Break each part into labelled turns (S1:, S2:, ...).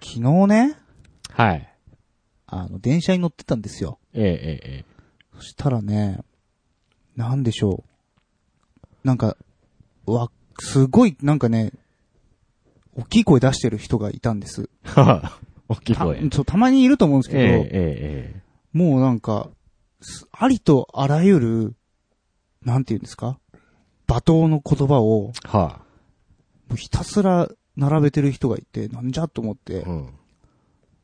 S1: 昨日ね、
S2: はい。
S1: あの、電車に乗ってたんですよ。
S2: ええ、ええ、え
S1: そしたらね、なんでしょう。なんか、わ、すごい、なんかね、大きい声出してる人がいたんです。
S2: え。はは。 大きい
S1: た
S2: 声。え
S1: そう、たまにいると思うんですけ
S2: え、え
S1: ど、
S2: え、
S1: もうなんか、すありとあらゆる、なんて言うんですか罵倒の言葉を、
S2: ええ。は
S1: もうひたすら並べてる人がいて、なんじゃと思って
S2: あ。、うん。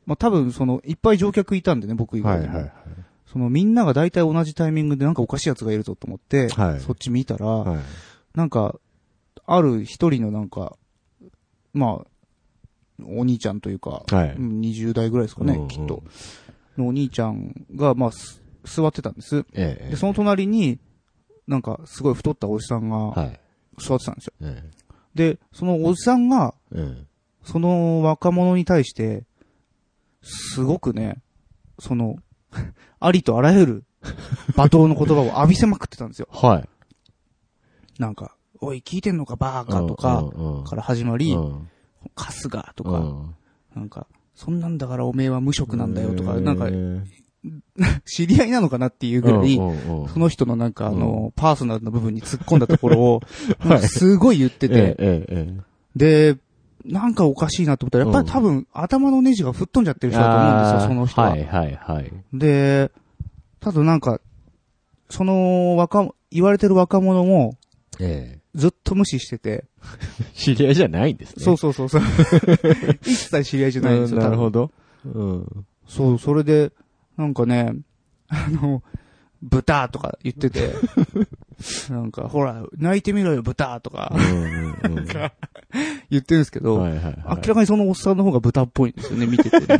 S1: まあ多分その、いっぱい乗客いたんでね、僕以
S2: は
S1: 外
S2: い、
S1: にも
S2: は
S1: そのみんなが大体同じタイミングでなんかおかしい奴がいるぞと思って、
S2: はい
S1: そっち見たら、
S2: い。はい。
S1: なんか、ある一人のなんか、まあ、お兄ちゃんというか、
S2: は
S1: う
S2: い。
S1: ん20代ぐらいですかね、
S2: うんうん
S1: きっと。のお兄ちゃんが、まあ、す座ってたんです。
S2: ええ、え
S1: で、その隣に、なんか、すごい太ったおじさん
S2: え。
S1: が
S2: はい。
S1: 座ってたんですよ。
S2: ええ。
S1: で、そのおじさんが、
S2: ええ。
S1: その若者に対して、すごくね、その、 ありとあらゆ る罵倒の言葉を浴びせまくってたんですよ。
S2: はい。
S1: なんか、おい、聞いてんのか、バーカとか、
S2: うん、、
S1: からら始ま
S2: い
S1: り、カスがと
S2: う
S1: か、
S2: ん
S1: なんか、そんなんだからおめえは無職なんだよとか、なんか
S2: え、え
S1: 知り合いなのかなっていうぐらい
S2: うん、うんうん
S1: その人のなんかあの、パーソナルの部分に突っ込んだところ を、なんかすごい言って
S2: ええ
S1: て、、
S2: ええ、え
S1: で、なんかおかしいなと思ったら、やっぱり多分頭のネジが吹っ飛んじゃって
S2: え。
S1: る人だと思うんです
S2: あ
S1: よ、
S2: ー
S1: その人
S2: は
S1: は。
S2: い、はい、はい。
S1: で、ただなんか、その若、言われてる若者も
S2: え
S1: ずっと無視してて、
S2: え。知り合いじゃないんですね。
S1: そうそう そうそう。一切知り合いじゃないんですよ、
S2: うんな
S1: 多
S2: る
S1: 分
S2: ほど。うん。
S1: そう、それで、なんかね、あの、豚とか言ってて、 なんか、ほら、泣いてみろよ、豚とか
S2: う んうんうん。は
S1: 言ってるんですけ
S2: い
S1: ど、
S2: はいはい
S1: 明らかにそのおっさんの方が豚っぽいんですよ ね、見ててね。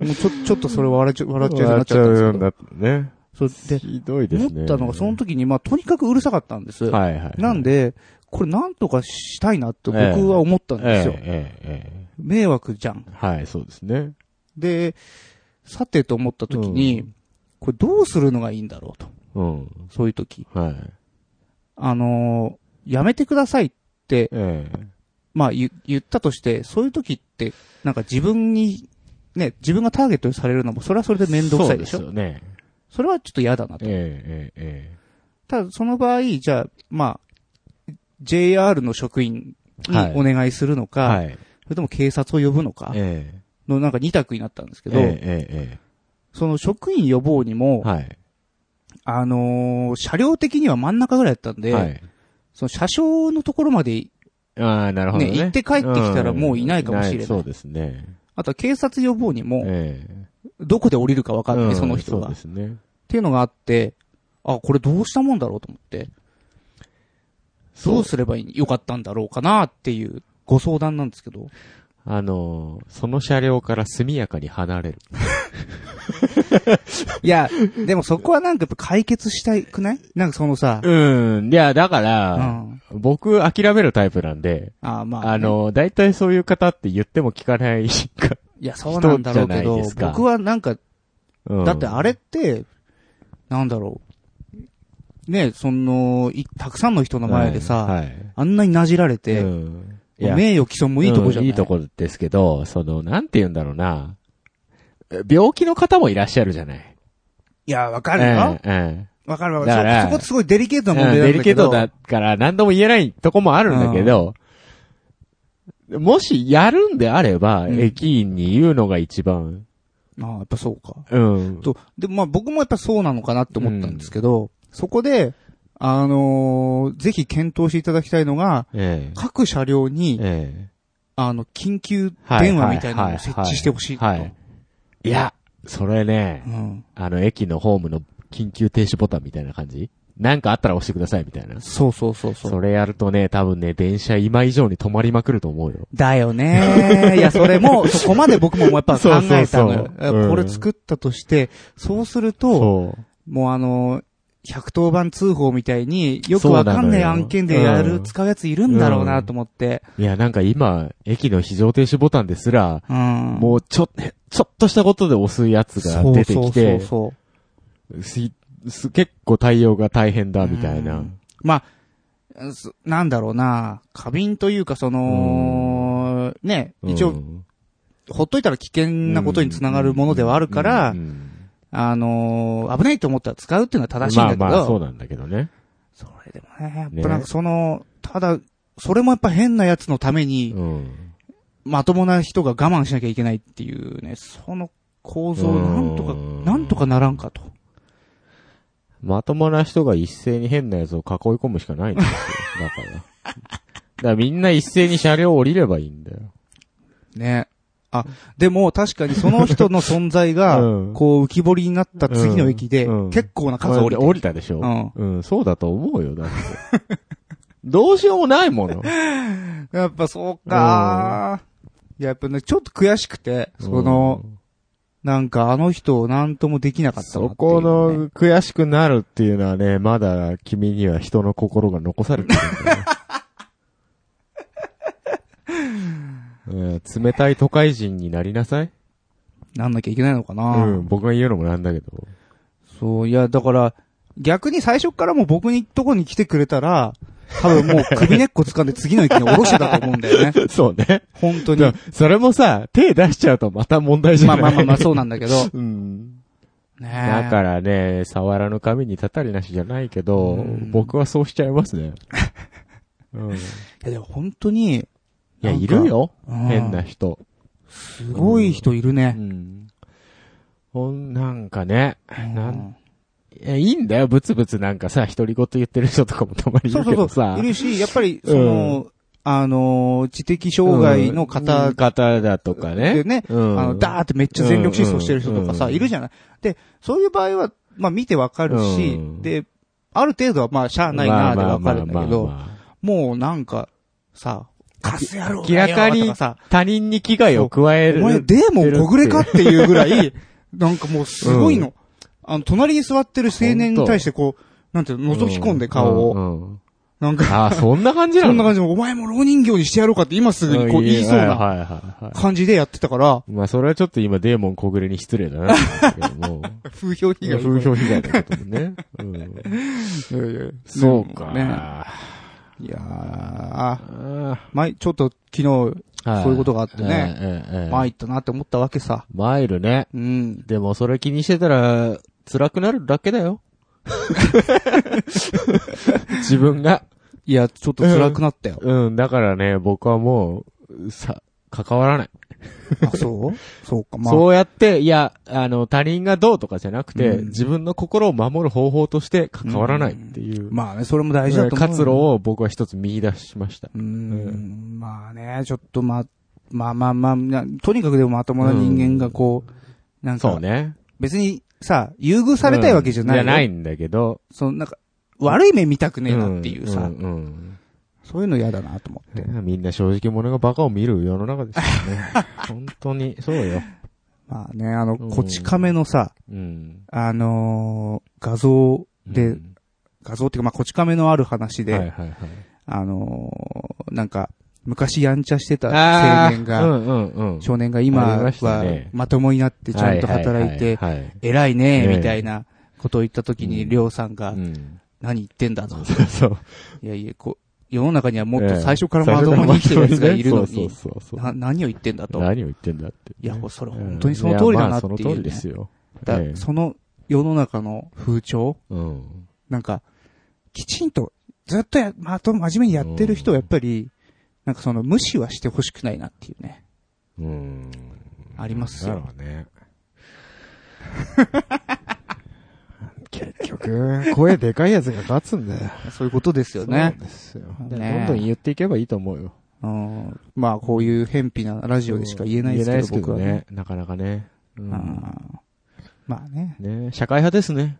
S1: もうちょ、ちょっとそれ笑っちゃ、笑っちゃうようになっちゃったんです
S2: 笑っちゃうよ
S1: け
S2: うに
S1: ど。
S2: なったね。
S1: そうで、
S2: ひどいですね。
S1: 思ったのが、その時に、まあ、とにかくうるさかったんです。
S2: はいはいはい。
S1: なんで、これなんとかしたいなって僕は思ったんですよ。
S2: ええええ
S1: 迷惑じゃん。
S2: ええはい、そうですね。
S1: で、さてと思った時に、
S2: う
S1: これどうするのがいいんだろうと。
S2: うん。
S1: そういう時。
S2: はい。
S1: あのーやめてくださいって、
S2: え
S1: まあ言言ったとして、そういう時って、なんか自分に、ね、自分がターゲットにされるのも、それはそれで
S2: え。
S1: 面倒くさいでしょ
S2: そうですよね。
S1: それはちょっと嫌だなと。
S2: ええええ
S1: ただ、その場合、じゃあ、まあ、JR の職員に
S2: はい
S1: お願いするのか、
S2: ええ。はい。
S1: それとも警察を呼ぶのか、
S2: ええ。
S1: のなんか二択になったんですけ
S2: え
S1: ど、
S2: えええ
S1: その職員呼ぼうに
S2: ええ。
S1: も、
S2: はい。
S1: あのー車両的には真ん中ぐらいだったんで、
S2: はい。
S1: その車掌のところまで、
S2: ああ、なるほどね。
S1: ね行って帰ってきたらもういないかもしれない
S2: んそうですね。
S1: あとは警察呼ぼうにも、
S2: ええ。
S1: どこで降りるか分かんない、
S2: うん
S1: その人
S2: そう
S1: が。
S2: で
S1: っ
S2: すね。
S1: ていうのがあって、あ、これどうしたもんだろうと思って、どうすればいいよかったんだろうかなっていうご相談なんですけど。
S2: あのー、その車両から速やかに離れる。
S1: いや、でもそこはなんかやっぱ解決したいくないなんかそのさ、
S2: うん。いや、だか
S1: う
S2: ら、
S1: ん。
S2: 僕諦めるタイプなんで、
S1: あまあ、ね、
S2: あのー、大体そういう方って言っても聞かないし か。
S1: いや、そうなんだろうけ
S2: 人じゃない
S1: ど
S2: です、か
S1: 僕はなんか、
S2: うん
S1: だってあれって、なんだろう。ね、その、いたくさんの人の前でさ、
S2: はいはい
S1: あんなになじられて、
S2: うんいや
S1: 名誉毀損もいいとこじゃ
S2: うん
S1: ない、
S2: いいとこですけど、その、なんて言うんだろうな。病気の方もいらっしゃるじゃない。
S1: いや、わ
S2: あ
S1: かるよ。
S2: え
S1: わ、
S2: ええ
S1: かるわ
S2: だ
S1: か
S2: か
S1: る。そそ
S2: ら
S1: こってすごいデリケート
S2: え
S1: な問題
S2: う
S1: なんんだ
S2: デリ
S1: け
S2: ケー
S1: ど。
S2: トだから何度も言えないとこもあるんだけど、もしやるんであれば、
S1: うん
S2: 駅員に言うのが一番、
S1: ああ、やっぱそうか。
S2: うん。
S1: と、で、まあ僕もやっぱそうなのかなって思ったんですけど、そこで、あのーぜひ検討していただきたいのが、
S2: え
S1: 各車両
S2: え
S1: に、
S2: ええ
S1: あの、緊急
S2: はい
S1: 電話みたいなのを設置してほしいと。
S2: はいはいいや、それね
S1: う、ん。
S2: あの、駅のホームの緊急停止ボタンみたいな感じなんかあったら押してくださいみたいな。
S1: そうそうそうそう。
S2: それやるとね、多分ね、電車今以上に止まりまくると思うよ。
S1: だよね。いや、それ も、そこまで僕もやっぱ考えたのよ。
S2: そうそうそううん
S1: これ作ったとして、そうすると、
S2: そう。
S1: もうあの、110番通報みたいによくわかんない案件でや
S2: そうなの
S1: る、
S2: よ
S1: 使うやついるんだろうなと思って。
S2: いや、なんか今、駅の非常停止ボタンですら、
S1: うん。
S2: もうちょ、ちょっとしたことで押すやつが出てき
S1: そうそうそう
S2: て、
S1: そう。
S2: すす結構対応が大変だ、みたいな。
S1: うんまあ、うんすなんだろうな、花瓶というか、その、ね、一応、
S2: うん
S1: ほっといたら危険なことにつながるものではあるから、
S2: うんうん
S1: あのー危ないと思ったら使うっていうのは正しいんだけど、
S2: まあまあ、そうなんだけどね。
S1: それでもね、やっぱなんかその、ただ、それもやっぱ変なやつのために、
S2: うん。
S1: まともな人が我慢しなきゃいけないっていうね、その構造、なんとか
S2: う、ん
S1: なんとかならんかと。
S2: まともな人が一斉に変なやつを囲い込むしかないんですよ。だから。だからみんな一斉に車両降りればいいんだよ。
S1: ね。あ、でも確かにその人の存在が、
S2: うん
S1: こう浮き彫りになった次の駅で
S2: うんうん、
S1: 結構な数降りて
S2: 降りたでしょ。うん、そうだと思うよ、だって。どうしようもないもの。
S1: うん。やっぱそうかいや、やっぱね、ちょっと悔しくて、その、なんかあの人をなんともできな
S2: う
S1: か
S2: ん、
S1: った
S2: そ
S1: なっていうね
S2: この悔しくなるっていうのはね、まだ君には人の心が残されてるんだよ。うん冷たい都会人になりなさい。
S1: なんなきゃいけないのか
S2: う
S1: な、
S2: ん、僕が言うのもなんだけど。
S1: そう、いや、だから、逆に最初からもう僕にとこに来てくれたら、多分 もう首根っこ掴んで次の駅に下ろしてたと思うんだよね。
S2: そうね。
S1: 本 当に。
S2: でもそれもさ、手出しちゃうとまた問題じゃ
S1: ま
S2: な
S1: あまあ
S2: い
S1: まあまあ、そうなんだけど。ね
S2: うん。
S1: え
S2: だからね、触らぬ神にたたりなしじゃないけど、
S1: うん
S2: 僕はそうしちゃいます ね。うん、い
S1: いや、でも本当に、な
S2: や、
S1: んか
S2: いるよ。
S1: うん
S2: 変な人。
S1: すごい人いる
S2: う
S1: ね。
S2: ん。ほん、なんかね、
S1: うん
S2: なんいやいいんだよ、ブツブツなんかさ、独り言言ってる人とかもたまにい
S1: そ
S2: る
S1: うそ
S2: けど
S1: うそ
S2: さ
S1: う。い。るし、やっぱり、
S2: うん
S1: その、あのー知的障害の方
S2: うん方だとかね。
S1: でね、
S2: うん
S1: あの、ダーってめっちゃ全力疾走してる人とか
S2: う
S1: さ、
S2: ん
S1: いるじゃない。で、そういう場合は、まあ見てわかるし
S2: う、ん
S1: で、ある程度はまあ、しゃあないなーでわかるんだけ
S2: まあまあまあ
S1: ど、
S2: まあまあ
S1: もうなんか、さ、カス野郎
S2: 明らかに
S1: だよとさ、
S2: 他人に危害を加え
S1: お
S2: る。
S1: 前デーモン小暮かっていうぐら い、なんかもうすごいの。あの、隣に座ってる青年に対してこう、なんていうの、覗き込んで顔を、
S2: を。うん
S1: なんか、
S2: ああ、そんな感じな
S1: そ
S2: の
S1: んな感じの、お前も老人形にしてやろうかって今すぐにこう言いそう
S2: うん
S1: な
S2: はいはいはいはい。
S1: 感じでやってたから、
S2: まあ、それはちょっと今、デーモン小暮に失礼だなと思うんだけども。
S1: 風評被害。
S2: 風評被害だけどね。うん、そうか。
S1: ねいやー、前、ちょっと昨日、そういうことがあってね
S2: ね
S1: 参ったなって思ったわけさ。
S2: マイルね。
S1: うん。
S2: でも、それ気にしてたら、辛くなるだけ だよ。自分が。
S1: いや、ちょっと辛くなったよ。
S2: うん、だからね、僕はもう、さ、関わらない。
S1: あ、そう そうか、まあ。
S2: そうやって、いや、あの、他人がどうとかじゃなくて、
S1: うん
S2: 自分の心を守る方法として関わらないっていう。
S1: まあね、それも大事だと思う。
S2: 活路を僕は一つ見出しました。
S1: うーん、まあね、ちょっとま、まあまあまあ、なとにかくでもまともな人間がこう、なん
S2: そ
S1: か
S2: う、ね。
S1: 別にさ、優遇されたいわけじゃない。。
S2: うんじゃないいんだけど。
S1: そのなんか、悪い目見たくねえなっていうんさ
S2: ん、うん
S1: そういうの嫌だなと思って。
S2: みんな正直者がバカを見る世の中ですよ ね。本当に、そうよ。
S1: まあね、あの、
S2: うん
S1: こち亀のさ、
S2: うん。
S1: あのー画像、で
S2: うん、
S1: 画像っていうか、まあ、こち亀のある話で、
S2: はいはいはい。
S1: あのーなんか、昔やんちゃしてた青年
S2: あー
S1: が、
S2: うんうんうん。
S1: 少年が今
S2: ありました
S1: は
S2: ね
S1: まともになってちゃんと働いて、
S2: はいはいはいはい
S1: 偉いね、
S2: ねえ
S1: みたいなことを言ったときに、
S2: うん
S1: りょうさんが、
S2: うん
S1: 何言ってんだと。
S2: そうそう。
S1: いやいや、こう、世の中にはもっ
S2: え
S1: と
S2: え
S1: 最初からまともに生きてる奴がいるの
S2: そう
S1: に、
S2: そうそうそう
S1: な何を言ってんだと。
S2: 何を言ってんだって。
S1: いや、それ
S2: うん
S1: 本当にその通りだなっていうね
S2: やまあその通りですよ。
S1: だ
S2: ええ
S1: その世の中の風潮、
S2: うん。
S1: なんか、きちんと、ずっとや、まと、真面目にやってる人はやっぱり、なんかその無視はしてほしくないなっていうね、
S2: うん。
S1: あります
S2: だ
S1: よ。
S2: ろうね。 結局、声でかいやつが勝つんだよ。
S1: そういうことですよね。
S2: そうですよ。
S1: ね
S2: だからどんどん言っていけばいいと思うよ。
S1: うん、まあ、こういう偏僻なラジオでしか言えないですけど、僕は
S2: 言えない
S1: ね。
S2: ですけどね。なかなかね。う
S1: うん
S2: ん。
S1: まあね。
S2: ね社会派ですね。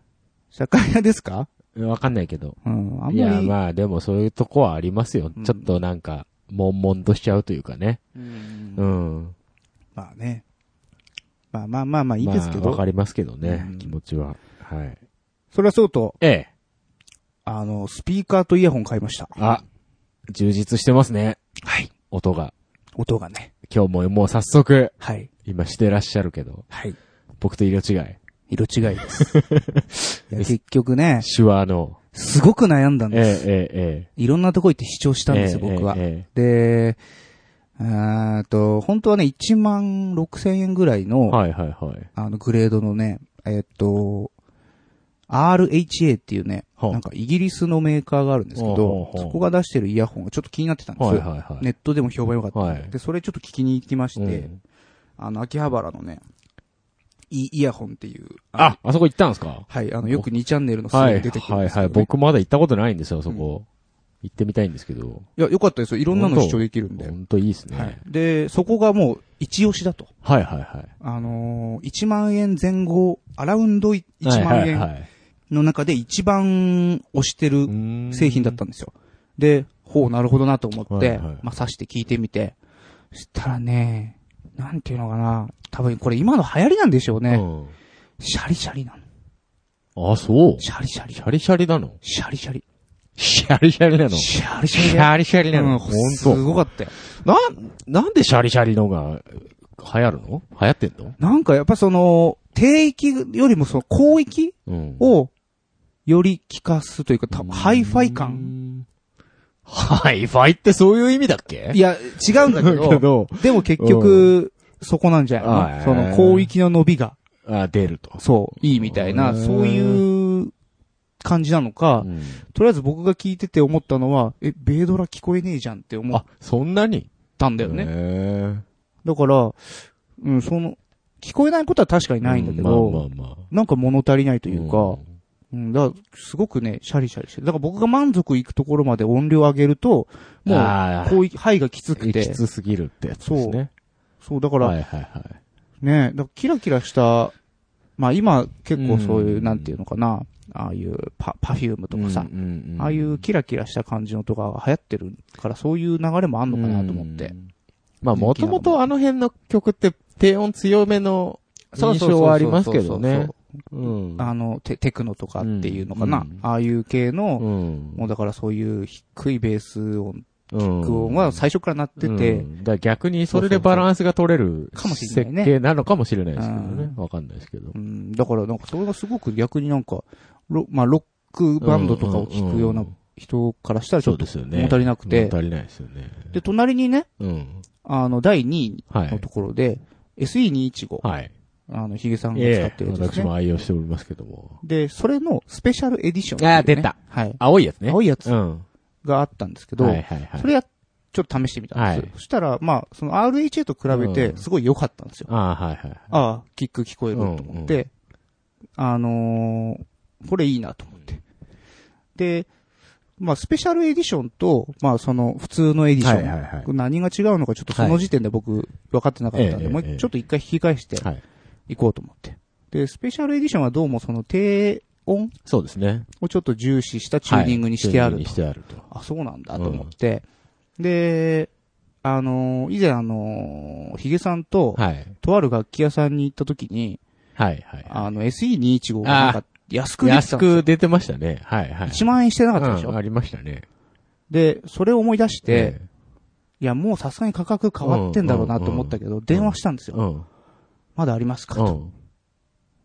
S1: 社会派ですか
S2: わかんないけど。
S1: うん、あんま
S2: いや、
S1: り。
S2: まあ、でもそういうとこはありますよ
S1: う。ん
S2: ちょっとなんか、悶々としちゃうというかね。
S1: うん
S2: うん。
S1: まあね。まあまあまあまあいいですけ
S2: まあ
S1: ど。
S2: わかりますけどね
S1: う。ん
S2: 気持ちは。はい。
S1: それはそうと、
S2: ええ。
S1: あの、スピーカーとイヤホン買いました。
S2: あ、充実してますね。
S1: はい。
S2: 音が。
S1: 音がね。
S2: 今日ももう早速、
S1: はい。
S2: 今してらっしゃるけど、
S1: はい。
S2: 僕と色違い。
S1: 色違いです。 いや結局ね、
S2: 手話の、
S1: すごく悩んだん
S2: ええ
S1: です。
S2: ええええ。
S1: いろんなとこ行って視聴したんですよ、
S2: ええ
S1: 僕は。
S2: ええ
S1: で、えーっと、本当はね、1万6千円ぐらいの、
S2: はいはいはい。
S1: あの、グレードのね、えーっと、RHA っていうね、
S2: はあ
S1: なんかイギリスのメーカーがあるんですけ
S2: ほう
S1: ど
S2: ほう、ほう
S1: そこが出してるイヤホンがちょっと気になってたんですよ。
S2: はいはいはい。
S1: ネットでも評判良かったんで、
S2: はい
S1: で、それちょっと聞きに行きまして、
S2: うん
S1: あの、秋葉原のね、イイヤホンっていう、の
S2: あ、あそこ行ったんですか
S1: はい、あの、よく2チャンネルの数
S2: は
S1: に
S2: い、
S1: 出てくるん
S2: は
S1: で
S2: い
S1: すけど、ね
S2: はい。僕まだ行ったことないんですよ、そこ。行ってみたいんですけど。
S1: いや、よかったですよ。いろんなの視聴できるんで。
S2: ほんといいですね。
S1: は
S2: はいい。
S1: で、そこがもう、一押しだと。
S2: はいはい
S1: あのー、1万円前後、アラウンド1
S2: はい。
S1: 万
S2: はいは
S1: 円
S2: いはい
S1: の中で一番推して
S2: う
S1: る
S2: ーん
S1: 製品だったんですよ。で、ほう、なるほどなと思って、
S2: はいはい
S1: まあ、刺して聞いてみて。そしたらね、なんていうのかな。多分これ今の流行りなんでしょうね。
S2: う
S1: シャリシャリなの。
S2: ん。あ、そう。
S1: シャリシャリ。
S2: シャリシャリなの
S1: シャリシャリ。
S2: シャリシャリなの
S1: シャリシャ
S2: シ
S1: リだよ。
S2: ャリシャリな
S1: う
S2: の
S1: ん
S2: ほん
S1: す
S2: と。
S1: ごかったよ。
S2: な、なんでシャリシャリのが流行るの流行ってんの
S1: なんかやっぱその、低域よりもその広域
S2: うん。
S1: をより効かすというか、たハイファイ感。
S2: 感ハイファイってそういう意味だっけ
S1: いや、違うんだけど、
S2: ど、
S1: でも結局、そこなんじゃな
S2: はいい
S1: のその広域の伸びが、
S2: あ出ると。
S1: そう、いいみたいな、
S2: うん
S1: そういう感じなのか、
S2: うん
S1: とりあえず僕が聞いてて思ったのは、え、ベイドラ聞こえねえじゃんって思っ
S2: あ、そんなに
S1: たんだよね。
S2: ね。
S1: だから、うん、その、聞こえないことは確かにないんだけど、
S2: うんまあまあまあ。
S1: なんか物足りないというか、
S2: うん、
S1: うん、だからすごくね、シャリシャリしてる。だから僕が満足いくところまで音量上げると、もう、
S2: あー
S1: こうい、肺がきつく
S2: き
S1: て。
S2: つすぎるってやつですね。
S1: そう、だから、
S2: はいはいはい。
S1: ね、だからキラキラした、まあ今、結構そういう、
S2: うん
S1: なんていうのかな、ああいうパ、パフュームとかさ、
S2: うんうんうん
S1: ああいうキラキラした感じのとかが流行ってるから、そういう流れもあんのかなと思っ
S2: う
S1: て。
S2: ん。まあ、もともとあの辺の曲って低音強めの印象はありますけどね。うん。
S1: あの、テテクノとかっていうのか
S2: う
S1: な、
S2: ん
S1: ああいう系の、
S2: うん。
S1: もうだからそういう低いベース音、
S2: うん
S1: 低音が最初から鳴ってて、
S2: うんだから逆にそれでバランスが取れる
S1: かもしれないね
S2: 設計なのかもしれないですけど
S1: う
S2: ね。わかんないですけど
S1: う。ん、だからなんかそれがすごく逆になんか、ロ,、まあ、ロックバンドとかを聴くような人からしたらちょ
S2: そう
S1: っと
S2: ですよね。
S1: 物足りなくて、
S2: 物足りないですよね。
S1: で、隣にね、
S2: うん。
S1: あの、第2位
S2: は
S1: の
S2: い。
S1: ところで、SE215、
S2: はい。
S1: あの、ヒゲさんが使
S2: え
S1: って
S2: え、
S1: るやつです
S2: 私
S1: ね。
S2: も愛用しておりますけども。
S1: で、それのスペシャルエディションっていうね、
S2: あー出た
S1: はい。
S2: 青いやつね。
S1: 青いやつ
S2: うん。
S1: があったんですけど、
S2: はいはいはい
S1: そ。れや、ちょっと試してみたんです。
S2: はい
S1: そしたら、まあ、その RHA と比べて、すごい良かったんですよ。
S2: ああ、はいはいはい。
S1: ああ、キック聞こえると思って、あのーこれいいなと思って。で、まあ、スペシャルエディションと、まあ、その、普通のエディション、
S2: はいはいはい
S1: これ何が違うのかちょっとその時点で僕、分かってなかったんで、
S2: ええ
S1: もう
S2: ええ
S1: 一ちょっと一回引き返して
S2: はい。
S1: いこうと思って。で、スペシャルエディションはどうもその低音
S2: そうですね。
S1: をちょっと重視したチューニングにしてある
S2: はい
S1: と。
S2: チューニングにしてある
S1: あ、そうなんだと思って。で、あのー以前あのーヒゲさんと、
S2: と。はい。
S1: とある楽器屋さんに行った時に、
S2: はいは
S1: あの、SE215 がなんか安
S2: い。
S1: く出てたん
S2: 安
S1: ですよ。
S2: く出てましたね。はいはい。
S1: 1万円してなかったでし
S2: う
S1: ょ
S2: ん。ありましたね。
S1: で、それを思い出して、
S2: え
S1: いや、もうさすがに価格変わってんだろうなと思ったけど、電話したんです
S2: え、
S1: よ。
S2: うん。うん。
S1: まだありますかと。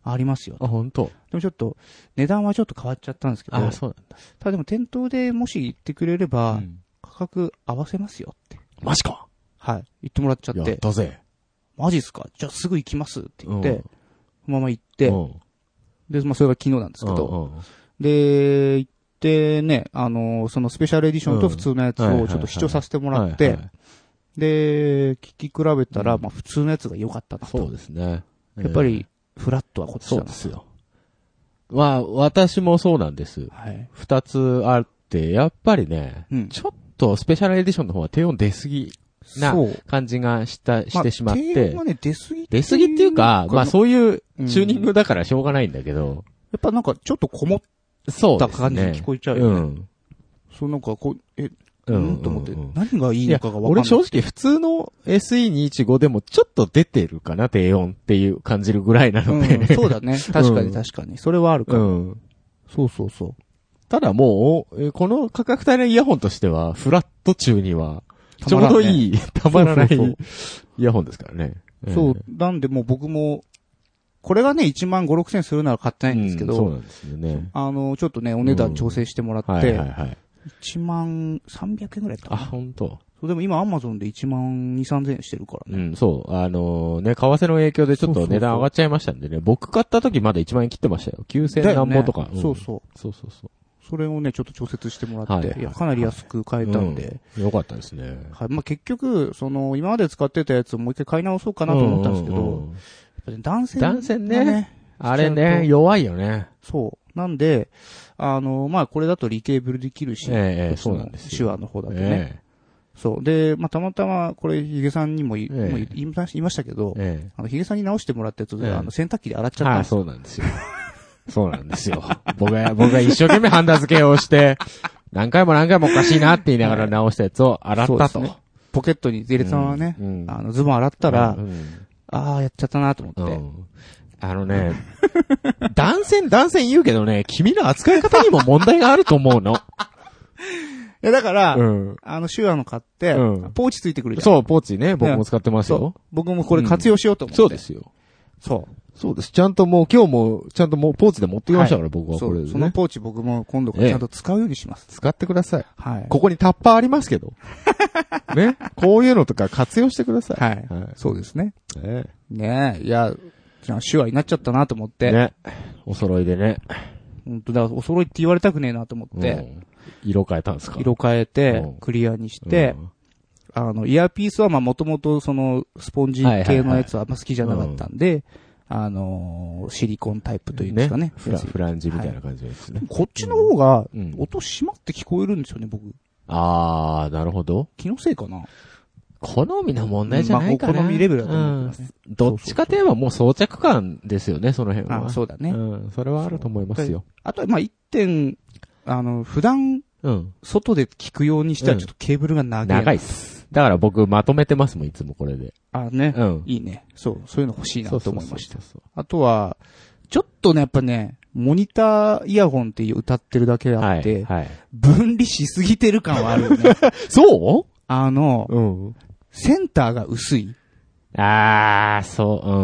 S1: ありますよ。
S2: あ、本当。
S1: でもちょっと、値段はちょっと変わっちゃったんですけど、
S2: あ、
S1: た
S2: そうなんだ
S1: だでも店頭でもし言ってくれれば
S2: う、ん。
S1: 価格合わせますよって。
S2: マジか
S1: はい。言ってもらっちゃっ、
S2: やってたぜ。
S1: マジっすかじゃあすぐ行きますって言っ
S2: うん
S1: て、そのまま行って
S2: う、ん
S1: で、まあそれが昨日なんですけど、
S2: うんうん
S1: で、行ってね、あの、そのスペシャルエディションと普通のやつ
S2: うんはいはい
S1: を
S2: はい
S1: ちょっと視聴させてもらっ
S2: は
S1: て
S2: いは、い
S1: で、聞き比べたら、
S2: うん
S1: まあ普通のやつが良かったな
S2: そう
S1: と。
S2: ですね。
S1: やっぱり、フラットはこっち
S2: そ
S1: だ
S2: う
S1: な
S2: で。すよ。まあ、私もそうなんです。
S1: はい。
S2: 二つあって、やっぱりね、
S1: うん。
S2: ちょっとスペシャルエディションの方は低音出すぎな
S1: そう。
S2: 感じがした、してしまっ
S1: 低音
S2: て
S1: が、ね、出過ぎ
S2: 出すぎっていうか、まあそういう
S1: うん
S2: チューニングだからしょうがないんだけど、
S1: やっぱなんかちょっとこもっ
S2: そう
S1: た
S2: ですね。
S1: 感じに聞こえちゃう
S2: う
S1: よね。
S2: ん。
S1: そうなんかこう、え、
S2: う
S1: うんんと思って
S2: うんうん、
S1: 何がいいのかがわかんな
S2: 俺
S1: い。
S2: 正直普通の SE215 でもちょっと出てるかな、低音っていう感じるぐらいなので。
S1: うんそうだね。確か
S2: う
S1: に
S2: ん
S1: 確かに。それはあるか
S2: う
S1: ら。
S2: ん。
S1: そうそうそ
S2: ただもう、えーこの価格帯のイヤホンとしては、フラット中には、
S1: う。
S2: ちょうどい
S1: い。
S2: い、たまらない
S1: そうそう
S2: イヤホンですからね。
S1: そう。なんでもう僕も、これがね、1万5、6千するなら買って
S2: な
S1: ないんですけど、
S2: そうなんですよね。
S1: あの、ちょっとね、お値段調整してもらって、
S2: はいはいはい。
S1: 1万300円ぐらいだったか
S2: あ、
S1: な
S2: 本当。
S1: そう、でも今アマゾンで1万2、3000円してるから
S2: う
S1: ね。
S2: ん、そう。あのーね、為替の影響でちょ
S1: そ
S2: っ
S1: うそう
S2: と
S1: そう
S2: 値段上がっちゃいましたんでね。僕買った時まだ1万円切ってましたよ。
S1: だ
S2: 9000
S1: よ
S2: 何
S1: ね
S2: 本とか。ん
S1: そうそう。
S2: そうそうそ
S1: それをね、ちょっと調節してもらっ
S2: はい
S1: て、
S2: はい
S1: いや、かなり安く買え
S2: う。
S1: たんで。
S2: うんよかったですね。
S1: はい。まあ、結局、その、今まで使ってたやつをもう一回買い直そうかなと思ったんですけど、
S2: ううんうん
S1: やっぱね男性
S2: 断線ねあれ
S1: しちゃうと
S2: ね、弱いよね。
S1: そう。なんで、あの、まあ、これだとリテーブルできるし、
S2: ええええ
S1: そ
S2: そう
S1: の
S2: なんです
S1: 手
S2: よ。
S1: 話の方だとね。
S2: え
S1: そう。で、まあ、たまたま、これ、ヒゲさんにもい、
S2: ええ
S1: もうい言いま言いましたけど
S2: え、え
S1: あの、ヒゲさんに直してもらったやつ、
S2: ええ
S1: あの、洗濯機で洗っち
S2: え
S1: ゃった
S2: は
S1: んですよ。
S2: い、そうなんですよ。そうなんですよ。僕が、僕が一生懸命ハンダ付けをして、何回も何回もおかしいなって言いながら直したやつを洗った
S1: そ
S2: と。
S1: うですねポケットに、ゼレさんはね、
S2: うんうん
S1: あの、ズボン洗ったら、
S2: うん
S1: ああ、やっちゃったなと思って。
S2: うんあのね、断線断線言うけどね、君の扱い方にも問題があると思うの。
S1: いや、だから、
S2: うん。
S1: あの、手話の買って、
S2: うん
S1: ポーチついてくるじゃん。
S2: そう、ポーチね、僕も使ってます
S1: そう。
S2: よ。
S1: 僕もこれ活用しようと思って。
S2: そうで。すよ。
S1: そ
S2: そうです。ちゃんともう今日も、ちゃんともうポーチで持ってきましたから、僕
S1: う。
S2: は
S1: そ
S2: これ
S1: う。
S2: で
S1: その
S2: ね。
S1: ポーチ僕も今度からちゃんと使うようにします。
S2: 使ってください。
S1: はい。
S2: ここにタッパーありま すけど。ね。こういうのとか活用してください。
S1: はい
S2: はい。
S1: そうですね。
S2: ね
S1: ねえ、いや、じゃあ手話になっちゃったなと思って、
S2: ね。お揃いでね。
S1: 本当だ、お揃いって言われたくねえなと思って、
S2: うん色変えたんですか
S1: 色変えて
S2: うん、
S1: クリアにして、、あの、イヤーピースはまあもともとその、スポンジ系のやつはあんま好きじゃなかったんで、あのー、シリコンタイプというんですかね。
S2: フラフランジみたいな感じですね。
S1: こっちの方が
S2: うん、
S1: 音閉まって聞こえるんですよね、僕。
S2: あー、なるほど。
S1: 気のせいかな。
S2: 好みの問題じゃないかな。
S1: まあお好みレベルだと思いますね
S2: うんどっちかといえばもう装着感ですよね、その辺は。
S1: あそうだね。
S2: うん、それはあると思いますよ。
S1: あとは、まあ、一点、あの、普段、
S2: うん。
S1: 外で聞くようにしたら、ちょっとケーブルが長い。
S2: 長いっ。す。だから僕まとめてますもん、いつもこれで。
S1: あね、
S2: うん。
S1: いいね。そう、そういうの欲しいな
S2: そう
S1: と思いました。
S2: た。そう
S1: あとは、ちょっとね、やっぱね、モニターイヤホンっていう歌ってるだけあ
S2: は
S1: って、
S2: い。はい。
S1: 分離しすぎてる感はあるよね。
S2: そ
S1: あの、
S2: ううん。
S1: センターが薄い。
S2: あー、そう、う。
S1: う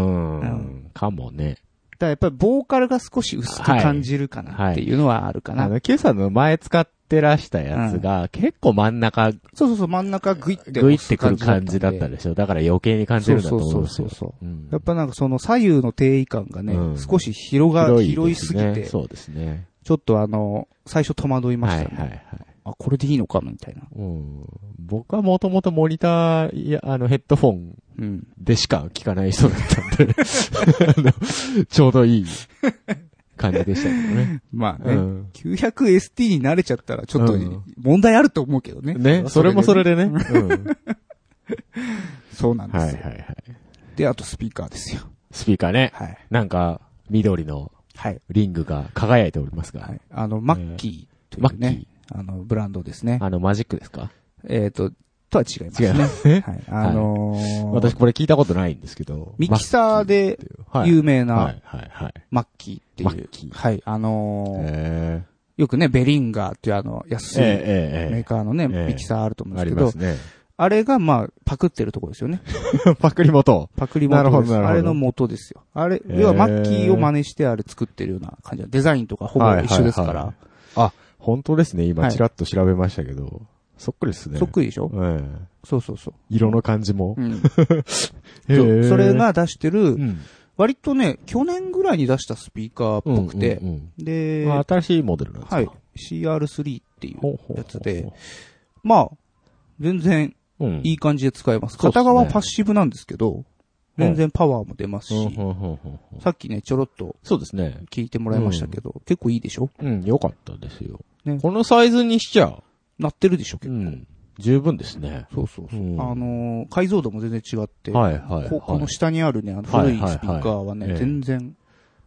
S1: ん
S2: かもね。
S1: だからやっぱりボーカルが少し薄く感じるかなっていうのはあるかな。
S2: あの、Q さんの前使ってらしたやつが、結構真ん中、
S1: そうそうそう、真ん中グイって
S2: グ
S1: 押
S2: イって
S1: す
S2: くる
S1: 感じだったんで
S2: 感じだったでしょ。だから余計に感じるんだと
S1: そう
S2: 思
S1: そううん
S2: です
S1: そ
S2: よ
S1: う。そう。
S2: うん
S1: やっぱなんかその左右の定位感がね、
S2: うん
S1: 少し広が、広い
S2: です
S1: すぎ
S2: ね
S1: て、
S2: そうですね。
S1: ちょっとあの、最初戸惑いましたね。
S2: はいはいはい。
S1: あ、これでいいのかみたいな。
S2: うん、僕はもともとモニター、いや、あの、ヘッドフォン
S1: うん。
S2: でしか聞かない人だったんで、あの、ちょうどいい感じでしたけどね。
S1: まあ
S2: う
S1: ね、
S2: ん
S1: 900ST に慣れちゃったらちょっと
S2: うん
S1: 問題あると思うけどね。
S2: ね、それもそれ
S1: で。
S2: でね。うん
S1: そうなんで
S2: はいは
S1: す
S2: い
S1: よ、
S2: はい。
S1: で、あとスピーカーですよ。
S2: スピーカーね。
S1: はい。
S2: なんか、緑の
S1: はい。
S2: リングが輝いておりますが。
S1: はい。あの、マッキーという
S2: マッキ
S1: ね、あの、ブランドですね。
S2: あの、マジックですか
S1: えっ、と、とは違いますね。
S2: 違いま
S1: はい。あのー
S2: 私これ聞いたことないんですけど。
S1: ミキサーで
S2: マッキーっていう
S1: 有名
S2: はい、は、
S1: ない
S2: はい、はい。
S1: マッキーっていう。
S2: マッキー
S1: はい。あのー
S2: え
S1: よくね、ベリンガーっていうあの、
S2: え
S1: 安
S2: え
S1: い
S2: え
S1: メ
S2: え
S1: ー
S2: え
S1: カーのね、
S2: ええ
S1: ミキサーあると思うん
S2: え
S1: で
S2: あ
S1: す
S2: り
S1: けど
S2: ます、ね。
S1: あれがまあ、パクってるところですよね。
S2: パクリ元。
S1: パクリ元
S2: なるほ
S1: です。
S2: どなるほど
S1: あれの元ですよ。あれ、
S2: えー
S1: 要はマッキーを真似してあれ作ってるような感じだデザインとかほぼ一緒ですか
S2: はいはい
S1: ら。
S2: 本当ですね、今、
S1: はい
S2: ちらっと調べましたけど、そっくりですね。
S1: そっくりでしょ
S2: え
S1: そうそうそう。
S2: え色の感じも
S1: う。ん。
S2: へえ
S1: そうそれ、が出して
S2: う
S1: る、
S2: ん、
S1: 割とね、去年ぐらいに出したスピーカーっぽくて、
S2: うんうんう
S1: で、
S2: んまあ新しいモデルなんですか
S1: はい。CR3 っていう
S2: ほうほうほう
S1: やつで、まあ、全然
S2: うん。
S1: いい感じで使えます。
S2: そうっす
S1: 片
S2: ね
S1: 側パッシブなんですけど、全然パワーも出ます
S2: うん
S1: し、
S2: ほうほうほうほう
S1: さっきね、ちょろっと
S2: そうですね。
S1: 聞いてもらいましたけど、結構いいでしょ
S2: うん、よかったですよ。
S1: ね
S2: このサイズにしちゃ、
S1: なってるでしょ
S2: う
S1: 結構。
S2: ん、十分ですね。
S1: そうそうそう。
S2: うん
S1: あのー解像度も全然違って、
S2: はいはい
S1: ここ
S2: は
S1: の
S2: い。
S1: 下にあるね、あの
S2: は
S1: 古
S2: い
S1: いスピーカーはね、
S2: はいはい
S1: 全然、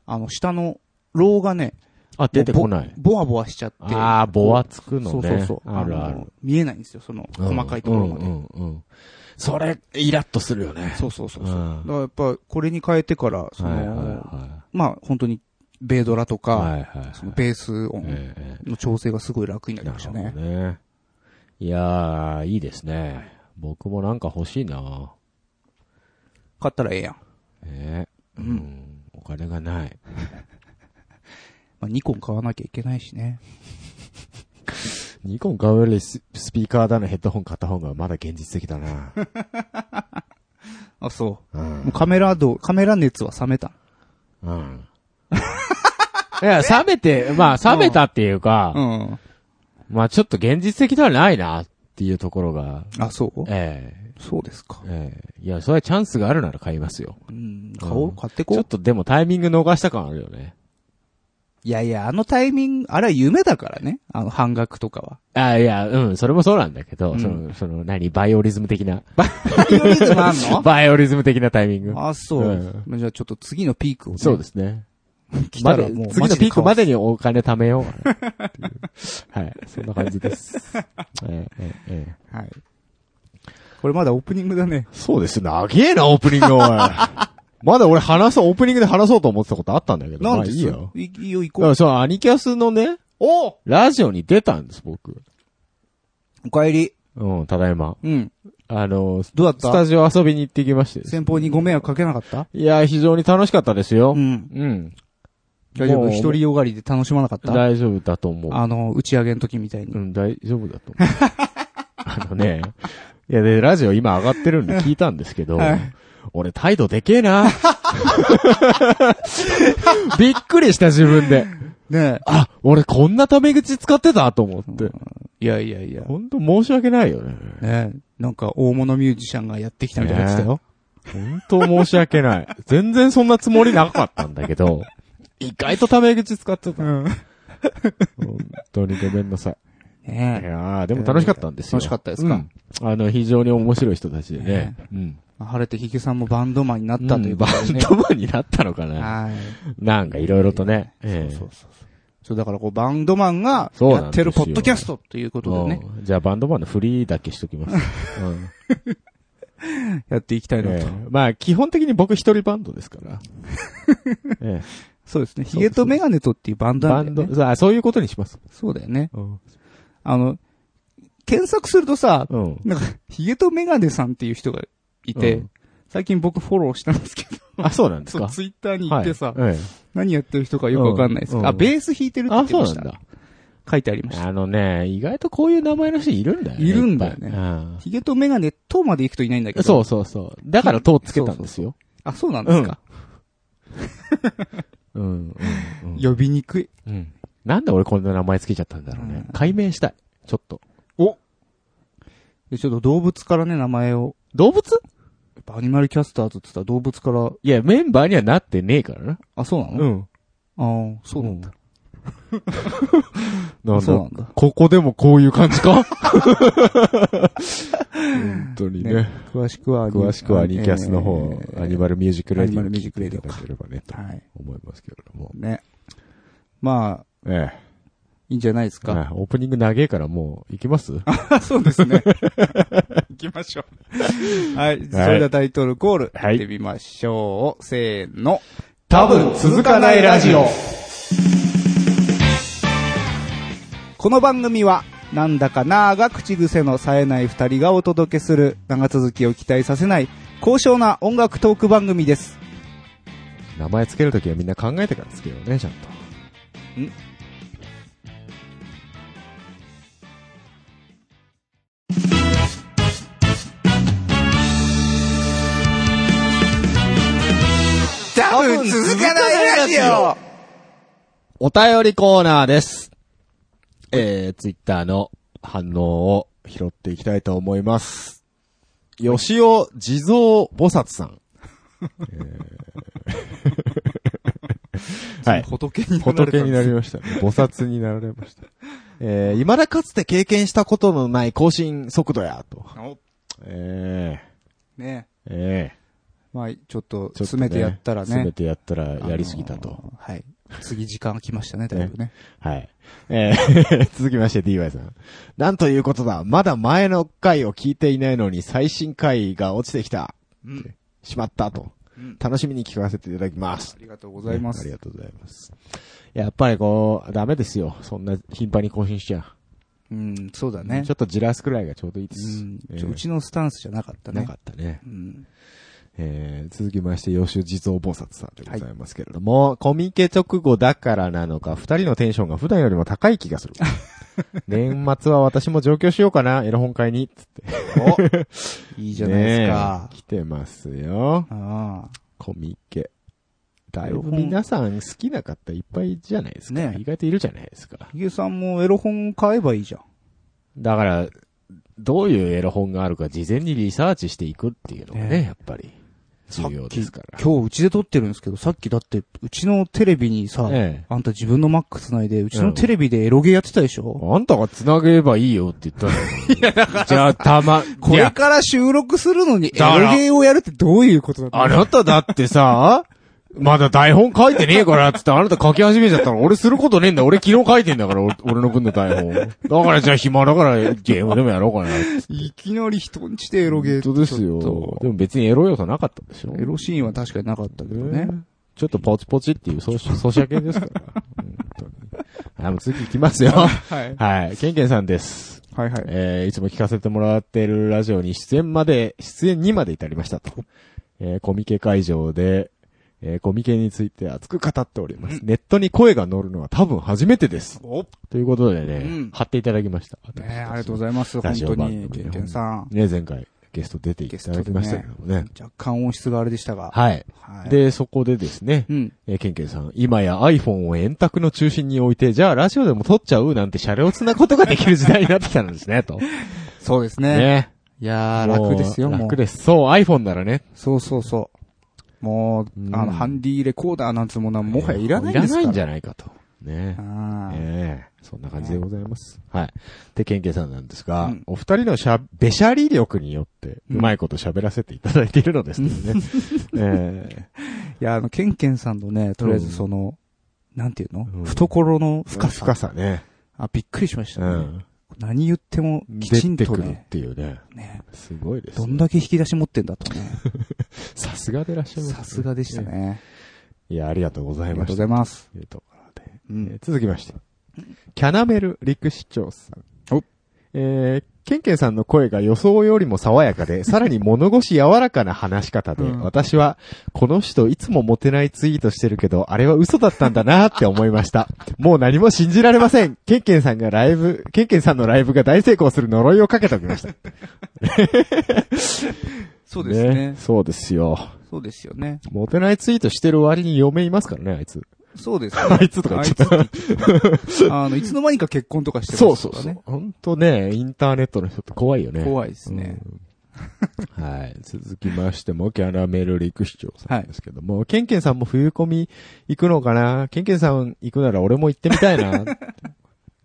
S1: あの、下の、ローがね、
S2: あ、出てこない。
S1: ボワボワしちゃって。
S2: ああ、ボワつくのね。
S1: そうそうそう。
S2: あるあ
S1: の
S2: る。。
S1: 見えないんですよ、その、細かいところまで。
S2: うんうんうんそれ、イラッとするよね。
S1: そうそうそうそう。
S2: うん
S1: だからやっぱ、これに変えてから、その、
S2: はいはいは
S1: まあ、本当に、ベイドラとか、
S2: い。はいはい。
S1: そのベース音
S2: ええ
S1: の調整がすごい楽になり
S2: な
S1: ま
S2: る
S1: した
S2: ほど
S1: ね。
S2: ね。いやー、いいですね。僕もなんか欲しいな
S1: 買ったらええやん。
S2: ええ
S1: うん
S2: うん。お金がない。
S1: まあ、ニコン買わなきゃいけないしね。
S2: ニコン買うよりススピーカーだのヘッドホン買った方がまだ現実的だな。。
S1: あ、そうう。もうんカメラ度、カメラ熱は冷めた。
S2: うん。いや、冷め て、まあ、冷めたっていう
S1: う
S2: か、
S1: ん。
S2: まあ、ちょっと現実的ではないな、っていうところが、
S1: あ、そう
S2: え
S1: そうですか
S2: え。ええいや、それはチャンスがあるなら買いますよ。
S1: うん。顔買ってこ
S2: ちょ
S1: う
S2: っ。とでもタイミング逃した感あるよね。
S1: いやいや、あのタイミング、あれは夢だからね。あの、半額とかは。
S2: あいや、うん、それもそうなんだけど、
S1: うん
S2: その、その、何、バイオリズム的な。
S1: バイオリズムあん
S2: バイオリズム的なタイミン グ。
S1: のあ、そう。じゃあちょっと次のピークを、ね、
S2: そうですね。
S1: 来たらもう
S2: まで次のピークまでにお金貯めようかなっていう。はい。そんな感じです。 ええええええ
S1: はい。これまだオープニングだね。
S2: そうですね。長えな、オープニング、おい。 まだ俺話そう、オープニングで話そうと思ってたことあったんだけど。
S1: なん
S2: まあ
S1: で
S2: い
S1: す
S2: いよ。
S1: いいよ、行
S2: だか
S1: こう
S2: ら。そう、アニキャスのね、
S1: おお
S2: ラジオに出たんです、僕。
S1: 帰り。
S2: うん、ただいま。
S1: うん。
S2: あの、ス
S1: どうだった
S2: タジオ遊びに行ってきまして。
S1: 先方にご迷惑かけなかった
S2: いや、非常に楽しかったですよ。
S1: ん。
S2: うん。
S1: 大丈
S2: も
S1: 夫
S2: う
S1: 一人よがりで楽しまなかった
S2: 大丈夫だと思う。
S1: あの、打ち上げの時みたいに。
S2: うん、大丈夫だと思う。 あのね、いやで、ラジオ今上がってるんで聞いたんですけど、俺態度でけえな。 びっくりした自分で。
S1: ね
S2: あ、俺こんなタメ口使ってたと思って。
S1: え。いやいやいや。
S2: ほんと申し訳ないよね。
S1: ねえ。なんか大物ミュージシャンがやってきたみたいなやつだよ。
S2: ほんと申し訳ない。全然そんなつもりなかったんだけど、意外とタメ口使ってた。
S1: うん。
S2: 本当にごめんなさい。い
S1: ねえ。
S2: やーでも楽しかったんですよ。
S1: 楽しかったですか
S2: うんあの、非常に面白い人たちでね
S1: ね。
S2: うん。
S1: まあ晴れてヒゲさんもバンドマンになっ
S2: だ
S1: たという
S2: バ
S1: ことで
S2: ン
S1: ね
S2: ドマンになったのかな
S1: はい。
S2: なんかいろいろとね。ええ
S1: そうそうそう。そう、だからこう、バンドマンが
S2: そうなん
S1: や
S2: で
S1: っ
S2: すよ
S1: てるポッドキャストということでね、
S2: うんじゃあバンドマンのフリーだけしときます。うん
S1: やっていきたいな
S2: ええ
S1: と。
S2: まあ、基本的に僕一人バンドで すから。ええ
S1: そうですね。ヒゲとメガネとっていうバンドな
S2: バ
S1: んだ
S2: ンド
S1: よね。、
S2: あそういうことにします。
S1: そうだよね。
S2: うん。
S1: あの、検索するとさ、
S2: うん
S1: なんか、ヒゲとメガネさんっていう人がいて、
S2: うん
S1: 最近僕フォローしたんですけど、
S2: あ、そうなんです
S1: そう
S2: か。
S1: ツイッターに行ってさ、
S2: はいええ
S1: 何やってる人かよくわかんないですけど、
S2: うん
S1: あ、ベース弾いてるって言
S2: あ、
S1: って
S2: そう
S1: ま
S2: な
S1: し
S2: ん
S1: た。
S2: だ。
S1: 書いてありました。
S2: あのね、意外とこういう名前の人いるんだよね。
S1: いるんだよね
S2: いっぱいうん
S1: ヒゲとメガネとまで行くといないんだけど。
S2: そうそうそう。だから、とうつけたんですよ。
S1: あ、そうなんですか。
S2: うん。うん
S1: 呼びにくい。
S2: うん。なんで俺こんな名前つけちゃったんだろうね
S1: うん。
S2: 解明したい。ちょっと。
S1: で、ちょっと動物からね、名前を。
S2: 動物
S1: やっぱアニマルキャスターズって言ったら動物から、
S2: いや、メンバーにはなってねえからな。
S1: あ、そうなの
S2: ん。
S1: ああ、そうなんだ。
S2: なん
S1: そうな
S2: だ
S1: んだ。
S2: ここでもこういう感じか 本当に
S1: ね
S2: ね。
S1: 詳しくは、
S2: 詳しくはアニキャスの方、
S1: えー
S2: アニマルミュージックレデ
S1: ア
S2: ィ
S1: ニマ
S2: を
S1: ルミュー
S2: 聞
S1: ジ
S2: い
S1: ックレ
S2: てい
S1: ディ
S2: ただければね、と
S1: はい。
S2: 思いますけれども。
S1: ね。まあ、
S2: ええ。
S1: いいんじゃないですか。
S2: はいオープニング長えからもう、行きます
S1: そうです ね。行きましょう。はい。それではタイトルコール、
S2: はい
S1: 行ってみましょう。せーの。
S2: 多分続かないラジオ。
S1: この番組は、なんだかなーが口癖の冴えない二人がお届けする、長続きを期待させない、高尚な音楽トーク番組です。
S2: 名前つけるときはみんな考えてからつけようね、ちゃんと。
S1: 多分続かないラジオ
S2: お便りコーナーです。えー、ツイッターの反応を拾っていきたいと思います。吉尾地蔵菩薩さん。えーはい。
S1: 仏にな
S2: 仏になりましたね。菩薩になられ ました。えー、未だかつて経験したことのない更新速度や、と。
S1: お
S2: え
S1: ね
S2: ー、え
S1: まあ、ちょっと、
S2: ー。
S1: 詰めてやったら
S2: 詰め
S1: ね。
S2: てやったらやりすぎたと。
S1: あのー。はい。次時間来ましたね、だいぶね。
S2: はい。えー 続きまして DY さん。なんということだ。まだ前の回を聞いていないのに最新回が落ちてきた。
S1: うん
S2: しまったと
S1: うん。
S2: 楽しみに聞かせていただきます
S1: あ。りがとうございま
S2: ねあ
S1: す
S2: り。がとうございます。やっぱりこう、ダメですよ。そんな頻繁に更新しちゃ
S1: うん、そうだ
S2: う。
S1: ね
S2: ちょ。っとじらすくらいがちょうどいいです。
S1: うん
S2: えー
S1: ちょうちのスタンスじゃなかったね。
S2: なかったね。
S1: うん。
S2: えー続きまして、吉地蔵菩薩さんでございますけれども、コミケ直後だからなのか、二人のテンションが普段よりも高い気がする。年末は私も上京しようかな、エロ本会に。つって。
S1: いいじゃないですか
S2: ね。え来てますよ。
S1: あ
S2: コミケ。だいぶ皆さん好きな方いっぱいじゃないですか。
S1: ねえ
S2: 意外といるじゃないですか
S1: あ。。ヒゲさんもエロ本買えばいいじゃん。
S2: だから、どういうエロ本があるか事前にリサーチしていくっていうのがね、
S1: ね
S2: やっぱり、重要ですから。
S1: 今日うちで撮ってるんですけど、さっきだって、うちのテレビにさ、
S2: ええ
S1: あんた自分のマックつないで、うち
S2: う
S1: の
S2: ん
S1: テレビでエロゲーやってたでしょ、
S2: あんたが繋げればいいよって言ったのに。じゃあ、たま、
S1: こ
S2: い
S1: れ
S2: や
S1: から収録するのにエ
S2: だから
S1: ロゲーをやるってどういうことだった
S2: あなただってさ、まだ台本書いてねえから、つってあなた書き始めちゃったら、俺することねえんだ。俺昨日書いてんだから、俺俺の分の台本。だからじゃあ暇だから、ゲームでもやろうかな。
S1: いきなり人んちでエロゲー
S2: 本
S1: って
S2: 当です
S1: ち
S2: よ
S1: ょ。っ
S2: でも別にエロ要素なかったでしょ
S1: と。エロシーンは確かになかったけどね。
S2: ちょっとポチポチっていう、そうし、そうしゃけんですから。本当にあ、もう次行き ますよ。
S1: はい。
S2: はい。ケンケンさんです。
S1: はいはい。
S2: えーいつも聞かせてもらってるラジオに出演まで、出演にまで至りましたと。えーコミケ会場で、えーコミケについて熱く語っております。ネットに声が乗るのは多分初めてです。
S1: おね
S2: ということでね、
S1: うん
S2: 貼っていただきました。
S1: えありがとうございます。
S2: ラ
S1: 本
S2: ジ
S1: 当
S2: オ番
S1: に、
S2: 組
S1: ケンケンさん。
S2: ね、前回ゲスト出ていただきましたけどもね。
S1: 若干音質があれでしたが。
S2: はい。
S1: はい。、
S2: で、そこでですね、
S1: うん。
S2: えー、ケンケンさん、今や iPhone を円卓の中心に置いて、じゃあラジオでも撮っちゃうなんてシャレオツなことができる時代になってきたんですね、と。
S1: そうですね。
S2: ね。
S1: いやー、楽ですよ、
S2: もう
S1: もう
S2: 楽。です。そう、iPhone ならね。
S1: そうそうそう。もう、
S2: うん
S1: あの、ハンディレコーダーなんつうものはもはやいらないですから。
S2: いらないんじゃないかと。ね
S1: あー
S2: ええそんな感じでございます。はい。で、ケンケンさんなんですが、
S1: うん
S2: お二人のしゃ、べしゃり力によって、
S1: うん
S2: うまいこと喋らせていただいているのですけどね。 え
S1: いや、あの、ケンケンさんのね、とりあえずその、なんていうの、
S2: うん
S1: 懐の
S2: え
S1: 深さ。
S2: 深さね。
S1: あ、びっくりしました
S2: う
S1: ね。
S2: ん。
S1: 何言ってもきちん
S2: 出て
S1: と
S2: くるっ
S1: ね、
S2: ていうね。
S1: ね
S2: すごいです
S1: ど
S2: ね、
S1: んだけ引き出し持ってんだとね。
S2: さすがでいらっしゃいます、
S1: さすがでした。ね。
S2: いや、ありがとうござ
S1: あ
S2: い
S1: りが
S2: ま
S1: とうござ
S2: した。
S1: います。
S2: というところで。
S1: う
S2: えー
S1: ん。
S2: 続きまして。キャナメル陸市長さん。
S1: お
S2: えー、ケンケンさんの声が予想よりも爽やかで、 さらに物腰柔らかな話し方で、
S1: うん
S2: 私は、この人いつもモテないツイートしてるけど、あれは嘘だったんだなって思いました。もう何も信じられ ません。ケンケンさんがライブ、ケンケンさんのライブが大成功する呪いをかけておきました。
S1: そうですね
S2: そうですよ。
S1: そうですよね。
S2: モテないツイートしてる割に嫁いますからね、あいつ。
S1: そうです、ね。
S2: あいつとか言っちゃった
S1: あいつって言ってたあの、いつの間にか結婚とかしてます
S2: そうそう
S1: とか
S2: そう
S1: ね。。
S2: ほんとね、インターネットの人って怖いよね。
S1: 怖いですね。
S2: うん。はい。続きましても、キャラメル陸市長さんですけども、ケンケンさんも冬コミ行くのかなケンケンさん行くなら俺も行ってみた いな。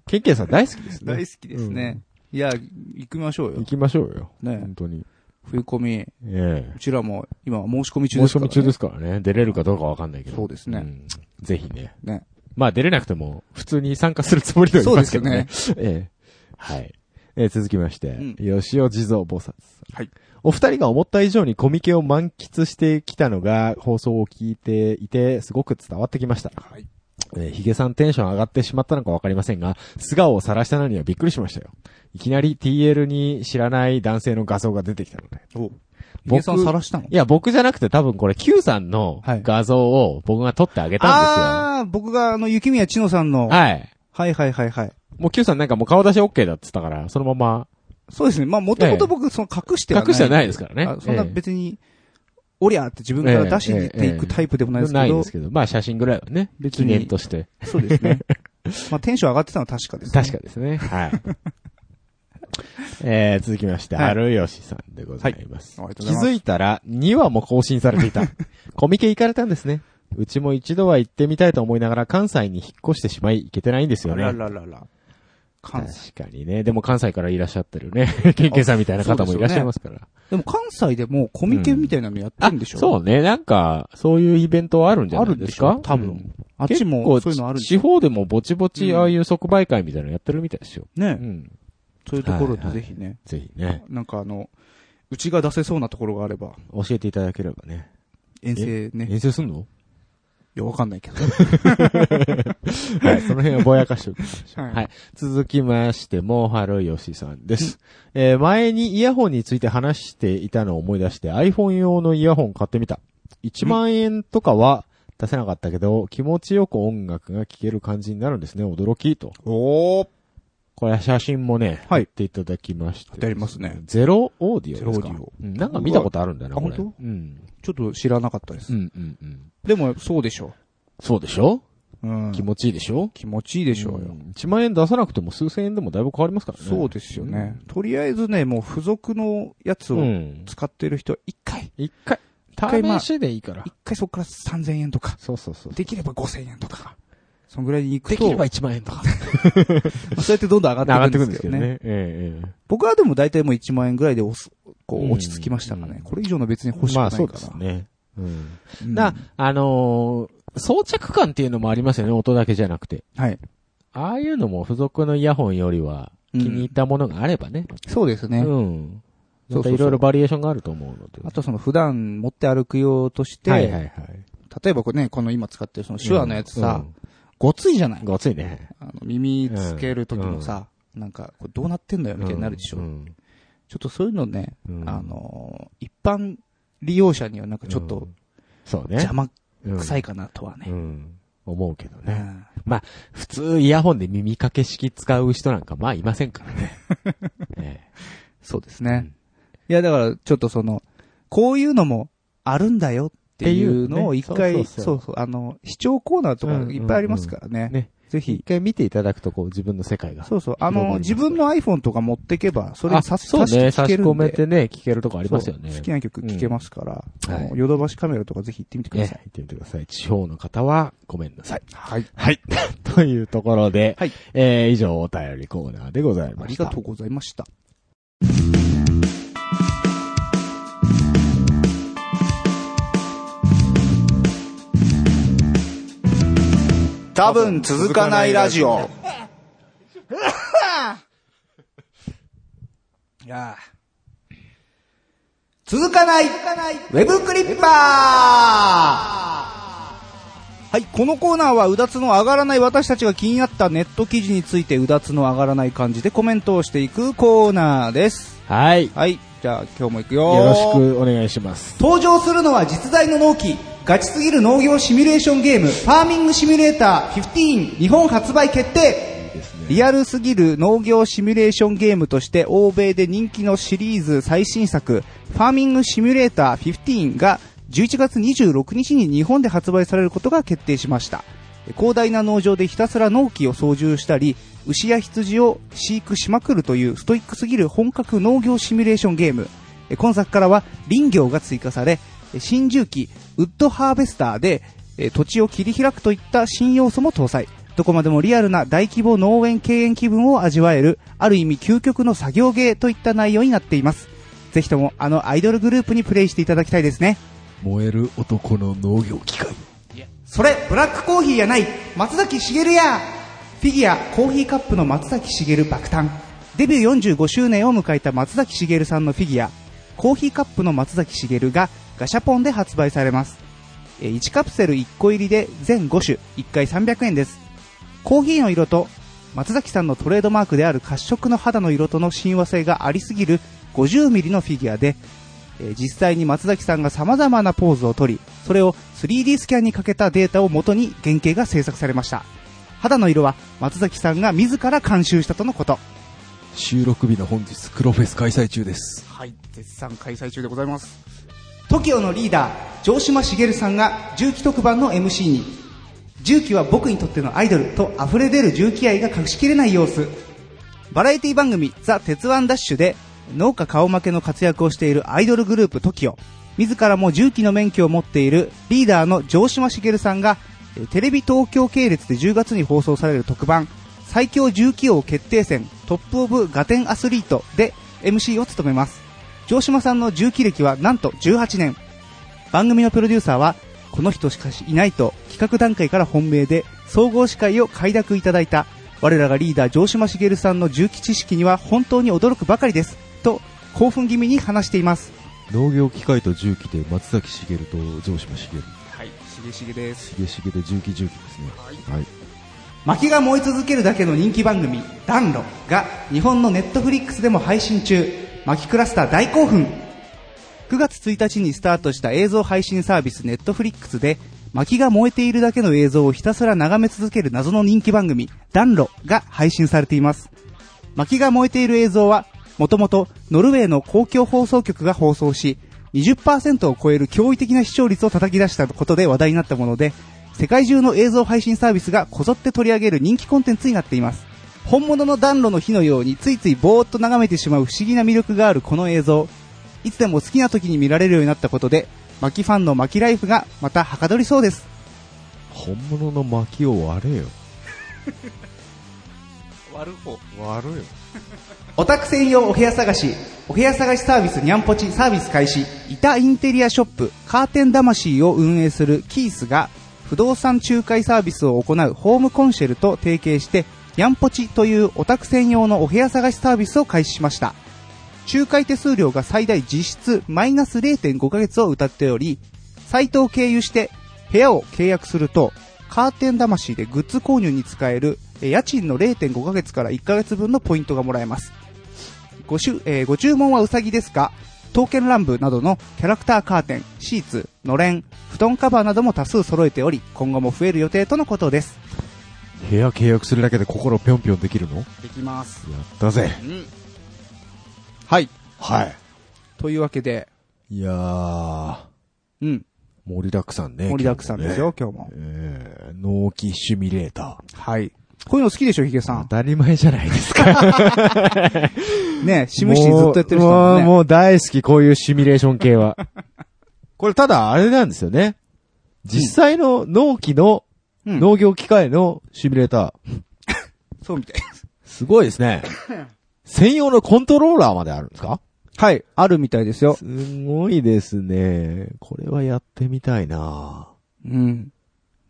S2: ケンケンさん大好きですね。
S1: 大好きですね。いや、行きましょうよ
S2: 行。きましょうよ。
S1: ね
S2: 本当に。
S1: 冬込み、
S2: ええ
S1: うちらも今は申し込み中
S2: 申
S1: で
S2: し
S1: すか
S2: 込
S1: ら、ね。
S2: み中ですからね。出れるかどうかわかんないけど。
S1: そうですね
S2: んぜひね。
S1: ね。
S2: まあ出れなくても、普通に参加するつもりではいますけどね。ええ。はい。えー続きまして、
S1: うん
S2: 吉尾地蔵菩薩さん。
S1: はい。
S2: お二人が思った以上にコミケを満喫してきたのが、放送を聞いていて、すごく伝わってきました。
S1: はい。
S2: えーヒゲさんテンション上がってしまったのかわかりませんが、素顔を晒したのにはびっくりしましたよ。いきなり TL に知らない男性の画像が出てきたので。
S1: お。
S2: 僕
S1: 僕さん晒したの
S2: いや、僕じゃなくて多分これ Q さんの
S1: はい
S2: 画像を僕が撮ってあげたんで
S1: ああー、僕があの、雪宮千乃さんの。
S2: すよ。
S1: はい。
S2: はい。
S1: はいはいはいはい
S2: もう Q さんなんかもう顔出し OK だっつったから、そのまま
S1: そうですね。まあ、もともと僕、その隠してはない。
S2: 隠してはないですからね
S1: あ。そんな
S2: ええ
S1: 別に、おりゃーって自分から出しに行っていくタイプでもないです
S2: な
S1: け
S2: い
S1: ど
S2: です。けど、まあ写真ぐらいはね、
S1: 別
S2: 記
S1: に
S2: 念として。
S1: そうです ね。まあ、テンション上がってたのは確かです、ね。
S2: 確かですね。はい。 えー、続きまして、
S1: はい
S2: 春吉さんでございます。
S1: はいありがとうご
S2: 気
S1: ざいます
S2: づいたら2話も更新されて いた。コミケ行かれたんですね。うちも一度は行ってみたいと思いながら関西に引っ越してしまい行けてないんですよ
S1: あら
S2: ね。
S1: ららら。関西。
S2: 確かにね。でも関西からいらっしゃってるね。 ケンケンさんみたいな方もいらっしゃいますから。
S1: でも関西でもコミケみたいなのやってるんでしょ、
S2: そうね。なんか、そういうイベントはあるんじゃ
S1: あ
S2: な
S1: る
S2: い
S1: んで
S2: です
S1: しょ
S2: か
S1: 多分、
S2: うん
S1: あっちもそういうのあるんでし
S2: 結構地方でもぼちぼち
S1: うん
S2: ああいう即売会みたいなのやってるみたいですよ。
S1: ょね、
S2: うん。
S1: そういうところでぜひね、
S2: ぜひね、
S1: なんかあの、うちが出せそうなところがあれば、
S2: 教えていただければね。
S1: 遠征ね。い
S2: 遠征すんの
S1: や、わかんない けど。
S2: はい、その辺はぼやかしておきましょう。
S1: はい
S2: はい。 続きまして、もうはるよしさんです。えー前にイヤホンについて話していたのを思い出して、iPhone 用のイヤホン買ってみた。1万円とかは出せなかったけど、気持ちよく音楽が聴ける感じになるんですね。驚きと。
S1: おー。
S2: これは写真もね、
S1: はい
S2: 貼っていただきまして。
S1: 貼ってありますね
S2: ゼロオーディオですか
S1: ゼロオーディオ
S2: うんなんか見たことあるんだよな、
S1: うわあ
S2: これ。
S1: 本
S2: うん。
S1: ちょっと知らなかったで
S2: う
S1: す。
S2: んうんうん。
S1: でも、そうでしょ
S2: そうでしょ、
S1: う。うん。
S2: 気持ちいいでしょ
S1: 気持ちいいでしょうよ。
S2: ん1万円出さなくても数千円でもだいぶ変わりますからね。
S1: そうですよね。とりあえずね、もう付属のやつ
S2: う
S1: を
S2: ん。
S1: 使ってる人は一回、
S2: 一回、
S1: 回まあ
S2: 試しでいいから。
S1: 一回そこから3000円とか、
S2: そうそうそう。
S1: できれば5000円とか、そのぐらいに行く
S2: で
S1: と、
S2: きれば1万円とか。
S1: そうやってどんどん上
S2: 上が
S1: がっ
S2: って
S1: て
S2: く
S1: いくんですすけ
S2: んでけど
S1: ど
S2: ね
S1: ね。。
S2: えええ
S1: 僕はでも大体もう1万円ぐらいでおすこ
S2: うん
S1: う落ち着きましたかね。これ以上の別に
S2: え
S1: 欲しく
S2: ま
S1: ない
S2: あ
S1: から。
S2: そうですね。うん。
S1: うん
S2: な、あのー装着感っていうのもありますよね、音だけじゃなくて。
S1: はい。
S2: ああいうのも付属のイヤホンよりは、
S1: うん
S2: 気に入ったものがあればね。
S1: そうです
S2: う
S1: ね。
S2: ん。
S1: そ
S2: ま
S1: うそう
S2: た
S1: そう
S2: いろいろバリエーションがあると思うので。
S1: あとその普段持って歩く用として、
S2: はいはいはい。
S1: 例えばこれね、この今使ってるその手話のやつさ、
S2: うん、
S1: ごついじゃない
S2: ごついね。
S1: あの耳つけるときもさ、なんか、これどうなってんだよみたいになるでしょ。
S2: うん
S1: ちょっとそういうのね、
S2: うん
S1: あのー一般利用者にはなんかちょっ
S2: う
S1: と
S2: んそうね。
S1: 邪魔
S2: 魔
S1: くさ
S2: い。
S1: いかなとは
S2: う
S1: ね。
S2: ん。思うけど
S1: う
S2: ね。
S1: ん
S2: 普通イヤホンで耳かけ式使う人なんかまあいませんからね。 え
S1: そうです
S2: えう
S1: ね
S2: ん。
S1: いや、だからちょっとその、こういうのもあるんだよっていうのを一
S2: っていう
S1: 回、
S2: ねそ
S1: そ
S2: うそう
S1: そう、あの、視聴コーナーとかいっぱいありますから
S2: んね
S1: ね。ぜ
S2: 一
S1: ひ。
S2: 回見ていただくとこう自分の世界が。
S1: そうそう。あ
S2: 広がり
S1: の、
S2: ます
S1: 自分の iPhone とか持ってけば、それ
S2: あ
S1: に差し
S2: そうね、差
S1: 差
S2: し
S1: し
S2: 込
S1: 込め
S2: め
S1: て
S2: てね、聞けるとこありますよね。
S1: 好きな曲聴けますから、
S2: うんはい
S1: あのヨドバシカメラとかぜひ行ってみてくだ
S2: ね、
S1: さい。
S2: 行ってみてください。地方の方はごめんなさい。
S1: はい。
S2: はい。 というところで、
S1: はい
S2: えー、以上お便りコーナーでござい
S1: あ
S2: ま
S1: り
S2: した。
S1: がとうございました。多分続かないラジオ。 いやあ続かないウェブクリッパーはい、このコーナーはうだつの上がらない私たちが気になったネット記事についてうだつの上がらない感じでコメントをしていくコーナーです。
S2: はい。よ
S1: はい、じゃあ今日も行くよ。
S2: ろし。くお願いします。
S1: 登場するのは実在の納期ガチすぎる農業シミュレーションゲームファーミングシミュレーター15日本発売決定リアルすぎる農業シミュレーションゲームとして欧米で人気のシリーズ最新作ファーミングシミュレーター15が11月26日に日本で発売されることが決定しました広大な農場でひたすら農機を操縦したり牛や羊を飼育しまくるというストイックすぎる本格農業シミュレーションゲームえー今作からは林業が追加され、えー新重機、ウッドハーベスターでえー土地を切り開くといった新要素も搭載。どこまでもリアルな大規模農園経営気分を味わえる、ある意味究極の作業芸といった内容になっています。ぜひともあのアイドルグループにプレイしていただきたいですね。
S2: 燃える男の農業機械。
S1: それ、ブラックコーヒーやない、松崎しげるやフィギュア、コーヒーカップの松崎しげる爆誕。デビュー45周年を迎えた松崎しげるさんのフィギュア、コーヒーカップの松崎しげるがガシャポンで発売されます。えー1カプセル1個入りで全5種、1回300円です。コーヒーの色と松崎さんのトレードマークである褐色の肌の色との親和性がありすぎる 50mm のフィギュアで、えー実際に松崎さんが様々なポーズをとり、それを 3D スキャンにかけたデータを元に原型が制作されました。肌の色は松崎さんが自ら監修したとのこと。
S3: 収録日の本日黒フェス開催中です
S1: はい、絶賛開催中でございます。TOKIO のリーダー、城島茂さんが重機特番の MC に、重機は僕にとってのアイドルと溢れ出る重機愛が隠しきれない様子。バラエティ番組、ザ・鉄腕ダッシュで、農家顔負けの活躍をしているアイドルグループ TOKIO。自らも重機の免許を持っているリーダーの城島茂さんが、えーテレビ東京系列で10月に放送される特番、最強重機王決定戦トップオブガテンアスリートで MC を務めます。城島さんの重機歴はなんと18年。番組のプロデューサーは、この人しかしいないと企画段階から本命で総合司会を快諾いただいた。我らがリーダー城島茂さんの重機知識には本当に驚くばかりです。と、興奮気味に話しています。
S3: 農業機械と重機で松崎しげると城島しげる
S1: はい、茂茂です。
S3: しげしげで重機重機ですねはい、
S1: 薪が燃え続けるだけの人気番組「暖炉」が日本のネットフリックスでも配信中薪クラスター大興奮9月1日にスタートした映像配信サービスネットフリックスで薪が燃えているだけの映像をひたすら眺め続ける謎の人気番組「暖炉」が配信されています薪が燃えている映像は、もともとノルウェーの公共放送局が放送し、20%を超える驚異的な視聴率を叩き出したことで話題になったもので、世界中の映像配信サービスがこぞって取り上げる人気コンテンツになっています。本物の暖炉の火のようについついぼーっと眺めてしまう不思議な魅力があるこの映像。いつでも好きな時に見られるようになったことで、マキファンのマキライフがまたはかどりそうです。
S2: 本物の薪を割れよ。
S1: 割る方。
S2: 割るよ。
S1: オタク専用お部屋探し、お部屋探しサービスにゃんぽちサービス開始、板インテリアショップ、カーテン魂を運営するキースが、不動産仲介サービスを行うホームコンシェルと提携して、にゃんぽちというオタク専用のお部屋探しサービスを開始しました。仲介手数料が最大実質マイナス0.5ヶ月を謳っており、サイトを経由して部屋を契約すると、カーテン魂でグッズ購入に使えるえー家賃の0.5ヶ月から1ヶ月分のポイントがもらえます。ごしゅ、えーご注文はうさぎですが、刀剣乱舞などのキャラクターカーテン、シーツ、のれん、布団カバーなども多数揃えており、今後も増える予定とのことです。
S3: 部屋契約するだけで心ぴょんぴょんできるのや
S1: できます。
S3: ったぜ。
S1: うん。
S2: はい。
S3: はい。
S1: というわけで、
S2: いやー、
S1: うん、
S2: 盛りだくさんね。
S1: 盛りだくさんですよ、今日も
S2: 今。日もね。えー、納期シミュレーター。
S1: はい。こういうの好きでしょ、ヒゲさ
S3: 当
S1: ん。
S3: たり前じゃないですか。
S1: ねシムシティずっとやってる人だもんね。
S2: もう大好き、こういうシミュレーション系 は。これただあれなんですよね。実際の納期の、
S1: うん
S2: 農業機械のシミュレーター。
S1: そうみたい。
S2: すごいです ね。専用のコントローラーまであるんですか
S1: はい、あるみたいですよ。
S2: すごいですね。これはやってみたいな
S1: うん。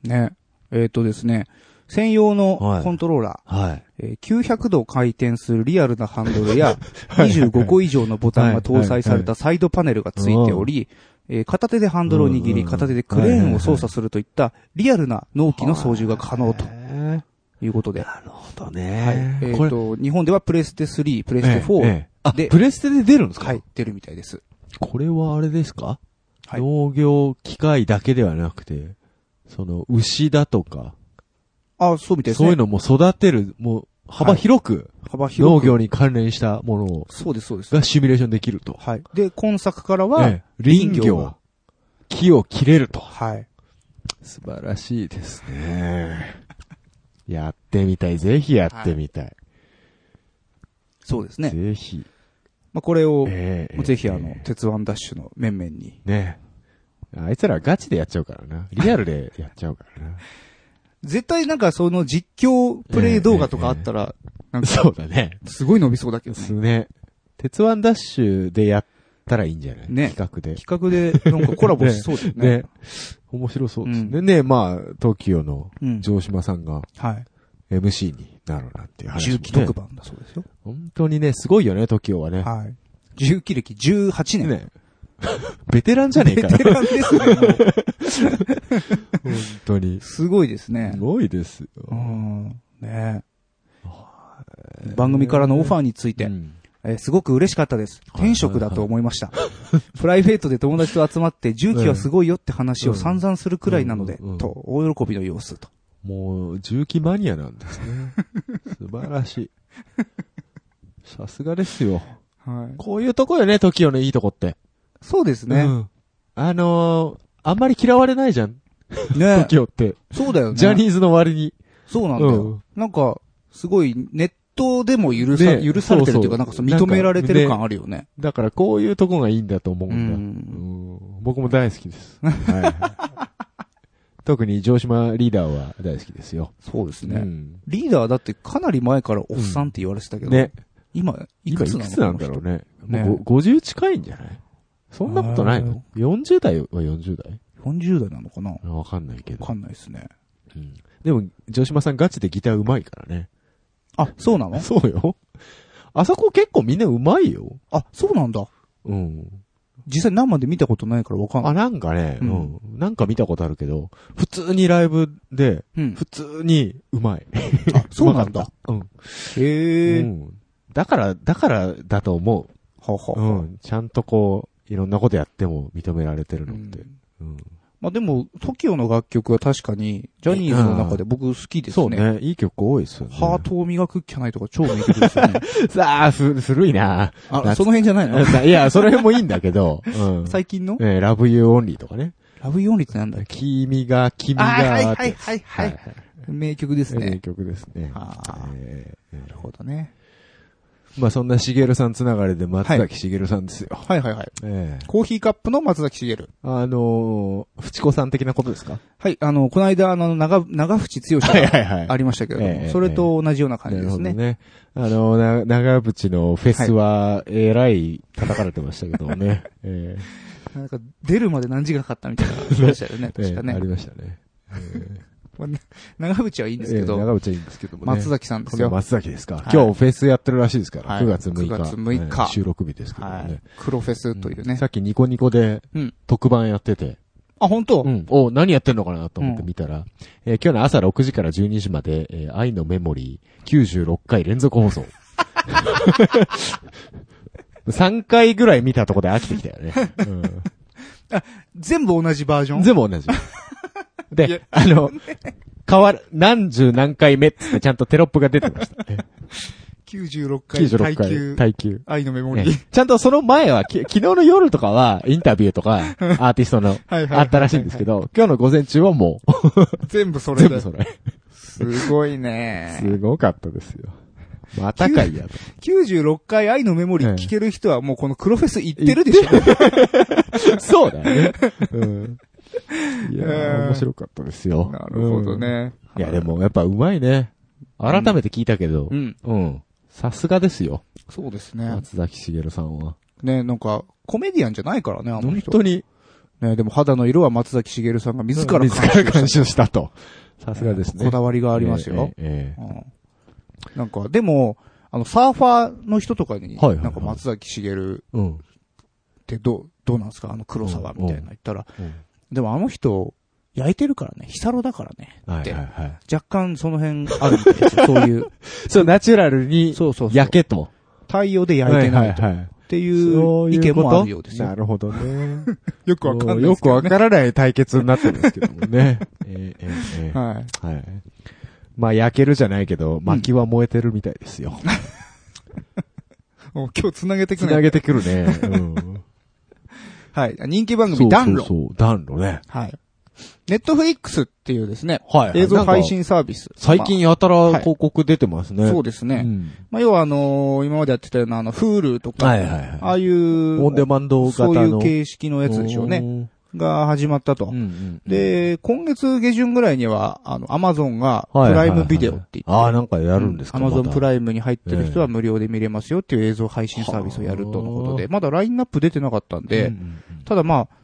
S1: ね。えっ、とですね、専用の
S2: はい
S1: コントローラー、
S2: はい。
S1: えー900度回転するリアルなハンドルや、25個以上のボタンが搭載されたサイドパネルがついており、えー片手でハンドルを握
S2: うんう
S1: り、
S2: ん
S1: 片手でクレーンを操作するといったリアルな納期の操縦が可能と
S2: な
S1: いうことで。
S2: るほど
S1: はい
S2: ね。
S1: えっ、
S2: これ、
S1: と、日本ではプレステ3、プレステ4、
S2: ええええあ、
S1: で
S2: プレステで出るんですか
S1: はい、出るみたいです。
S2: これはあれですか、
S1: はい
S2: 農業機械だけではなくて、その、牛だとか、
S1: あ、そうみたいです
S2: そう
S1: ね。
S2: いうのも育てる、もう、幅広く、
S1: 幅広
S2: 農
S1: く。
S2: 業に関連したものを、
S1: そうです、そうです。
S2: がシミュレーションできると。
S1: はい。で、今作からは、
S2: ええ林
S1: 林業
S2: 業
S1: が、
S2: 木を切れると。
S1: はい。
S2: 素晴らしいですね。 やってみたい。ぜひやってみたい。
S1: そうですね。
S2: ぜひ。
S1: まあ、これを、
S2: ええ
S1: ぜひあ
S2: え
S1: の
S2: え、
S1: 鉄腕ダッシュの面々に。
S2: ねあいつらガチでやっちゃうからな。リアルでやっちゃうからな。
S1: 絶対なんかその実況プレイ動画とかあったら、なんか、
S2: そうだね。
S1: すごい伸びそうだけど
S2: で
S1: ね。
S2: すね。鉄腕ダッシュでやったらいいんじゃない
S1: ね
S2: 企画で。
S1: 企画でなんかコラボしそうだよ ね。
S2: ね。面白そうですね。ね、まあ、TOKIO の
S1: うん。
S2: 城島さんが
S1: はい。
S2: MC になるなんていう話、ね。
S1: 重機特番だそうですよ。
S2: 本当にね、すごいよね、TOKIO はね。
S1: はい。 重機歴18年。
S2: ね。 ベテランじゃねえ
S1: ベ
S2: かよ
S1: テランです ね。もう
S2: 本当に。
S1: すごいですね
S2: す。ごいですよ。
S1: うん。ね番組からのオファーについて
S2: う、ん
S1: えーすごく嬉しかったです。
S2: はい
S1: 天職だと思いました。 プライベートで友達と集まって、重機はすごいよって話を散々するくらいなので
S2: うんうん、
S1: と、大喜びの様子と。
S2: もう、重機マニアなんです ね。素晴らしい。さすがですよ。
S1: はい。
S2: こういうとこよね、TOKIO のいいとこって。
S1: そうですね。
S2: うん。あのー、あんまり嫌われないじゃん。
S1: ね
S2: 時 o って。
S1: そうだよね。
S2: ジャニーズの割に。
S1: そうなんだよ。
S2: うん
S1: なんか、すごい、ネットでも許さ、
S2: ね
S1: 許されてるという
S2: そうそ
S1: か、
S2: う
S1: なんかその認められてる感あるよね。
S2: だからこういうとこがいいんだと思う
S1: うん
S2: だ。
S1: ん。
S2: うん僕も大好きです。 はい特に城島リーダーは大好きですよ。
S1: そうです
S2: う
S1: ね。
S2: ん
S1: リーダーだってかなり前からおっさんって言われてたけど、
S2: ね。
S1: 今、い
S2: 今
S1: く
S2: い
S1: つ
S2: く
S1: なの
S2: つなんだろうね。
S1: ね
S2: もうご50近いんじゃないそんなことないの ?40 代は40代
S1: この人 ?40 代なのかなわ
S2: わかんないけど
S1: か。んないですね。
S2: うんでも、城島さんガチでギター上手いからね。
S1: あ、そうなの
S2: そうよ。あそこ結構みんな上手いよ。
S1: あ、そうなんだ。
S2: うん。
S1: 実際生で見たことないからわかんない。
S2: あ、なんかね、う
S1: うんん、
S2: なんか見たことあるけど、普通にライブで、
S1: うん。
S2: 普通にうまい。
S1: あ、そうなん だ。。
S2: うん。
S1: へ
S2: う
S1: え。
S2: んだから、だからだと思う。
S1: はは。
S2: うん。ちゃんとこう、いろんなことやっても認められてるのって。うん。
S1: まあでも、TOKIO の楽曲は確かに、ジャニーズの中で僕好きですね。
S2: そう。ね。いい曲多いですよね。
S1: ハートを磨くっきゃないとか超名曲ですよね。
S2: さあ、す、するいな。
S1: あ、その辺じゃないの
S2: いや、それもいいんだけど。うん。
S1: 最近の
S2: えーラブユーオンリーとかね。
S1: ラブヨンリってなんだっけ
S2: 君が、君が。
S1: あーはいはいはい
S2: は
S1: はいい。名曲です
S2: えー
S1: ね。
S2: 曲ですね。
S1: ああ、
S2: え
S1: なるほどね。
S2: ーまあそんなしげるさんつながりで松崎しげるさんですよ。
S1: はいはいはい。
S2: ええ
S1: コーヒーカップの松崎しげる。
S2: あのー、ふちこさん的なことですか
S1: はい、あの、この間、あの、長、長淵剛
S2: はいは
S1: が
S2: いはい
S1: ありましたけれども、
S2: ええ
S1: それと同じような感じ
S2: な
S1: で
S2: る
S1: す
S2: ほど
S1: ね。
S2: ね。あの、な長渕のフェスは、えらい叩かれてましたけどね。え
S1: なんか、出るまで何時間かかったみたいな話でしたよね、
S2: え
S1: 確か
S2: ええ
S1: ね
S2: あり。ましたね。
S1: まあ長渕はいいんです
S2: え
S1: け
S2: え
S1: ど、
S2: 長渕はいいんですけどもね。
S1: 松崎さんで
S2: こ
S1: す
S2: の
S1: よ。
S2: 松崎ですか、
S1: はい
S2: 今日フェスやってるらしいですから、
S1: はい
S2: 9月6日。
S1: 9月6日
S2: ええ収録日ですけども
S1: はい
S2: ね。。
S1: 黒フェスというね
S2: さ。っきニコニコで
S1: うん。
S2: 特番やってて、
S1: あ、本当
S2: うんお、何やってんのかなと思って見たら、えー今日の朝6時から12時まで、えー愛のメモリー96回連続放送。3回ぐらい見たとこで飽きてきたよね。うん
S1: 全部同じバージョン
S2: 全 部同じ。
S1: いや
S2: で、あの、変わる、何十何回目っつってちゃんとテロップが出て ました。
S1: 96回
S2: 96
S1: 耐
S2: 回。
S1: 久、
S2: 耐久。
S1: 愛のメモリ
S2: ね
S1: ー。
S2: ちゃんとその前 は、き昨日の夜とかは、インタビューとか、アーティストの、
S1: はいはいはい
S2: あったらしいんですけど、今日の午前中はもう、
S1: 全部それ
S2: 全部
S1: だ
S2: それ。
S1: すごいね。
S2: すごかったですよ。またかいやと。
S1: 96回愛のメモリー聞ける人はもうこの黒フェス行ってるでしょ。
S2: そうだよね。うん。いや
S1: え
S2: ー、
S1: ー
S2: 面白かったですよ。
S1: なるほどね。
S2: うん。いや、でもやっぱうまいね。改めて聞いたけど
S1: う、ん。
S2: うん。さすがですよ。
S1: そうですね。
S2: 松崎しげるさんは。
S1: ね、なんか、コメディアンじゃないからね、あの
S2: 本
S1: 人。
S2: 当に、
S1: ね、でも肌の色は松崎しげるさんが自ら
S2: 自ら監修したと。さすがですね。
S1: こだ
S2: わ
S1: わりがありますよ。
S2: ええ。
S1: うんなんか、でも、あの、サーファーの人とかに、
S2: はいはいはい
S1: なんか松崎しげる
S2: ええうん。
S1: ってどう、どうなんですかあの黒沢みたいなの言ったら、
S2: うんうん
S1: でもあの人、焼いてるからね、ヒサロだからね、
S2: は
S1: っ
S2: い
S1: て
S2: はいはい。
S1: 若干その辺あるみたいですよ。 そういう、
S2: そう、ナチュラルに、
S1: そうそうそう
S2: 焼けと。
S1: 太陽で焼いてないと
S2: はいはいはい
S1: ってい
S2: そううい
S1: 意
S2: う
S1: 見
S2: こと
S1: もあるようですよ
S2: な。るほどね。
S1: よくわかんないですけ
S2: よく
S1: ど
S2: わ
S1: ね。
S2: からない対決になってるんですけども ね。ええええええ
S1: はい。
S2: はい。まあ、焼けるじゃないけど、薪は燃えてるみたいで すよ。
S1: もう今日繋げてく
S2: 繋
S1: ない。
S2: げてくるね。 うん。
S1: はい。人気番組、暖
S2: そ
S1: 炉。
S2: うそうそう、暖炉ね。
S1: はい。ネットフリックスっていうですね、
S2: は
S1: 映像配。信サービス。
S2: 最近やたら
S1: はい
S2: 広告出てます
S1: ま
S2: ね。
S1: あそうですね。
S2: ね。
S1: まあ、要はあのー今までやってたような、あの、Hulu とか、
S2: はいはいはい
S1: ああいう、
S2: オンデマンド型
S1: そ
S2: の。
S1: ういう形式のやつでしょうね。
S2: ね。
S1: が始まったと。
S2: うんうん。
S1: で、今月下旬ぐらいには、あの、アマゾンが、プ
S2: はいは
S1: ラ
S2: い
S1: イ
S2: はい
S1: ムビデオって言って、
S2: ああ、なんかやるんですか
S1: アマゾンプ
S2: イ
S1: ライムに入ってる人
S2: ええ
S1: は無料で見れますよっていう映像配信サービスをやるとのことで、まだラインナップ出てなかったんで、ただまあ、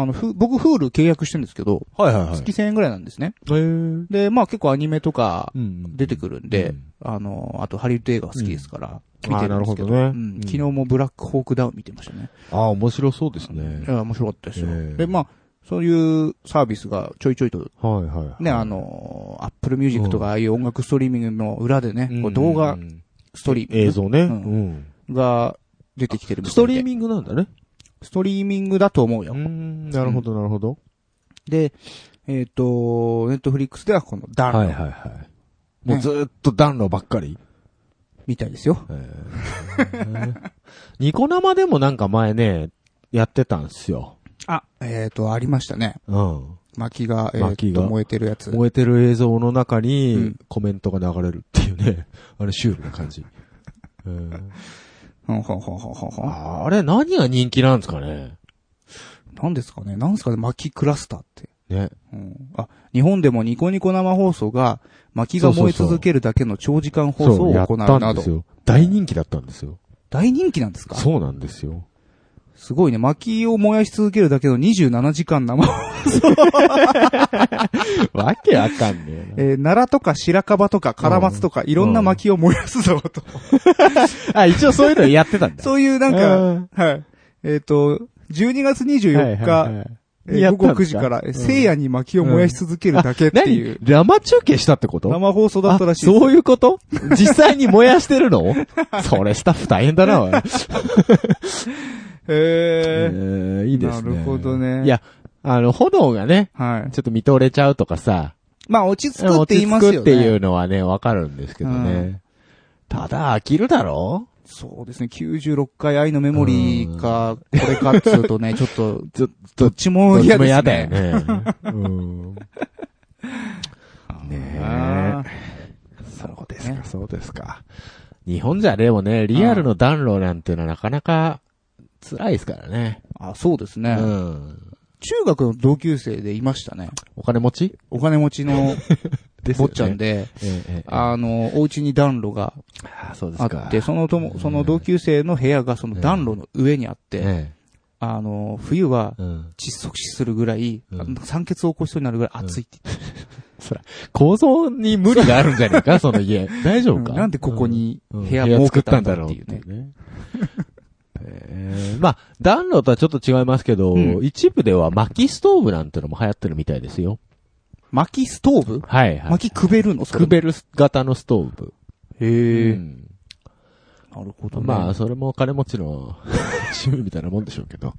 S1: あの、ふ僕、フール契約してるんですけど、
S2: はいはいはい。
S1: 月1000円ぐらいなんですね。
S2: えー
S1: で、まあ結構アニメとか
S2: うん
S1: 出てくるんで、あの、あとハリウッド映画が好きですから、見てるんですけど
S2: あーなるほどね
S1: うん
S2: うん
S1: 昨日もブラックホークダウン見てましたね。
S2: ああ、面白そうですね
S1: い。や、面白かったですよ。
S2: ええ
S1: で、まあ、そういうサービスがちょいちょいと、
S2: はいはい。
S1: ね、あの、アップルミュージックとかああいう音楽ストリーミングの裏でね、
S2: うん、
S1: こう動画
S2: うん
S1: ストリーミング
S2: 映像ね。
S1: うんが出てきてるみたいで
S2: ストリーミングなんだね。
S1: ストリーミングだと思うよ。
S2: ん、なるほどなるほど。
S1: で、えっ、と、ネットフリックスではこのダ
S2: はい
S1: ン
S2: はいはい。もうずーっと暖炉ばっかり。
S1: みたいですよ。
S2: ニコ生でもなんか前ね、やってたんですよ。
S1: あ、えっ、と、ありましたね。
S2: うん。
S1: 薪が、えっ、
S2: 薪が
S1: と、燃えてるやつ。
S2: 燃えてる映像の中
S1: う
S2: に
S1: ん
S2: コメントが流れるっていうね。あれシュールな感じ。うん
S1: ほんほんほんほんほんほん。
S2: あれ何が人気なんですかね。
S1: なんですかねなんですかね薪クラスターって。
S2: ね。
S1: うん、あ、日本でもニコニコ生放送が、薪が燃え続けるだけの長時間放送
S2: そう
S1: を
S2: やっ
S1: 行う
S2: た
S1: なん
S2: で
S1: ど
S2: す。よ。大人気だったんですよ。
S1: 大人気なんですか
S2: そうなんですよ。
S1: すごいね。薪を燃やし続けるだけの27時間生放送。
S2: わけわかんね
S1: えー奈良とか白樺とか唐松とか、いろんな薪を燃やすぞと。
S2: な。あ、一応そういうのやってたんだ。
S1: そういうなん
S2: うん
S1: か、はい。えっ、と、12月24
S2: はいはい
S1: 日
S2: はい、
S1: えー
S2: やっ
S1: 午
S2: たん
S1: 後9
S2: だ
S1: 時から、えー聖夜に薪を燃やし続けるだけっていう、
S2: 何生中継したってこと
S1: 生放送だったらしいです
S2: あそういうこと実際に燃やしてるのそれスタッフ大変だな、おい。
S1: へー
S2: えーいいですね。
S1: なるほどね
S2: いや、あの、炎がね、
S1: はい。
S2: ちょっと見とれちゃうとかさ、
S1: まあ、落ち着くって言いますよね。
S2: 落ち着くっていうのはね、わかるんですけどね。
S1: うん
S2: ただ、飽きるだろ
S1: そうですね、96回愛のメモリーか、これかっつうとね、ちょっと、
S2: ちょ
S1: どっちも嫌ですね。
S2: だよね。 うん。ね
S1: あ
S2: え。そうです
S1: ね
S2: か、そうですか。日本じゃでもね、リアルの暖炉なんていうのはなかなか辛いですからね。
S1: ー。あ、そうです
S2: う
S1: ね。
S2: ん。
S1: 中学の同級生でいましたね。
S2: お金持ち
S1: お金持ちの
S2: です
S1: 坊
S2: よね
S1: っちゃんで、
S2: ええ。
S1: あの、お家に暖炉が
S2: ああ、そうで
S1: あ
S2: すか。
S1: って、そのとも、その同級生の部屋がその暖炉の上にあって、
S2: え
S1: あの、冬は
S2: えうん。
S1: 窒息死するぐらい、
S2: うん
S1: あの酸欠を起こしそうになるぐらい暑いって言って
S2: 構造に無理があるんじゃねえ か、その家。大丈夫か
S1: なんでここに部屋
S2: を
S1: 設けたんだろうっていうね。
S2: ね。えーまあ、暖炉とはちょっと違いますけど、
S1: うん
S2: 一部では薪ストーブなんてのも流行ってるみたいですよ。
S1: 薪ストーブ
S2: はいはい。
S1: 薪くべるのそれ
S2: くべる型のストーブ。
S1: へ
S2: う
S1: え。
S2: ん
S1: なるほどね。
S2: まあ、それも金持ちの 趣味みたいなもんでしょうけど。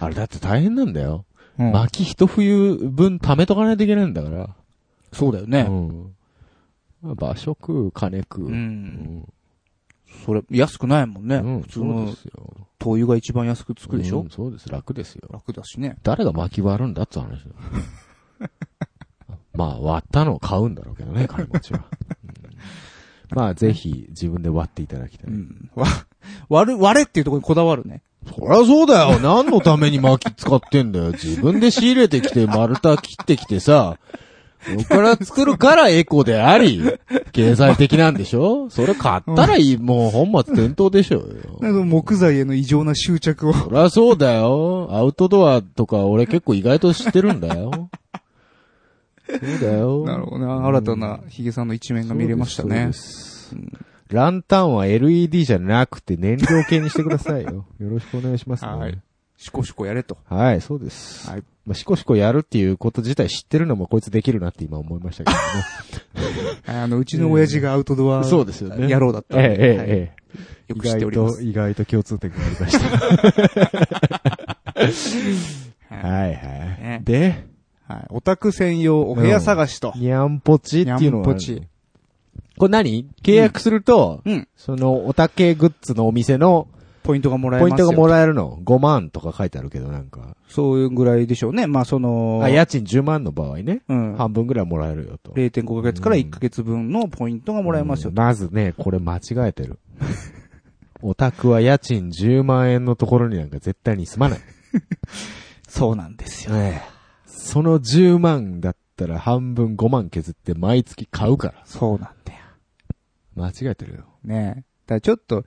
S2: あれだって大変なんだよ。
S1: うん
S2: 薪一冬分貯めとかないといけないんだから。
S1: そうだよ
S2: う
S1: ね。
S2: んまあ場所食う、金食う。
S1: う。
S2: うんん
S1: それ、安くないもんね。
S2: うん
S1: 普通
S2: そうで
S1: の
S2: すよ。
S1: 灯油が一番安くつくでし
S2: う
S1: ょ
S2: んそうです。楽ですよ。
S1: 楽だしね。
S2: 誰が巻き割るんだって話だよ まあ、割ったのを買うんだろうけどね、金持ちは。うんまあ、ぜひ、自分で割っていただきたい。
S1: うん。わ、 割る、割れっていうところにこだわるね。
S2: そりゃそうだよ。何のために薪使ってんだよ。自分で仕入れてきて、丸太切ってきてさ、そこから作るからエコであり、経済的なんでしょそれ買ったらいい、もう本末転倒でしょうよ。
S1: 木材への異常な執着を。
S2: そりゃそうだよ。アウトドアとか俺結構意外と知ってるんだよ。そうだよ。
S1: なるほどな。新たなヒゲさんの一面が見れましたね。
S2: そうです。そうですランタンは LED じゃなくて燃料系にしてくださいよ。よろしくお願いします、ね。
S1: は
S2: はいい。
S1: シコシコやれと。
S2: そうです。
S1: はい
S2: まあ、シコシコやるっていうこと自体知ってるのもこいつできるなって今思いましたけどね。
S1: あの、うちの親父がアウト ドア、
S2: そうですよね
S1: 野郎だったんで。
S2: ええ、ええ
S1: はい、
S2: え
S1: よく知っております。
S2: え。意外と共通点がありました。
S1: はい。
S2: はいは
S1: ね
S2: い。で、
S1: はいオタク専用お部屋探しと。
S2: ニャンポチっていうのは。
S1: ニャンポチ。
S2: これ何契約すると、
S1: うん。
S2: その、おたけグッズのお店の、
S1: ポイントがもらえま
S2: ポ
S1: す
S2: イン
S1: よ。
S2: トがもらえるの ?5 万とか書いてあるけど、なんか。
S1: そういうぐらいでしょうね。まあ、その、
S2: あ、家賃10万の場合ね。
S1: うん。
S2: 半分ぐらいもらえるよと。
S1: 0.5ヶ月から1ヶ月分のポイントがもらえますよ
S2: うん。まずね、これ間違えてる。 オタクは家賃10万円のところになんか絶対に住まない。
S1: そうなんですよ。
S2: ええその10万だったら半分5万削って毎月買うから。
S1: そうなんだよ。
S2: 間違えてるよ。
S1: ねえ。だからちょっと、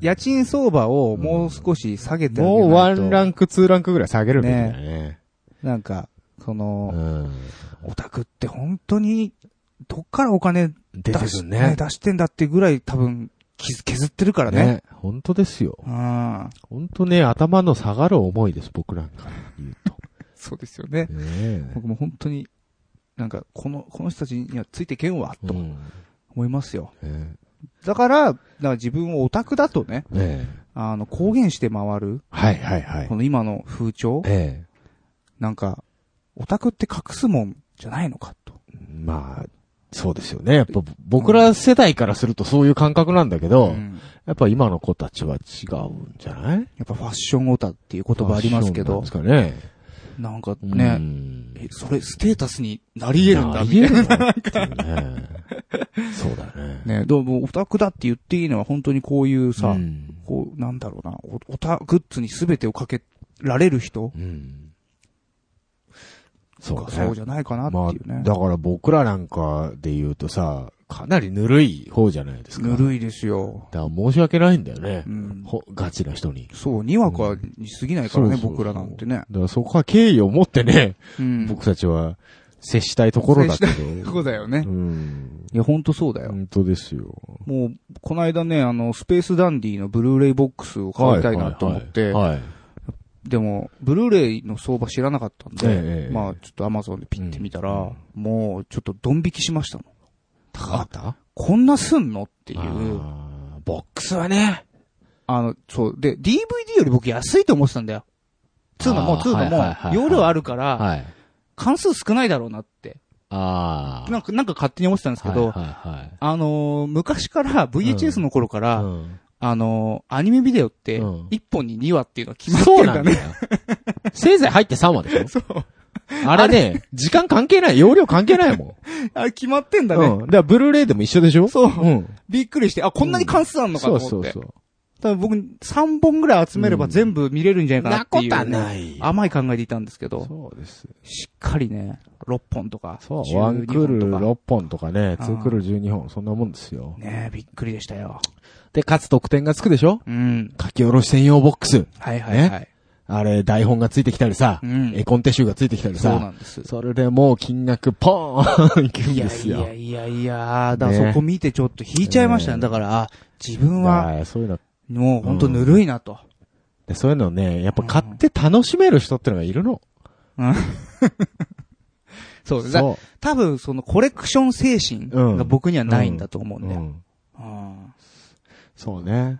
S1: 家賃相場をもう少し下げてあげないと
S2: もうワンランク、2ランクぐらい下げるべきだよね。
S1: なんか、そうの、
S2: ん。
S1: オタクって本当に、どっからお金出
S2: 出てく
S1: し,、
S2: るね。
S1: 出してんだっていうぐらい多分、傷削ってるからね。
S2: ね。本当ですよ。
S1: うん。
S2: 本当ね、頭の下がる思いです、僕なんか言うと。
S1: そうですよね。
S2: ね
S1: 僕も本当に、なんか、この、この人たちにはついていけんわ、
S2: え。
S1: と
S2: うん
S1: 思いますよ。
S2: ね
S1: だから、だから自分をオタクだとね、
S2: えねえ。
S1: あの、公言して回る、
S2: はいはいはい
S1: こ。の今の風潮、
S2: え
S1: なんか、オタクって隠すもんじゃないのかと。
S2: え。まあ、そうですよね。やっぱ僕ら世代からするとそういう感覚なんだけど、
S1: うん
S2: やっぱ今の子たちは違うんじゃない
S1: やっぱファッションオタっていう言葉ありますけど
S2: フ、ァッションなんですか
S1: なんかね、
S2: ね。ね
S1: えそれステータスになり得るんだ、みたい
S2: えるんだってい うね。そうだね。
S1: な。ね、どうもオタクだって言っていいのは本当にこういうさ、
S2: うん
S1: こう、なんだろうな、おオタグッズに全てをかけられる人
S2: うん。そう
S1: が
S2: だね。
S1: そうじゃないかなっていうね。
S2: だから僕らなんかで言うとさ、かなりぬるい方じゃないですか。
S1: ぬ
S2: い。
S1: るいですよ。
S2: だから申し訳ないんだよね
S1: う。ん。
S2: ほガチな人に。
S1: そう、にわかに過ぎないからね、
S2: そうそうそう
S1: 僕らなんてね。
S2: だからそこは敬意を持ってね、
S1: うん。
S2: 僕たちは接したいところだけど。
S1: そうだよね。
S2: うん。
S1: いや、ほんとそうだよ。
S2: 本当ですよ。
S1: もう、この間ね、あの、スペースダンディのブルーレイボックスを買いたいなと思って、
S2: はいはい。
S1: でも、ブルーレイの相場知らなかったんで、
S2: ええ
S1: まあ、ちょっとアマゾンでピッて見たら、もう、ちょっとドン引きしましたもん。
S2: 高かったっ
S1: こんなすんのって
S2: て
S1: いう。あ
S2: ボックスはね。
S1: の、そう。で、DVD より僕安いと思ってたんだよ。 2のも
S2: あー
S1: 2の
S2: はいはい
S1: も
S2: はいは、い
S1: 容量あるから、
S2: はい。
S1: 関数少ないだろうなって、
S2: ああ。
S1: なんか、なんか勝手に思ってたんですけ
S2: は
S1: ど
S2: い、はい
S1: あのー、昔から、VHS の頃から、
S2: はい。うん
S1: あのー、アニメビデオって、
S2: うん
S1: 1本に2話っていうのは決まっ
S2: そ
S1: て
S2: うんな
S1: だ
S2: んだ
S1: ね。
S2: よ。せいぜい入って3話でしょ
S1: そう。
S2: あれね、時間関係ない、容量関係ないもん。
S1: あれ決まってんだ
S2: う
S1: ね。
S2: ん。だから、ブルーレイでも一緒でしょそう。うん。
S1: びっくりして、あ、こんなに関数あんのかと
S2: そ
S1: 思
S2: う
S1: って。
S2: そうそう。
S1: 多分僕、3本ぐらい集めれば全部見れるんじゃないかなっていう。
S2: い
S1: 甘い考えでいたんですけど、
S2: そうです。
S1: しっかりね、6本とか、
S2: そう、
S1: 12
S2: ワンクール
S1: 本とか。
S2: 6本とかね、
S1: あー
S2: ツークール12本、そんなもんですよ。
S1: ねえ、びっくりでしたよ。
S2: で、かつ得点がつくでしょ
S1: うん。
S2: 書き下ろし専用ボックス。
S1: はいはいはい。
S2: あれ、台本がついてきたりさ
S1: う、ん
S2: 絵コンテ集がついてきたり
S1: そうな
S2: さ、
S1: んです。
S2: それでもう金額ポーン いくん
S1: いや
S2: で
S1: い
S2: すよ。
S1: やいやいや、だか
S2: ね
S1: らそこ見てちょっと引いちゃいましたね。だから、あ自分は、
S2: はいそういうの、
S1: もうほんとぬるいなと。
S2: でそういうのね、やっぱ買って楽しめる人ってのがいるの。
S1: うん そうです。だ
S2: そ
S1: 多分、そのコレクション精神が僕にはないんだと思う
S2: う。
S1: んだ
S2: う
S1: よ。
S2: ん
S1: うん
S2: そうね。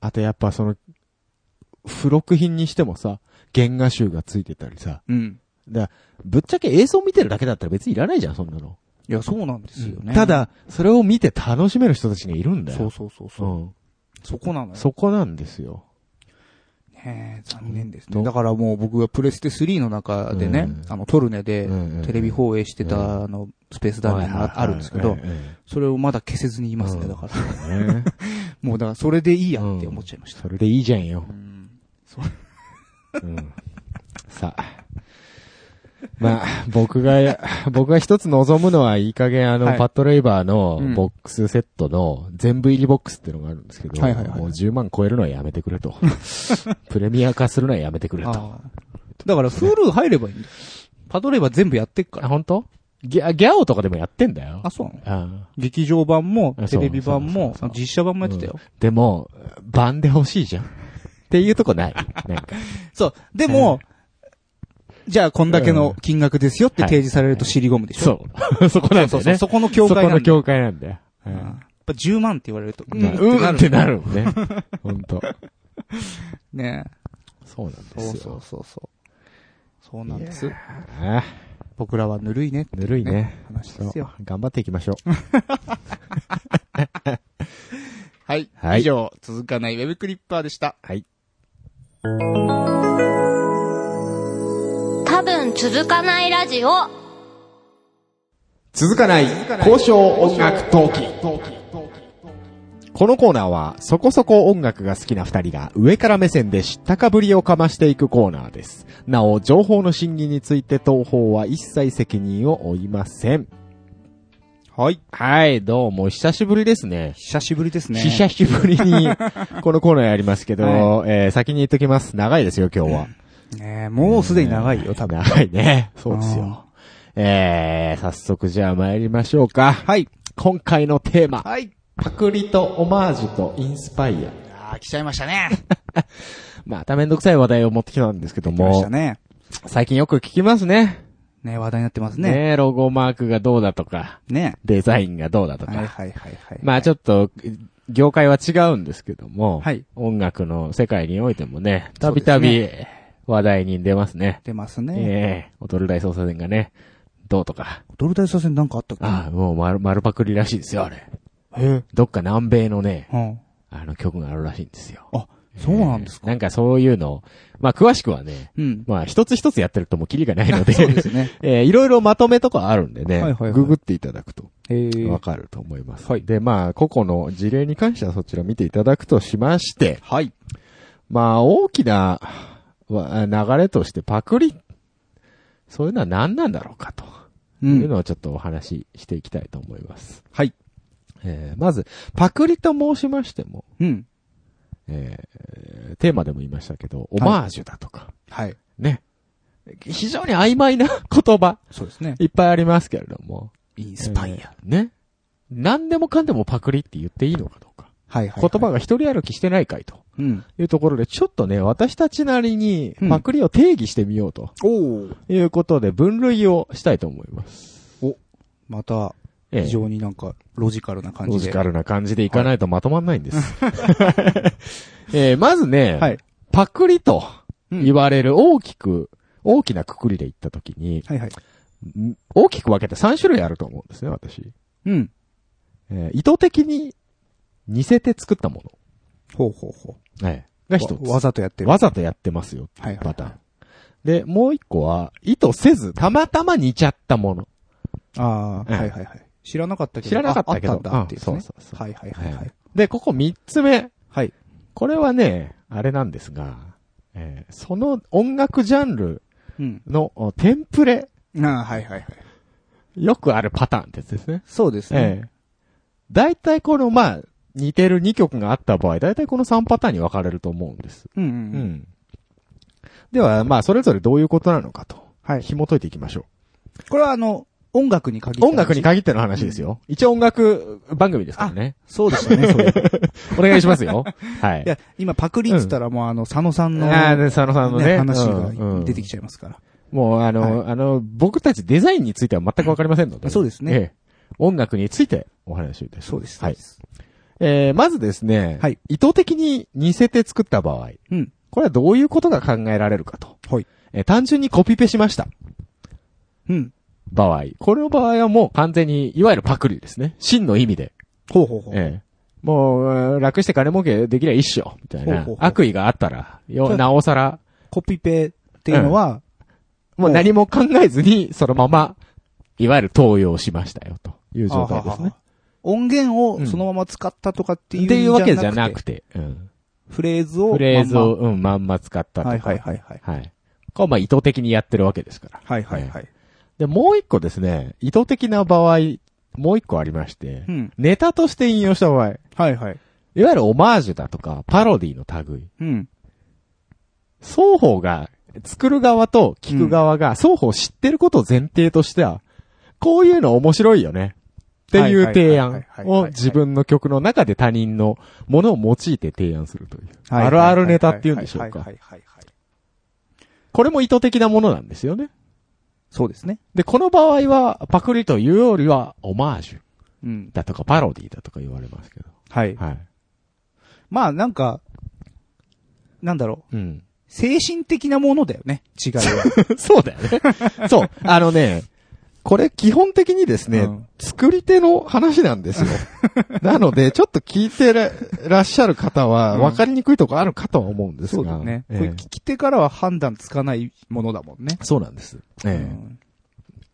S2: あとやっぱその、付録品にしてもさ、原画集がついてたりさ、
S1: うん。
S2: だからぶっちゃけ映像見てるだけだったら別にいらないじゃん、そんなの。
S1: いや、そうなんですよね。
S2: た、だ、それを見て楽しめる人たちがいるんだよ。
S1: そうそうそうそう。
S2: うん
S1: そこなのよ。
S2: そこなんですよ。
S1: ねえ残念です
S2: う
S1: ね。
S2: ん
S1: だからもう僕がプレステ3の中でね、
S2: うん
S1: あの、トルネで、テレビ放映して
S2: う
S1: た、あの、スペースダンジョンがあるんですけど、それをまだ消せずにいますね、
S2: うん
S1: だから。
S2: ね。
S1: もうだからそれでいいやって思っちゃいました。
S2: それでいいじゃんよ
S1: う。ん
S2: うんさあ。まあ、僕が、僕が一つ望むのは、いい加減あの、
S1: はい
S2: パッドレイバーの
S1: うん
S2: ボックスセットの全部入りボックスっていうのがあるんですけど、
S1: はいはいはい
S2: もう10万超えるのはやめてくれ と。プレミア化するのはやめてくれと。
S1: ああだから、フール入ればいいんだよパドレーバー全部やってっか
S2: あ、
S1: ら。
S2: 本当？ギャ、ギャオとかでもやってんだよ。
S1: あ、そうなの
S2: ああ
S1: 劇場版も、
S2: あそ
S1: テ
S2: う
S1: レビ版も
S2: そうそうそう、そう
S1: 実写版もやってたよ。
S2: でも、版で欲しいじゃん。っていうとこない。な んか
S1: そう。でも、じゃあ、こんだけの金額ですよって提示されると尻込むでしょ。
S2: そう。 そこなんだ
S1: そう
S2: よ
S1: そう。
S2: ね。
S1: そこの境界
S2: そこ
S1: な
S2: の
S1: んだよ。
S2: 境界なんだよ。う
S1: うんや
S2: ん
S1: っぱ10万って言われると、うん
S2: うんってなるもんね。本当。
S1: ね
S2: そうなんで
S1: え。そう
S2: す
S1: そ
S2: よ
S1: う。そうそう。そうなんです。
S2: ああ
S1: 僕らはぬるいね。
S2: ぬるいね。
S1: 話ですよ
S2: そう頑張っていきましょう。
S1: はい。
S2: はい
S1: 以上、続かないウェブクリッパーでした。
S2: はい。
S4: 多分続かないラジオ
S2: 続かない、交渉音楽トーキこのコーナーは、そこそこ音楽が好きな二人が上から目線で知ったかぶりをかましていくコーナーです。なお、情報の審議について東方は一切責任を負いません。
S1: はい。
S2: はい、どうも、久しぶりですね。
S1: 久しぶりですね。
S2: 久しぶりに、このコーナーやりますけ ど、
S1: は
S2: えー先に言っときます。長いですよ、今日は。
S1: ねえもうすでに長いよ、多分。
S2: 長いね。 そうですよ
S1: あ。
S2: えー、早速じゃあ参りましょうか。はい。今回のテーマ。はい。パクリとオマージュとインスパイア。
S1: ああ、来ちゃいましたね。
S2: まためんどくさい話題を持ってきたんですけど
S1: 来まし
S2: も
S1: た、ね。
S2: 最近よく聞きますね。
S1: ねえ話題になってます
S2: ね
S1: ね。
S2: ロゴマークがどうだとか、
S1: ね
S2: デザインがどうだと
S1: え
S2: か。
S1: はいはいはいはい。
S2: まあちょっと、業界は違うんですけども、
S1: はい
S2: 音楽の世界においてもね、た
S1: そうで
S2: び
S1: す
S2: た
S1: ね
S2: び話題に出ますね。
S1: 出ますね。
S2: ええ踊る大捜査線がね、どうとか。
S1: ドル大作戦なんかあったっけ
S2: ああ、もう丸丸パクリらしいですよ、あれ。
S1: へ
S2: どっか南米のね、
S1: え。うん。
S2: あの曲があるらしいんですよ。
S1: あ、そうなんですか。
S2: なんかそういうのを、まあ詳しくはね、
S1: うん。
S2: まあ一つ一つやってるともうキリがないので、
S1: そうですね。
S2: えーいろいろまとめとかあるんでね、
S1: はいはいはい
S2: ググっていただくと
S1: ええ。
S2: わかると思います。
S1: はい
S2: で、まあ個々の事例に関してはそちら見ていただくとしまして、
S1: はい。
S2: まあ大きなわ流れとしてパクリ、そういうのは何なんだろうかと。
S1: う。
S2: というんのをちょっとお話ししていきたいと思います。
S1: はい。
S2: えーまず、パクリと申しましても、
S1: うん。
S2: えーテーマでも言いましたけど、オマージュだとか、
S1: はい。
S2: ね。非常に曖昧な言葉、
S1: そうですね。
S2: いっぱいありますけれども。
S1: インスパイア。
S2: ア。ね。何でもかんでもパクリって言っていいのかどうか。
S1: はいはい。
S2: 言葉。が一人歩きしてないかいと
S1: うん。
S2: いうところで、ちょっとね、私たちなりに
S1: うん
S2: パクリを定義してみようと
S1: おお。
S2: いうことで、分類をしたいと思います。
S1: また、
S2: ええ
S1: 非常になんか、ロジカルな感
S2: ロ
S1: じ
S2: ジ
S1: で。
S2: カルな感じでいか ないとまとまんないんです。えーまずね、
S1: はい。
S2: パクリと
S1: うん
S2: 言われる大きく、大きなくくりで言ったときに、
S1: はいはい。
S2: ん大きく分けて3種類あると思うんですね、私。
S1: うん。
S2: えー意図的に似せて作ったも
S1: ほうほうほ
S2: の。が一
S1: う。
S2: つ。
S1: わわざとやってる。
S2: わざとやってますよ。
S1: はいはい
S2: パターン。で、もう一個は、意図せず、たまたま似ちゃったもの。
S1: ああ、
S2: ええ
S1: はいはいはい。知らなかったけど。
S2: 知らなかったけど
S1: ああったんだっていうね。
S2: うんそうそうそう
S1: はいはいはいはい。
S2: で、ここ三つ目。
S1: はい。
S2: これはね、あれなんですが、えーその音楽ジャンル
S1: うん。
S2: のおテンプレ、
S1: ああ、はいはいはい。
S2: よくあるパターンってやつですね。
S1: そうですね。
S2: ええ大体この、まあ、似てる2曲があった場合、大体この3パターンに分かれると思うんです。
S1: うんう
S2: うん
S1: うん。
S2: ん。では、まあ、それぞれどういうことなのかと、
S1: はい。
S2: 紐解いていきましょ
S1: これはあの、音楽に限っ
S2: う。
S1: て。
S2: 音楽に限っての話ですよ。一応音楽番組ですからね。
S1: そうです よね、それ。い
S2: お願いします よ。はい。
S1: や、今パクリって言ったらもうあの、佐野さんの、
S2: ああ、
S1: ね、
S2: で佐野さんのね。
S1: 話
S2: うんう
S1: が
S2: ん
S1: 出てきちゃいますから。
S2: もう、あの、あの、僕たちデザインについては全くわかりませんので。
S1: そうですね
S2: ええ。音楽についてお話をいたします。
S1: そうです。
S2: はい。えー、まずですね。
S1: はい
S2: 意図的に似せて作った場合。
S1: うん。
S2: これはどういうことが考えられるかと。
S1: はい。
S2: えー単純にコピペしました。
S1: うん。
S2: 場合。これの場合はもう完全に、いわゆるパクリですね。真の意味で。
S1: ほうほうほう。
S2: ええ。もう、えー楽して金儲けできりゃ一緒。みたい
S1: ほう
S2: な
S1: ほうほう。
S2: 悪意があったら、
S1: そ
S2: よ、
S1: う
S2: なおさら、
S1: コピペっていうのは、
S2: もう何も考えずに、そのまま、いわゆる投用しましたよ、という状態です
S1: あ
S2: ね。
S1: はは。音源を
S2: うん
S1: そのまま使ったとかってい
S2: っ
S1: う
S2: ていうわけ
S1: ん
S2: じゃなくて、うん
S1: フレーズを。
S2: フレーズを、
S1: ま
S2: うん、まんま使った
S1: ん
S2: とか。
S1: ま。はいはいはいはい。
S2: はい。これはまあ意図的にやってるわけですから。
S1: はいはいはい。
S2: で、もう一個ですね、意図的な場合、もう一個ありまして、
S1: うん。
S2: ネタとして引用した場合、いわ
S1: はいはい。
S2: ゆるオマージュだとか、パロディの類、
S1: うん。
S2: 双方が、作る側と聞く側が、双方知ってることを前提としては、こういうの面白いよね。っていう提案を自分の曲の中で他人のものを用いて提案するという。あるあるネタっていうんでしょう
S1: は
S2: か
S1: いはい。はいはい。
S2: これも意図的なものなんですよね。
S1: そうですね。
S2: で、この場合は、パクリというよりは、オマージュ
S1: うん。
S2: だとか、パロディだとか言われますけど。
S1: はい。
S2: はい。
S1: まあなんか、なんだろう。
S2: うん。
S1: 精神的なものだよね。違いは。
S2: そうだよ ね。そう。あのね、これ基本的にですね、
S1: うん
S2: 作り手の話なん ですよ。なので、ちょっと聞いてららっしゃる方は、
S1: うん
S2: 分かりにくいとこあるかとは思うんです
S1: そ
S2: が。
S1: うだね。こ
S2: ええ
S1: れ聞き手からは判断つかないものだもんね。
S2: そうなんです。ええ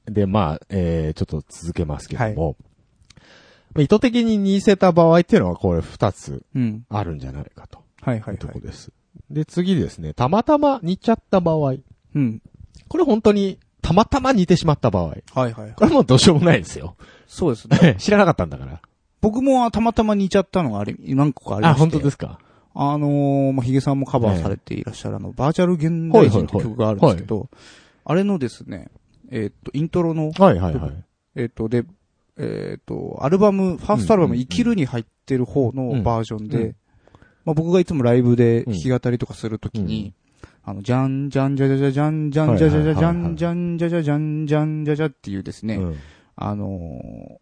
S1: うん
S2: で、まあ、えー、ちょっと続けますけども。まあ意図的に似せた場合っていうのは、これ二つ
S1: うん。
S2: あるんじゃないかと。
S1: はいはい
S2: と
S1: は
S2: こ
S1: い。
S2: です。で、次ですね、たまたま似ちゃった場合。
S1: うん。
S2: これ本当に、たまたま似てしまった場合。
S1: はいはいはい
S2: こ。れもうどうしようもないですよ。
S1: そうですね。
S2: 知らなかったんだから。
S1: 僕もたまたま似ちゃったのがあれ、何個かありま
S2: あ、
S1: して
S2: 本当ですか。
S1: あのー、まあ、ヒゲさんもカバーされていらっしゃるあの、バーチャル現代人って曲があるんですけど、あれのですね、えーっと、イントロの、
S2: はいはい。
S1: はいえーっと、で、えーっと、アルバム、ファーストアルバム、
S2: うんうんう
S1: 生
S2: ん
S1: きるに入ってる方
S2: う
S1: の
S2: ん
S1: バージョン
S2: う
S1: で
S2: ん、
S1: まあ、僕がいつもライブで弾き語りとかするときに、あの、じゃんじゃんじゃじゃじゃじゃんじゃんじゃじゃじゃじゃんじゃんじゃじゃじゃんじゃんじゃじゃっていうですね、あのー、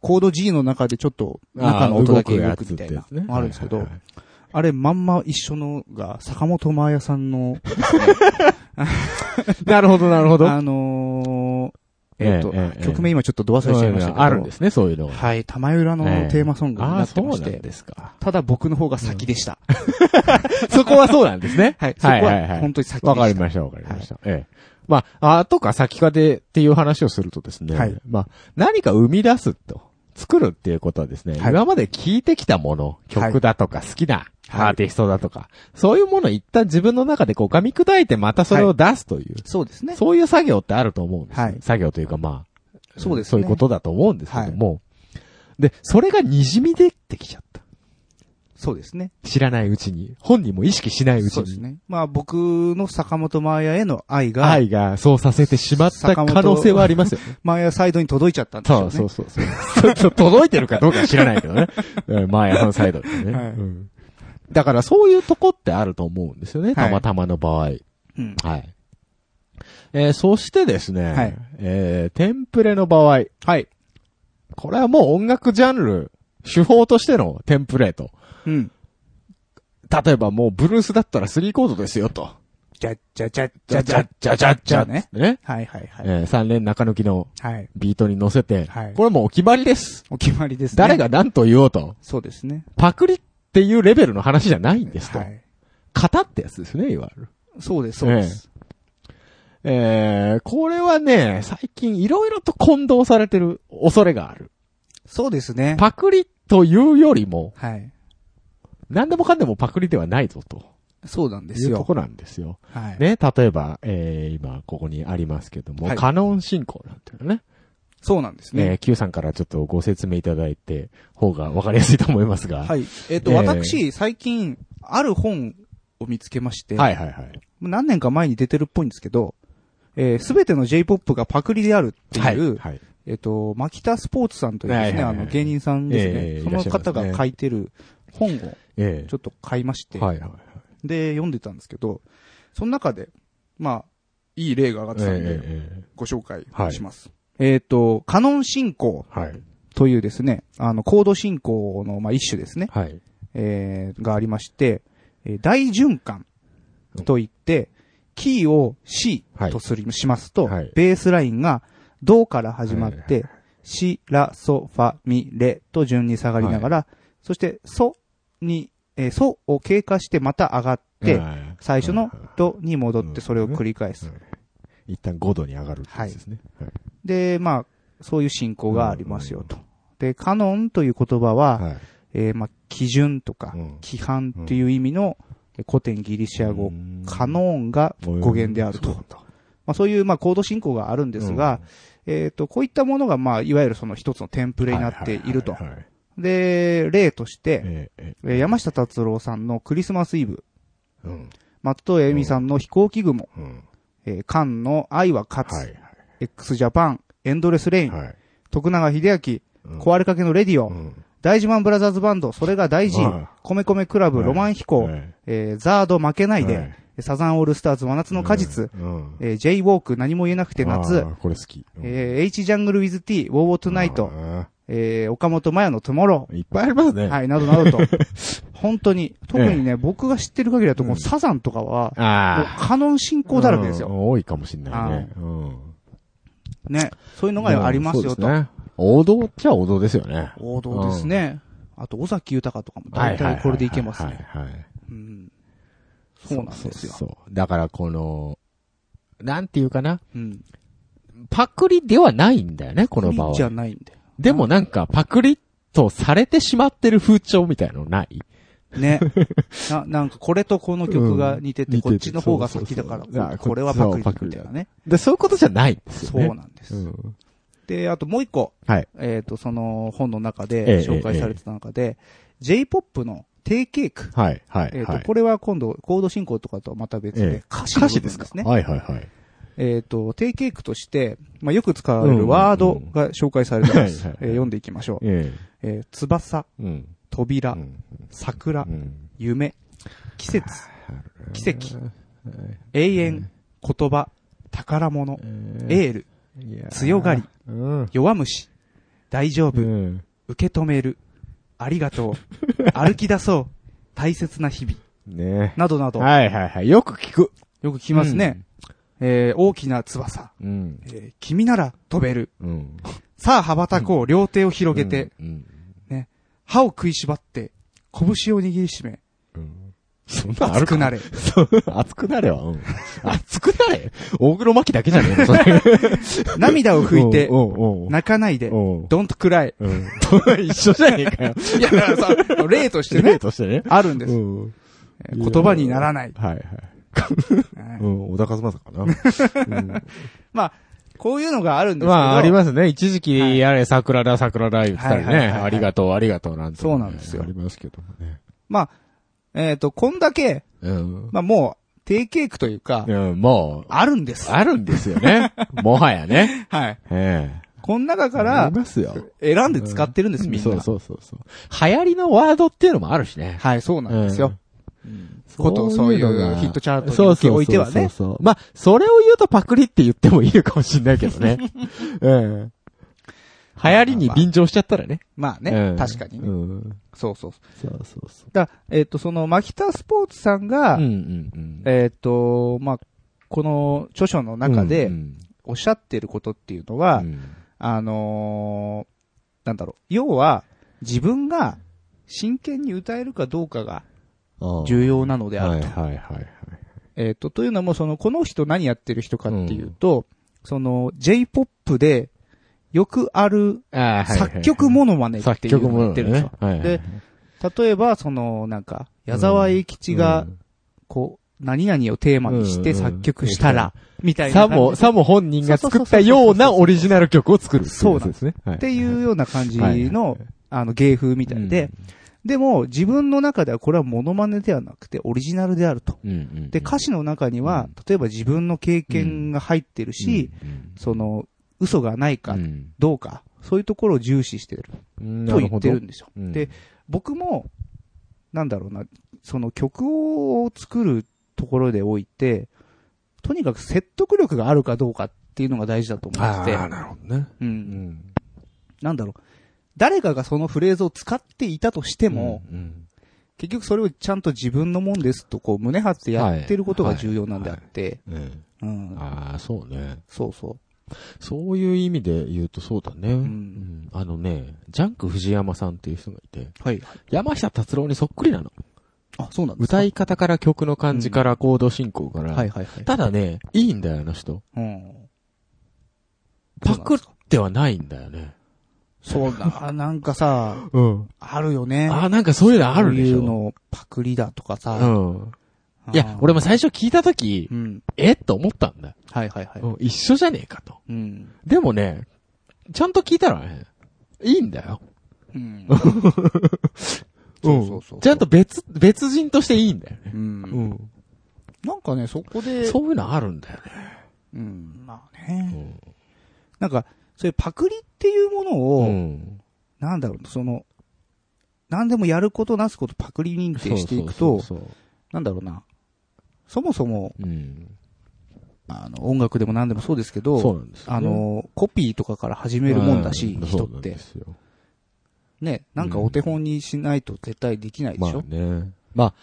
S1: コード G の中でちょっと中の音だけ動くみたいなのあるんですけど、あれまんま一緒のが坂本真綾さんの、
S2: なるほど、なるほど。
S1: あのー、えっと、曲名
S2: 今
S1: 今ちょっとど忘れしちゃいましたけど、
S2: あるんですね、そういうのが。
S1: はい、玉浦の
S2: ええ
S1: テーマソングにな
S2: あ
S1: って
S2: そう
S1: ま
S2: な
S1: して、
S2: んですか。
S1: ただ僕の方が先でした。
S2: そこはそうなんですね。
S1: はい、そこは本当に先でした。
S2: わかりました、わかりました。ええ。まあ、あとか先かでっていう話をするとですね、
S1: はい
S2: まあ、何か生み出すと、作るっていうことはですね、
S1: はい
S2: 今まで聞いてきたもの、曲だとか好きなアーティストだとか、そういうものを一旦自分の中でこう噛み砕いてまたそれを出すという、
S1: そうですね。
S2: そういう作業ってあると思うんですよ、
S1: はい
S2: 作業というかまあ、
S1: そうですね
S2: そういうことだと思うんですけども、で、それが滲み出てきちゃった。
S1: そうですね。
S2: 知らないうちに、本人も意識しないうち
S1: そうです
S2: に、
S1: ね。まあ僕の坂本真綾への愛が、
S2: 愛がそうさせてしまった
S1: 坂本
S2: 可能性はありますよね。
S1: 真綾サイドに届いちゃったんですよ
S2: そ
S1: ね。
S2: うそうそうそう。ちょっと届いてるかどうか知らないけどね。うんマーヤさんサイドでね、
S1: はい
S2: うんだからそういうとこってあると思うんですよね。たまたまの場合。はい。
S1: うん
S2: えーそしてですね、
S1: はい
S2: えーテンプレの場合。はい。これはもう音楽ジャンル、手法としてのテンプレート。
S1: うん。
S2: 例えばもうブルースだったらスリーコードですよと。
S1: ちゃっちゃちゃっち
S2: じ
S1: ゃ
S2: ゃ
S1: ち
S2: じ
S1: ゃ
S2: ゃ
S1: っ
S2: じゃじゃじゃね。ね。
S1: はいはいはい。
S2: えー三連中抜きの
S1: はい。
S2: ビートに乗せて
S1: はい、
S2: これもうお決まりです。
S1: お決まりですね。
S2: 誰が何と言おうと、
S1: そうですね。
S2: パクリっていうレベルの話じゃないんですと
S1: は。い。
S2: 型ってやつですね、いわゆる。
S1: そうです、そうです。
S2: えー、これはね、最近いろいろと混同されてる恐れがある。
S1: そうですね。
S2: パクリというよりも、
S1: はい。
S2: 何でもかんでもパクリではないぞと。
S1: そうなんで
S2: い
S1: す
S2: うと
S1: よ。
S2: こなんですよ。
S1: はい。
S2: ね、例えば、えー、今、ここにありますけども、
S1: はい
S2: カノン進行なんていうのね。
S1: そうなんです
S2: え
S1: ね。
S2: ー Q さんからちょっとご説明いただいて、方がわかりやすいと思いますが。。
S1: はいい。えっと、
S2: えー
S1: 私、最近、ある本を見つけまして、
S2: はいはいはい。
S1: 何年か前に出てるっぽいんですけど、えすべての J-POP がパクリであるっていう、
S2: はい。
S1: えっと、マキタスポーツさんというです
S2: は
S1: ね、
S2: いは
S1: あ
S2: いはい
S1: の、芸人さんで
S2: ええ
S1: すね、その方
S2: いらっしゃいますね
S1: が書いてる本を
S2: え
S1: ちょっと買いまし
S2: え
S1: て、
S2: はいはいはい。
S1: で、読んでたんですけど、その中で、まあ、いい例が上がってたんで、
S2: え
S1: ご紹介
S2: はい
S1: します。えっ、と、カノン進行
S2: えはい。
S1: というですね、あの、コード進行の、まあ、一種ですね、
S2: はい。
S1: えーがありまして、えー大循環といって、キーを C とする、しますと、
S2: はい
S1: ベースラインがドから始まって、シ、ラ、ソ、ファ、ミ、レと順に下がりながら、そしてソに、えーソを経過してまた上がって、
S2: はい
S1: 最初の
S2: はいはい
S1: ドに戻っ
S2: う
S1: て
S2: ん
S1: それを繰り返す。
S2: 一旦5度に上がるってやつですね。
S1: で、まあ、そういう進行がありますよと。で、カノンという言葉は、
S2: はい。
S1: えーまあ、基準とか
S2: うん、
S1: 規範っていう意味の古典ギリシア語、カノーンが語源であると。まあ、そういう、まあ、コード進行があるんですが、えっと、こういったものが、まあ、いわゆるその一つのテンプ
S2: プ
S1: レになっていると
S2: は。いはいはい
S1: で、例として、
S2: えええ
S1: えー山下達郎さんのクリスマスイブ、
S2: えうん。
S1: 松任谷由実さんの飛行機雲、
S2: うん。
S1: えーカンの愛は勝つ、
S2: はい
S1: x ジャパン、エンドレスレイン、
S2: はい。はい。
S1: 徳永秀
S2: う
S1: 明、
S2: ん
S1: 壊れかけのレディオ、
S2: うん
S1: 大事マンブラザーズバンド、それが大事
S2: はい、
S1: 米米クラブ、
S2: はい
S1: ロマン飛行、
S2: はい
S1: えーザード負けないで、
S2: はい
S1: サザンオールスターズ真夏の果実、
S2: うん。
S1: えー J ウォーク何も言えなくて夏
S2: あ、ーこれ好き。うん
S1: えー H ジャングルウィズ T、ウォーウォートナイト、
S2: あ
S1: えー岡本麻也のトゥモロ
S2: ーいっぱいありますね。
S1: ー、はい、などなど と、本当に、特にね、僕が知ってる限りだと、もうサザンとかは、もう
S2: ああ。
S1: カノン進行だらけです
S2: う
S1: よ。
S2: ん多いかもしれないね。うん。
S1: ね。そういうのがありますよ
S2: そう
S1: と。
S2: ですね。王道っちゃ王道ですよね。
S1: 王道ですね。あと、尾崎豊とかも大体これでいけますね。
S2: はいはいはいはい。
S1: うんそうなんですよ。
S2: そうそう。だからこの、なんていうかな。
S1: うん。
S2: パクリではないんだよね、この場
S1: じゃ
S2: 合。
S1: ないんで。
S2: でもなんか、パクリとされてしまってる風潮みたいのない
S1: ね。な、なんかこれとこの曲が似て
S2: うん
S1: て、
S2: 似て
S1: こ
S2: て
S1: っちの方が先だか
S2: そうそうそうい
S1: ら、
S2: や
S1: これはパクリだみたいなね。
S2: で、そういうことじゃないんですよ
S1: そ
S2: ね。
S1: うなんです。で、あともう一個、
S2: はい。
S1: えっと、その本の中
S2: ええ
S1: で紹介されてた中で、J-POP の定型句。
S2: はい、はい、
S1: えっ
S2: は
S1: と
S2: い、。
S1: これは今度、コード進行とかとはまた別
S2: え
S1: で
S2: え、
S1: 歌詞の部分ですね。
S2: はい、はい、はい。
S1: えっと、定型句として、まあ、よく使われるワードが紹介されてます。
S2: うんうんうん
S1: えー読んでいきましょう。
S2: え
S1: えー翼、
S2: え。うん。
S1: 扉
S2: う、ん
S1: 桜
S2: う、ん。
S1: 夢、季節、奇跡、永遠、言葉、宝物、エール、
S2: いや
S1: 強がり、
S2: うん。
S1: 弱虫、大丈
S2: う
S1: 夫、
S2: ん。
S1: 受け止める、ありがと う、歩き出そう、大切な日々、
S2: ね
S1: などなど、よ
S2: はい、はい、はい。よく聞く。
S1: く聞きますね。えー大きな翼、
S2: うん。
S1: えー君なら飛べる、
S2: うん。
S1: さあ羽ばたこう、両手を広げて、
S2: うん。
S1: 歯を食いしばって、拳を握りしめ、
S2: うん。そんな
S1: 熱くな
S2: れ。
S1: れ。
S2: そう 熱くなれは。うん。熱くなれ大黒摩季だけじゃね えのそれ。
S1: 涙を拭い て
S2: う、んうんうん
S1: 泣かないで、
S2: うん
S1: don't cry。
S2: うん。 一緒じゃねえ かよ。
S1: いや、だからさ、例として
S2: 例
S1: ね、
S2: としてね。
S1: あるんです
S2: う。ん。
S1: えー言葉にならない。
S2: はいはい。
S1: はい
S2: うん、小田和正かな。
S1: まあ、こういうのがあるんですけど。
S2: まあ、ありますね。一時期、やれ、桜だ、桜だ、言ってた
S1: は
S2: り
S1: いはい
S2: ね。
S1: はいはい
S2: ありがとう、ありがとう、なんて、
S1: そうなんですよ
S2: ありますけどもね。
S1: まあ、えっ、と、こんだけ、
S2: うん。
S1: まあもう、定型句というか、
S2: うん、もう、
S1: あるんです。
S2: あるんですよ ね。もはやね。
S1: はい。
S2: ええ。
S1: この中か
S2: あ
S1: ら
S2: り、ますよ。
S1: 選んで使ってるんです、みんな。
S2: そうそうそうそう。流行りのワードっていうのもあるしね。
S1: はい、そうなんですよ。こと、
S2: そ
S1: そうう
S2: い
S1: いう
S2: のが
S1: うヒットチャー
S2: そ
S1: ト
S2: う
S1: に
S2: そう
S1: おいては
S2: そう
S1: ね。
S2: そうそう。まあ、 それを言うとパクリって言ってもいいのかもしれないけどね。ええ流行りに便乗しちゃったらね。
S1: まあ
S2: う
S1: ね
S2: ん、
S1: 確かに
S2: う
S1: ね。
S2: ん。
S1: そうそうそう。
S2: そうそうそう。
S1: だえっと、その、マキタスポーツさんが
S2: うんう、んうん。
S1: えっと、まあ、この著書の中
S2: う
S1: で
S2: ん
S1: おっしゃってることっていうの
S2: う
S1: は、
S2: ん、
S1: あのーなんだろう。要は、自分が真剣に歌えるかどうかが重要なのである
S2: は
S1: と
S2: い。はいはい
S1: えっ、と、というのも、その、この人何やってる人かっていうと、その、J-POP で、よくある、
S2: はい。
S1: 作曲モノマネって
S2: 作
S1: いう
S2: 曲
S1: のを
S2: も
S1: やってるんですよ。で、例えば、その、なんか、矢沢永吉が、こう、何々をテーマにして作曲したら、みたいな
S2: さ
S1: 感じ
S2: も、さも本人が作ったようなオリジナル曲を作る。
S1: そうなん
S2: で
S1: です
S2: ね。はい
S1: っていうような感じ
S2: はい
S1: の、あの、芸風みたいで、でも、自分の中ではこれはモノマネではなくて、オリジナルであると。
S2: うんうん
S1: で、歌詞の中には、例えば自分の経験が入ってるし、その、嘘がないか
S2: うん
S1: どうか、そういうところを重視してると言ってるんですよ。
S2: うん
S1: で、僕も、なんだろうな、その曲を作るところでおいて、とにかく説得力があるかどうかっていうのが大事だと思ってて、
S2: なるほどね。
S1: う、
S2: うんん。
S1: なんだろう、誰かがそのフレーズを使っていたとしても、
S2: うん、
S1: 結局それをちゃんと自分のもんですとこう胸張ってやってることが重要なんであって、
S2: うん。
S1: うん、
S2: ああ、そうね。
S1: そうそ
S2: そういう意味で言うとそうだね。うんんあのね、ジャンク藤山さんっていう人がいて、
S1: う。はい。
S2: 山下達郎にそっくりなの。
S1: あ、そうなんですか
S2: 歌い方から曲の感じからコード進行から。
S1: はいはいはい。
S2: ただね、いいんだよ、あの人。
S1: うん。
S2: パクってはないんだよね。
S1: そうだ、あなん かさ、
S2: うん。
S1: あるよね。
S2: ああ、なんかそういうのあるでし
S1: そういう
S2: ょ。
S1: のパクリだとかさ。
S2: うん。い
S1: あ
S2: や
S1: ー、
S2: 俺も最初聞いたとき
S1: う、ん。
S2: えっと思ったんだ。
S1: はいはいはい。
S2: うん一緒じゃねえかと。
S1: うん。
S2: でもね、ちゃんと聞いたらね、いいんだよ。
S1: うん。そうそうそう。
S2: ちゃんと。別、別人としていいんだよね
S1: う。。
S2: うんん。
S1: なんかね、そこで、
S2: そういうのあるんだよね。
S1: うん。まあね。なんか、そういうパクリっていうもの
S2: う
S1: を、
S2: ん。
S1: なんだろう、その、何でもやることなすことパクリ認定していく
S2: そう
S1: と、
S2: そうそうそ
S1: なんだろうな。そもそも、
S2: う、うん。
S1: あの、音楽でも何でもそうですけ
S2: そ
S1: ど、
S2: うなんですよね
S1: あ、の、コピーとかから始めるもんだし
S2: う、
S1: 人
S2: そう
S1: っ
S2: なん
S1: て
S2: で。すよ
S1: ね、なんかお手本にしないと絶対できないで
S2: ま
S1: し
S2: あ
S1: ょ
S2: ね。まあ、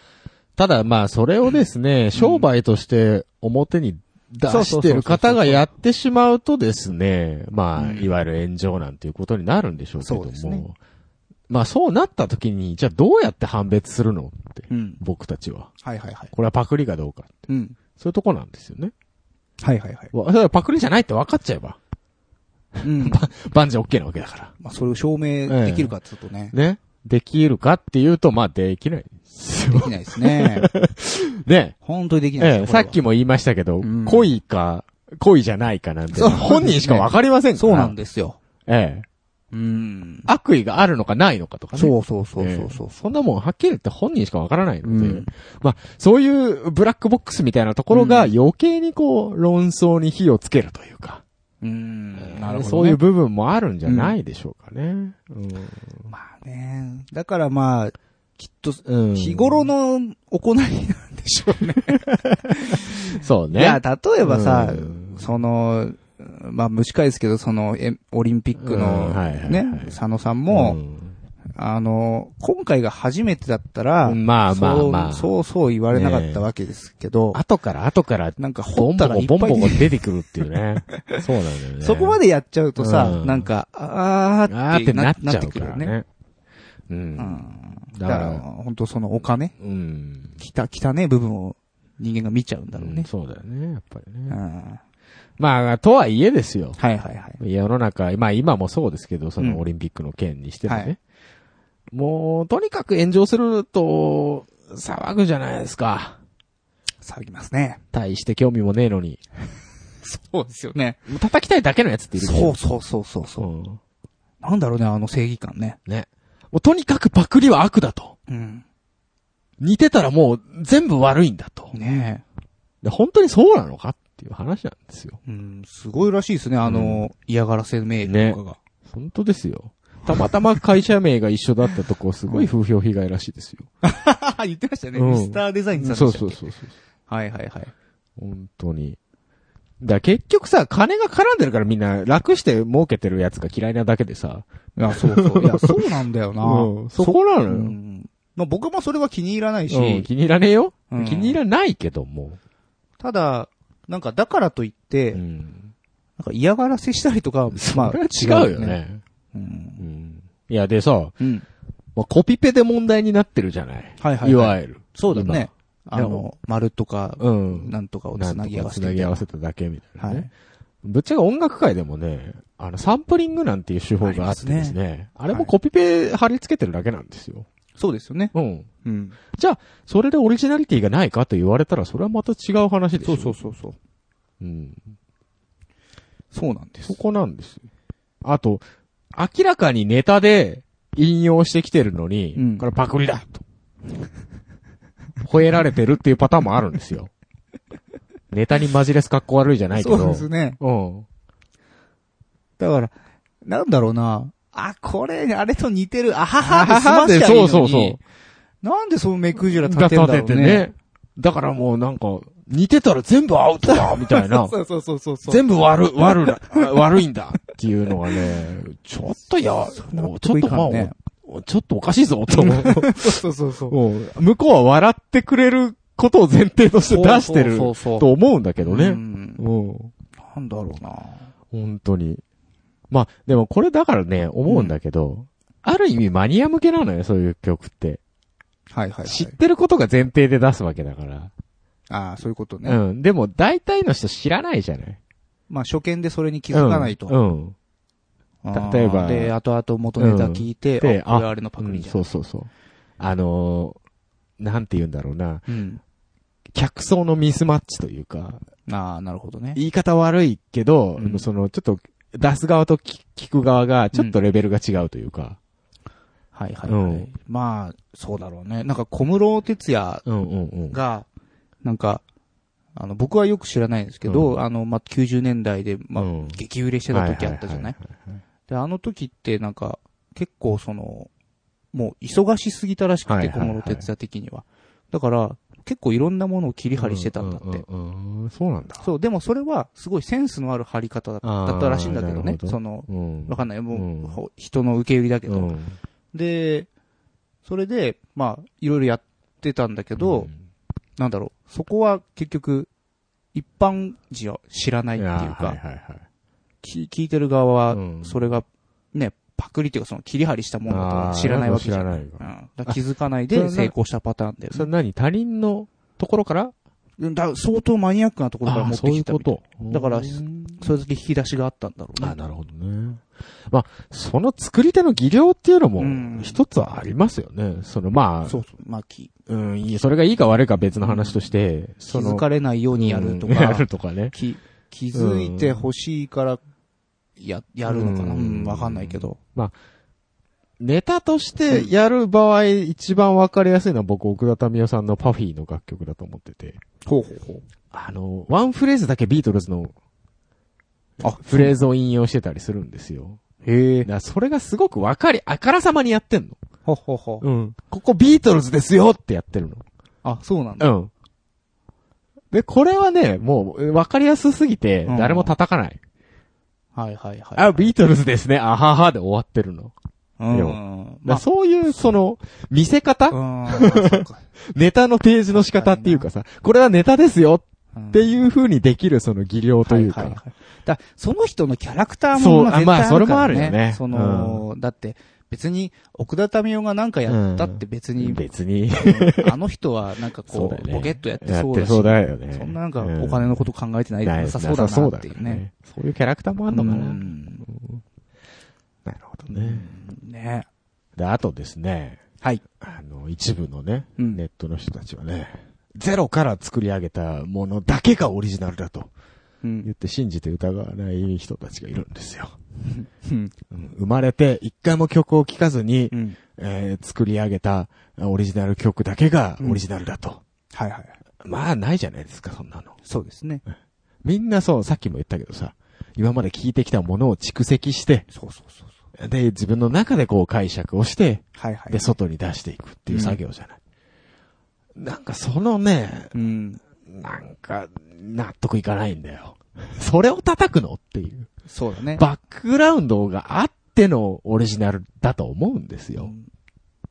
S2: ただまあ、それをですね、商売として表に出してる方がやってしまうとですね、まあ、
S1: うん
S2: いわゆる炎上なんていうことになるんでしょうけれ
S1: そうです
S2: ど
S1: ね
S2: も、まあ、そうなった時に、じゃあどうやって判別するのって、
S1: うん。
S2: 僕たちは。
S1: はいはいはい。
S2: これはパクリかどうかって。
S1: うん。
S2: そういうとこなんですよね。
S1: はいはいはい。
S2: わそれはパクリじゃないって分かっちゃえば、
S1: うん。
S2: 万事 OK なわけだから。
S1: まあ、それを証明できるかっていうとね、
S2: ね。できるかっていうと、まあ、できないで すよ
S1: できないです ね。
S2: ね。
S1: 本当にできない
S2: え
S1: で
S2: え、
S1: すよ
S2: さっきも言いましたけど、
S1: ん
S2: 恋か、恋じゃないかなんて、
S1: そうなんですね
S2: 本人しかわかりませんか
S1: そう
S2: ら。
S1: なんですよ。
S2: ええ。
S1: うん。
S2: 悪意があるのかないのかとかね。
S1: そうそうそう
S2: ええ
S1: そうそう。
S2: そんなもん、はっきり言って本人しかわからないので、
S1: うん
S2: まあ、そういうブラックボックスみたいなところが余計にこう、論争に火をつけるというか、
S1: うん。なるほど、ね。
S2: そういう。部分もあるんじゃないでしょうかね。
S1: まあね。だからまあ、きっと、
S2: うん。
S1: 日頃の行いなんでしょうね。
S2: そうね。
S1: いや、例えばさ
S2: うん、
S1: その、まあ、蒸し返ですけど、その、えオリンピック
S2: う
S1: の
S2: んはいはいは、い
S1: ね、佐野さんも、
S2: うん
S1: あの、今回が初めてだったら、
S2: まあまあまあ
S1: そう、そうそう言われなかったわけですけど、
S2: 後から後から、
S1: なんか掘
S2: ボ
S1: っ
S2: ン
S1: た
S2: ボ
S1: らい
S2: コ
S1: っぱ
S2: ボ
S1: い
S2: ンボコ
S1: 出て
S2: 出てくるっていうね。そうなんだよ ね。
S1: そこまでやっちゃうとさ、
S2: うん
S1: なんか、あ
S2: あ
S1: ー
S2: ー
S1: っ
S2: ってて
S1: な
S2: な
S1: っ
S2: っ
S1: な
S2: ち
S1: っ
S2: ゃ
S1: て
S2: う
S1: く
S2: か
S1: るよ
S2: ら
S1: ね。
S2: ね。う。
S1: うんん。だ
S2: だ
S1: か、
S2: からら
S1: 本当そのお金、
S2: うん。
S1: きた、きたね部分を人間が見ちゃうんだろう
S2: うん
S1: ね。
S2: そうだよね、やっぱり
S1: うん。
S2: ね。
S1: は
S2: まあ、とはいえですよ。
S1: いはいはい。
S2: 世の中、まあ今もそうですけど、そ
S1: うん
S2: のオリンピックの件にしても
S1: は
S2: ね
S1: い。
S2: もう、とにかく炎上すると、騒ぐじゃないですか。
S1: 騒ぎますね。
S2: 大して興味もねえのに。
S1: そうですよね。
S2: もう叩きたいだけのやつっているでし
S1: そ
S2: ょ
S1: うそうそうそうそう。
S2: うん。
S1: なんだろうね、あの正義感ね。
S2: ね。もうとにかくパクリは悪だと。
S1: うん。
S2: 似てたらもう全部悪いんだと。
S1: ね
S2: で本当にそうなのかっていう話なんですよ。
S1: え。うん、すごいらしいですね、あの、嫌がらせメールとかが。
S2: 本当ですよ。たまたま会社名が一緒だったとこ、すごい風評被害らしいですよ。
S1: 言ってましたね、
S2: うん
S1: ミスターデザインさんでした
S2: そ
S1: っ
S2: う
S1: け
S2: そうそうそう。
S1: はいはいはい。
S2: 本当に。だから結局さ、金が絡んでるからみんな楽して儲けてるやつが嫌いなだけでさ。
S1: いや、そうそう。いや、そうなんだよな。
S2: うんそこなのよ
S1: うんまあ、僕もそれは気に入らないし、
S2: うん気に入らねえよ、
S1: うん
S2: 気に入らないけども。
S1: ただ、なんかだからといって、
S2: うん。
S1: なんか嫌がらせしたりとか、まあ、
S2: これは違うよ。ね。
S1: うん。
S2: うん。いや、でさ、
S1: うん。
S2: まあ、コピペで問題になってるじゃない。
S1: はいはいはい
S2: いわゆる。
S1: そうだね。あ
S2: 今
S1: の、丸とか、
S2: うん。
S1: なんとかをつなぎ合わせて
S2: なんとか繋
S1: みた
S2: ぎ
S1: い
S2: 合
S1: な。
S2: わせただけみたいなね。
S1: はい
S2: ぶっちゃけ音楽界でもね、あの、サンプリングなんていう手法があってですね、あれ
S1: は
S2: も
S1: い
S2: コピペ貼り付けてるだけなんですよ。
S1: そうですよね。
S2: うん。
S1: うん。
S2: じゃあ、それでオリジナリティがないかと言われたら、それはまた違う話でし
S1: そ
S2: ょ。
S1: うそうそうそう。
S2: う。うん。
S1: そうなんです
S2: そ。こなんですよ。あと、明らかにネタで引用してきてるのに、
S1: うん
S2: これパクリだと。吠えられてるっていうパターンもあるんですよ。ネタにマジレス格好悪いじゃないけど。
S1: そうですね。
S2: うん。
S1: だから、なんだろうな。あ、これ、あれと似てる。あはは
S2: あ
S1: って済ましちゃえばいいの
S2: そ
S1: に
S2: うそうそう。
S1: なんでその目くじら立
S2: だ
S1: てんだろうね。
S2: 立ててね。だからもうなんか、似てたら全部アウトだみたいな。
S1: そうそうそうそうそう。
S2: 全部悪、悪だ、あ悪いんだっていうのがね、ちょっといや、もうちょっとまあ、
S1: ね、
S2: おちょっとおかしいぞ、 と思う。
S1: そうそうそう。
S2: うん向こうは笑ってくれることを前提として出してる
S1: そうそうそう
S2: と思うんだけど
S1: う
S2: ね。
S1: ん
S2: うん。
S1: なんだろうな。
S2: 本当に。まあ、でもこれだからね、思うんだけど、ある意味マニア向けなのよ、そういう曲って。
S1: はいはいは
S2: 知っ
S1: い。
S2: てることが前提で出すわけだから。
S1: ああ、そういうことね。
S2: うん。でも大体の人知らないじゃない
S1: まあ、初見でそれに気づかないと。
S2: うん。うん
S1: あー
S2: 例えば
S1: で、後々元ネタ聞いて、
S2: で
S1: あ、これ
S2: あ
S1: あれのパクリじゃん。
S2: そうそうそう。あのーなんて言うんだろうな。
S1: うん。
S2: 客層のミスマッチというか、
S1: ああ、なるほどね。
S2: 言い方悪いけど、
S1: うん
S2: その、ちょっと、出す側と聞聞く側が、ちょっとレベルが違うというか。
S1: はいはい、
S2: う
S1: はい
S2: ん
S1: まあ、そうだろうね。なんか小室哲也
S2: うんうんうん。
S1: が、なんか、あの、僕はよく知らないんですけど、
S2: うん
S1: あの、まあ、90年代で、まあ、
S2: うん
S1: 激売れしてた時あったじゃない,、
S2: は
S1: で、あの時ってなんか、結構その、もう忙しすぎたらしくて、
S2: はいはいはい
S1: 小室哲也的には。だから、結構いろんなものを切り
S2: いはいは
S1: 張
S2: い
S1: りしてたんだって。
S2: うんうんうんそうなんだ。
S1: そう、でもそれは、すごいセンスのある張り方だ
S2: あー
S1: だったらしいんだけど
S2: な
S1: ね
S2: る。ほど
S1: その、
S2: うん
S1: わかんない。もう、
S2: うん
S1: ほ人の受け売りだけど。
S2: うん
S1: で、それで、まあ、いろいろやってたんだけど、なんだろう、そこは結局、一般人は知らないっていう
S2: やはいはい
S1: か、
S2: はい。
S1: き聞いてる側
S2: う
S1: は、
S2: ん
S1: それが、ね、パクリっていうか、その切り張りしたもんだとは知らないわけじゃ
S2: あ
S1: ない。
S2: ーなん
S1: うん、
S2: か知
S1: だ
S2: らないわ
S1: から気づかない
S2: あそれ
S1: で
S2: な
S1: 成功したパターンだよ
S2: そ
S1: ね
S2: れ何他人のところから
S1: うん。だから相当マニアックなところから持ってきたみたい
S2: あーそういうこと
S1: だから
S2: うん
S1: それだけ引き出しがあったんだろうね
S2: あ、。なるほどね。まあ、その作り手の技量っていうの
S1: うん
S2: も、一つはありますよね。その、まあ、
S1: そうそう。まあ、き
S2: うん、いいそれがいいか悪いか別の話として、
S1: 気
S2: その
S1: づかれないようにやると
S2: うんや
S1: か
S2: る、とかね。
S1: き気づいてほしいから、や、やるのかなうん、わかんないけど。
S2: ネタとしてやる場合、一番わかりやすいのは僕、奥田民生さんのパフィーの楽曲だと思ってて。
S1: ほうほうほう。
S2: あの、ワンフレーズだけビートルズの
S1: あ、
S2: フレーズを引用してたりするんですよ。
S1: へえ
S2: だ。からそれがすごくわかり、あからさまにやってんの。
S1: ほうほうほう。
S2: うん。ここビートルズですよってやってるの。
S1: あ、そうなんだ。
S2: うん。で、これはね、もう、わかりやすすぎて、
S1: うん
S2: 誰も叩かない。
S1: はいはいはい。
S2: あ、ビートルズですね、あははで終わってるの。
S1: うん
S2: よま
S1: ま
S2: あ、
S1: あ、
S2: そういう、その、見せ方、
S1: うんそうか。
S2: ネタの提示の仕方っていうかさ、これはネタですよ
S1: っ
S2: っていう風にできるその技量という
S1: はいはい
S2: か。
S1: はいだその人のキャラクターもまあ
S2: そう
S1: 絶対
S2: あまあそれもあるよね
S1: からその、だって、別に、奥田民生がなんかやったって別に、
S2: 別に、
S1: あの人はなんか
S2: そう
S1: こ
S2: だよ
S1: う、
S2: ね。
S1: ポケットやって
S2: や
S1: そ
S2: っ
S1: う
S2: て
S1: だし、
S2: そうだよね。
S1: そんななんか
S2: う
S1: お金のこと考えてない、なさそうだなっていうね。。
S2: さそうだよそういうキャラクターもあんのかな。
S1: うん
S2: なるほどね。
S1: ね
S2: で、あとですね。
S1: はい。
S2: あの、一部のね、
S1: うん
S2: ネットの人たちはね、ゼロから作り上げたものだけがオリジナルだと
S1: うん
S2: 言って信じて疑わない人たちがいるんですよ。
S1: うん
S2: うん生まれて一回も曲を聴かずに、
S1: うん
S2: えー作り上げたオリジナル曲だけがオリジナルだと。
S1: はいはい。
S2: まあ、ないじゃないですか、そんなの。
S1: そうですね。
S2: みんなそう、さっきも言ったけどさ、今まで聴いてきたものを蓄積して、
S1: そうそうそうそう。
S2: で、自分の中でこう解釈をして、
S1: はいはい。
S2: で、外に出していくっていう作業じゃない。なんかそのね、
S1: うん。
S2: なんか、納得いかないんだよ。それを叩くのっていう。
S1: そうだね。
S2: バックグラウンドがあってのオリジナルだと思うんですよ。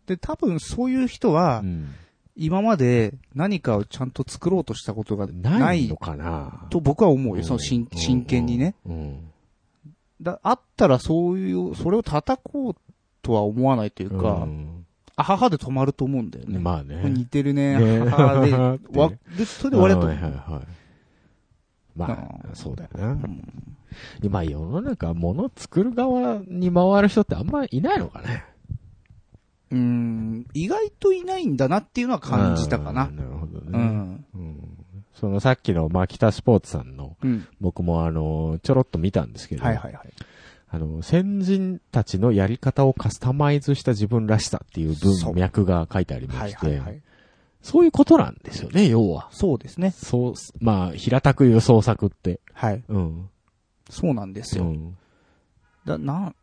S1: で、多分そういう人は、
S2: ん。
S1: 今まで何かをちゃんと作ろうとしたことがな
S2: ない
S1: い
S2: のかな
S1: と僕は思う
S2: うん
S1: よ。その真真剣にね。
S2: うん。
S1: だあったらそういう、それを叩こうとは思わないというか、
S2: うん
S1: あははで止まると思うんだよね。
S2: まあ
S1: これ
S2: ね。
S1: 似てるね。
S2: ね
S1: あはは で
S2: って、ね
S1: わでそれで終わりだと
S2: はい
S1: 思。
S2: はいうはい。ま
S1: う
S2: あ、
S1: ん
S2: そうだよな。今世の中、物作る側に回る人ってあんまりいないのかね。
S1: うん、意外といないんだなっていうのは感じたか
S2: う。
S1: なん
S2: なるほど
S1: う
S2: ね。
S1: ん。
S2: うんそのさっきのマキタスポーツさんの、
S1: うん。
S2: 僕もあの、ちょろっと見たんですけれど、
S1: はいはいはい。
S2: あの、先人たちのやり方をカスタマイズした自分らしさっていう文脈が書いてありま
S1: はい
S2: し
S1: はい
S2: て
S1: は、い。
S2: そういうことなんですよね、要は。
S1: そうですね。
S2: そう、まあ、平たく言う創作って。
S1: はい。
S2: うん。
S1: そうなんです
S2: う
S1: よ。
S2: ん
S1: だな、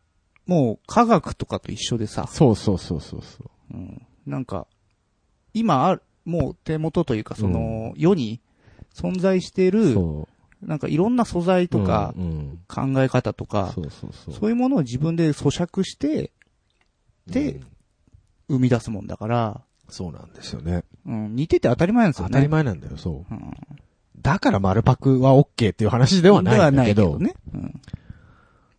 S1: もう科学とかと一緒でさ、
S2: そうそうそうそうそ。
S1: うん、なんか、今ある、もう手元というかその、世に存在していうる、
S2: そ
S1: なんかいろんな素材
S2: う。
S1: とか、
S2: うんうん
S1: 考え方とか、
S2: そうそうそう。
S1: そういうものを自分で咀嚼して、
S2: う
S1: で
S2: ん、
S1: 生み出すもんだから、
S2: そうなんですよね。
S1: うん、似てて当たり前なんですよ
S2: 当
S1: ね。
S2: たり前なんだよ、そう。
S1: うん
S2: だから丸パクは OK っていう話では
S1: で
S2: ない
S1: は
S2: ん
S1: な
S2: だ
S1: いけ
S2: け
S1: ど
S2: ど、
S1: ね。うん。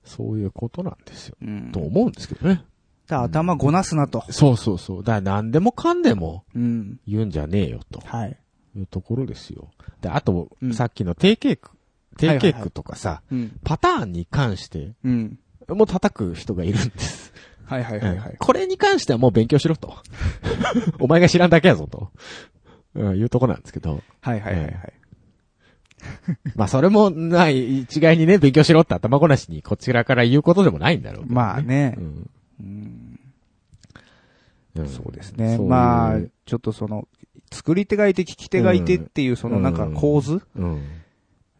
S2: そういうことなんですよ。
S1: うん、
S2: と
S1: だか
S2: 思うんですけどね。
S1: ら頭ごなすなと。
S2: そうそうそう。だから何でもかんでも
S1: うん。
S2: 言うんじゃねえよ、と
S1: はい。
S2: いうところですよ。で、あと
S1: う、ん
S2: さっきの定型句、定
S1: はいは
S2: 型
S1: いは
S2: 句
S1: い
S2: とかさ、
S1: うん。
S2: パターンに関して、
S1: うん。
S2: もう叩く人がいるんです。
S1: はいはいはいはい。
S2: これに関してはもう勉強しろと。 お前が知らんだけやぞと。うん、いうとこなんですけど。
S1: はいはいはいはい。
S2: まあそれもない、一概にね、勉強しろって頭ごなしにこちらから言うことでもないんだろうけど、
S1: まあね
S2: う。ん。
S1: うん
S2: うん
S1: そうですね。
S2: そういう
S1: まあ、ちょっとその、作り手がいて聞き手がいてっていう、そのなんか構図、
S2: うん。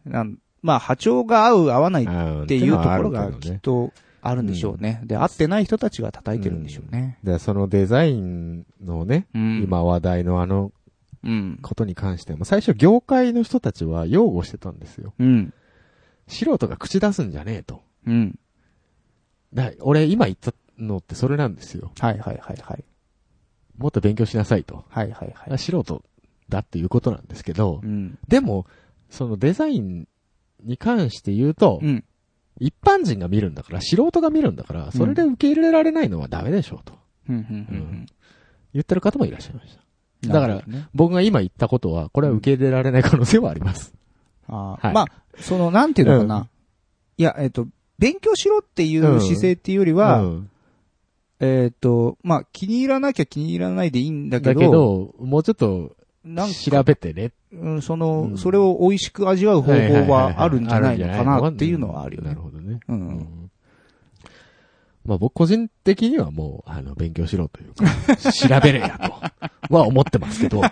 S1: なんまあ、波長が合う合わないっ
S2: って
S1: いうところが
S2: てのはあるけ
S1: き
S2: ど
S1: っ
S2: ね
S1: とあるんでしょうね。で、合ってない人たちが叩いてるんでしょうね。
S2: で、そのデザインのね、
S1: うん。
S2: 今話題のあの
S1: うん。
S2: ことに関しても、最初業界の人たちは擁護してたんですよ。
S1: うん。
S2: 素人が口出すんじゃねえと。
S1: うん。
S2: だ俺今言ったのってそれなんですよ。
S1: はいはいはいはい。
S2: もっと勉強しなさいと。
S1: はいはいはい。
S2: 素人だっていうことなんですけど
S1: う、ん。
S2: でも、そのデザインに関して言うと、
S1: うん。
S2: 一般人が見るんだから、素人が見るんだから、それで受け入れられないのはダメでしょうと
S1: うん。うん。
S2: 言ってる方もいらっしゃいました。
S1: うん。
S2: だから
S1: なるほどね、
S2: 僕が今言ったことは、これは受け入れられない可能性はあります。
S1: あ
S2: は
S1: あ
S2: い
S1: まあ、その、なんていうのか
S2: う
S1: な。いや、えっと、勉強しろっていう姿勢っていうより
S2: う
S1: は、
S2: ん
S1: えっと、まあ、気に入らなきゃ気に入らないでいいんだけ
S2: だけ
S1: ど、
S2: ど、もうちょっと
S1: なんか、
S2: 調べてね。
S1: うんそ
S2: うん
S1: の、それを美味しく味わう方法はあるんじゃないのかなっていうのはあるよ
S2: な
S1: ね
S2: る。ほどね。
S1: う。
S2: うんんまあ僕個人的にはもう、あの、勉強しろというか、調べれやと、は思ってますけど。は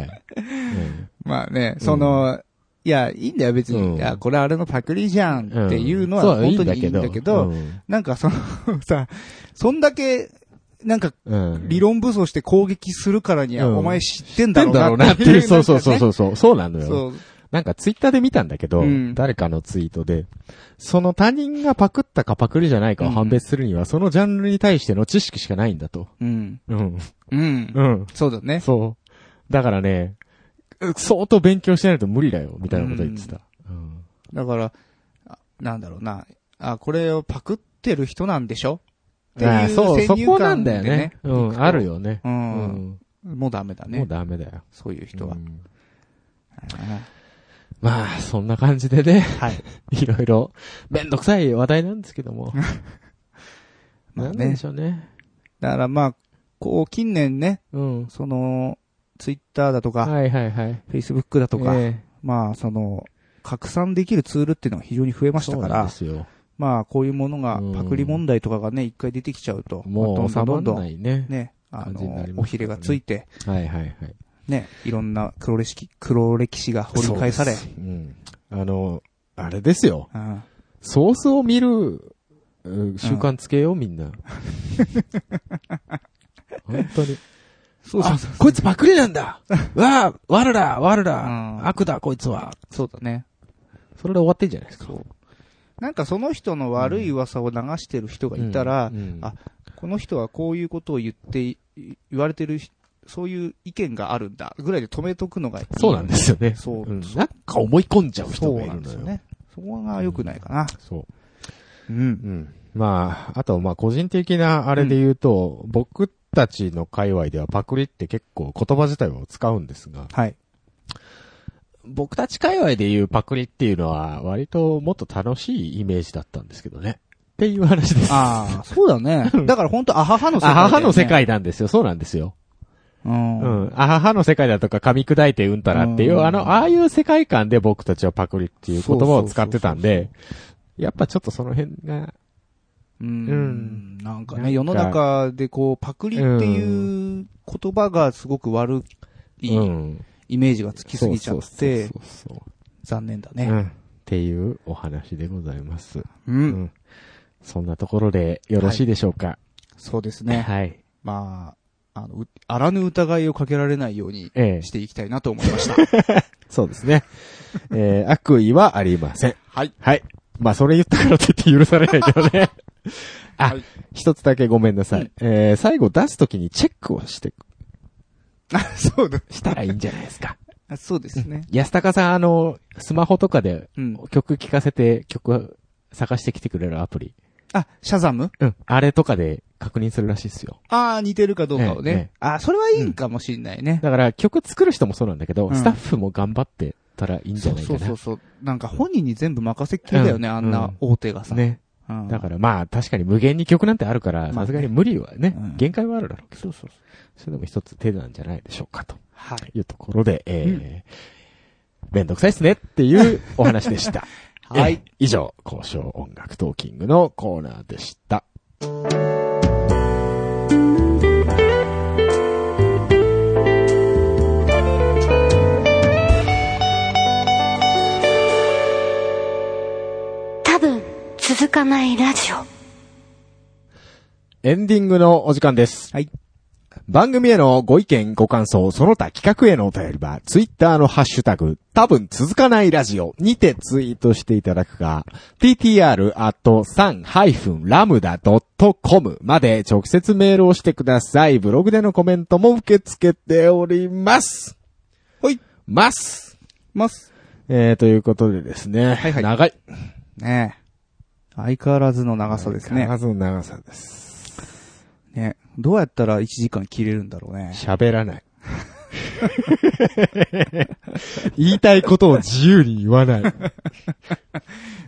S2: い。うん
S1: まあね、その、いや、いいんだよ別
S2: うん
S1: に。いや、これあれのパクリじゃん
S2: ん
S1: っていうのは
S2: そ
S1: 本当にいいんだけど、、なんかそのさ、そんだけ、なんか理
S2: 論
S1: 論武装して攻撃するからには、
S2: うん
S1: お前知ってんだ
S2: なん
S1: ろう
S2: だろう
S1: な
S2: な
S1: っ
S2: ってて
S1: い
S2: いうう、そう
S1: な
S2: そ
S1: んか
S2: うそ
S1: ね
S2: うそう、そうそうなのよ。
S1: そう。
S2: なんかツイッターで見たんだけど、
S1: うん
S2: 誰かのツイートで、その他人がパクったかパクリじゃないかを判別するには、そのジャンルに対しての知識しかないんだと。
S1: うん。
S2: うん。
S1: うん。
S2: うん。
S1: そうだね。
S2: そう。だからね、相当勉強しないと無理だよ、みたいなこと言ってた。うん。
S1: だから、あなんだろうな。あ、これをパクってる人なんでしょっていう
S2: ああそう、そ
S1: 先入
S2: こな
S1: 観
S2: んだ
S1: で
S2: よ
S1: ね
S2: ね。。うん、あるよね。
S1: う。。
S2: うん
S1: もうダメだ
S2: もう
S1: ね。
S2: ダメだよ。
S1: そういう人は
S2: う。んまあ、そんな感じでね。はい。 いろいろ、めんどくさい話題なんですけども。
S1: まあ
S2: な
S1: ね
S2: んなんでしょうね。
S1: だからまあ、こう、近年ね、
S2: うん。
S1: その、ツイッターだとか、
S2: はいはいはい。
S1: フェイスブックだとか、
S2: ええ
S1: まあ、その、拡散できるツールっていうのが非常に増えました
S2: そう
S1: か
S2: なん
S1: ら
S2: で、すよ。
S1: まあ、こういうものが
S2: うん、
S1: パクリ問題とかがね、一回出てきちゃうと、
S2: もう
S1: どんど
S2: 収
S1: ん
S2: ま
S1: ど
S2: ん
S1: んど、
S2: なんいね。
S1: ね、あ
S2: 感じにな
S1: の
S2: りますからね、
S1: おひれがついて、
S2: はいはいはい。
S1: ね、いろんな黒歴史、黒歴史が掘り返され、
S2: そうですうん。あの、あれですよ。
S1: うん
S2: ソースを見る、うん習慣つけよう、みん な。本当に。
S1: そうそう
S2: あ
S1: そう。、
S2: こいつパ クリなんだわあ、我だ、我
S1: うん
S2: だ、悪だ、こいつは。
S1: そうだね。
S2: それで終わってんじゃないですか。
S1: なんかその人の悪い噂を流してる人がいたら、
S2: うん
S1: あこの人はこういうことを言ってい、言われてる人、そういう意見があるんだ、ぐらいで止めとくのがいい。
S2: そうなんですよね。
S1: そうん
S2: なんか思い込んじゃう人
S1: そう
S2: がい
S1: な
S2: る
S1: んですよ
S2: のよ。
S1: ね。そこが良くないかな。
S2: そう。
S1: うん。
S2: うん。まあ、あと、まあ、個人的なあれで言うと、僕たちの界隈ではパクリって結構言葉自体を使うんですが、
S1: はい。
S2: 僕たち界隈で言うパクリっていうのは、割ともっと楽しいイメージだったんですけどね。っていう話です。
S1: ああ、そうだね。だから本当アハハの世界、
S2: あははの世。界なんですよ。そうなんですよ。
S1: う。
S2: うんん。あははの世界だとか噛み砕いてうんたらっていうう、
S1: ん
S2: あの、ああいう世界観で僕たちはパクリっていう言葉を使ってたんで、やっぱちょっとその辺が、
S1: うん。なんか
S2: なんか
S1: ね、世の中でこう、パクリっていう言葉がすごく悪い
S2: うん。
S1: イメージがつきすぎちゃっ
S2: そう
S1: て、
S2: そうそうそう
S1: 残念だ
S2: う
S1: ね。
S2: ん。っていうお話でございます。
S1: う。
S2: うんそんなところでよろしいでしょうか。
S1: そうです
S2: はい。
S1: ね。まあ、あの、うあらぬ疑いをかけられないように
S2: ええ
S1: していきたいなと思いました。
S2: そうですね。えー、悪意はありません。
S1: はい。
S2: はい。まあ、それ言ったからといって許されないけど ね。あ、
S1: はい
S2: 一つだけごめんなさい。えー、最後出すときにチェックをして、
S1: あ そうだ。
S2: したらいいんじゃないですか。
S1: あそうですね。
S2: 安高さん、あの、スマホとかで
S1: うん。
S2: 曲聴かせて曲探してきてくれるアプリ。
S1: あ、シャザム
S2: うん。あれとかで確認するらしいですよ。
S1: ああ、似てるかどうかを
S2: えええ
S1: ね
S2: え。
S1: あそれはいいんかもしんないね。
S2: だから曲作る人もそうなんだけど、
S1: うん
S2: スタッフも頑張ってたらいいんじゃないか
S1: そう
S2: な。
S1: そうそう。なんか本人に全部任せっきりだよね、
S2: うん
S1: あんな大手がさ。
S2: ね。
S1: うん。
S2: だからまあ確かに無限に曲なんてあるから、
S1: まあね
S2: さすがに無理はね、
S1: うん
S2: 限界はあるだろうけど。そうそうそう。それでも一つ手なんじゃないでしょうかと。
S1: はい。
S2: いうところで、えーめんどくさいっすねっていうお話でした。
S1: はい
S2: えー。以上、交渉音楽トーキングのコーナーでした。
S4: 多分、続かないラジオ。
S2: エンディングのお時間です。
S1: はい。
S2: 番組へのご意見、ご感想、その他企画へのお便りは、ツイッターのハッシュタグ、多分続かないラジオにてツイートしていただくか、ttr.san-lambda.com まで直接メールをしてください。ブログでのコメントも受け付けております。
S1: ほい。
S2: ます。
S1: ます。
S2: えー、ということでですね。
S1: はいはい
S2: 長い。
S1: ねえ。相変わらずの長さですね
S2: ま。ずの長さです。
S1: ねどうやったら1時間切れるんだろうね。
S2: 喋らない。 言いたいことを自由に言わない。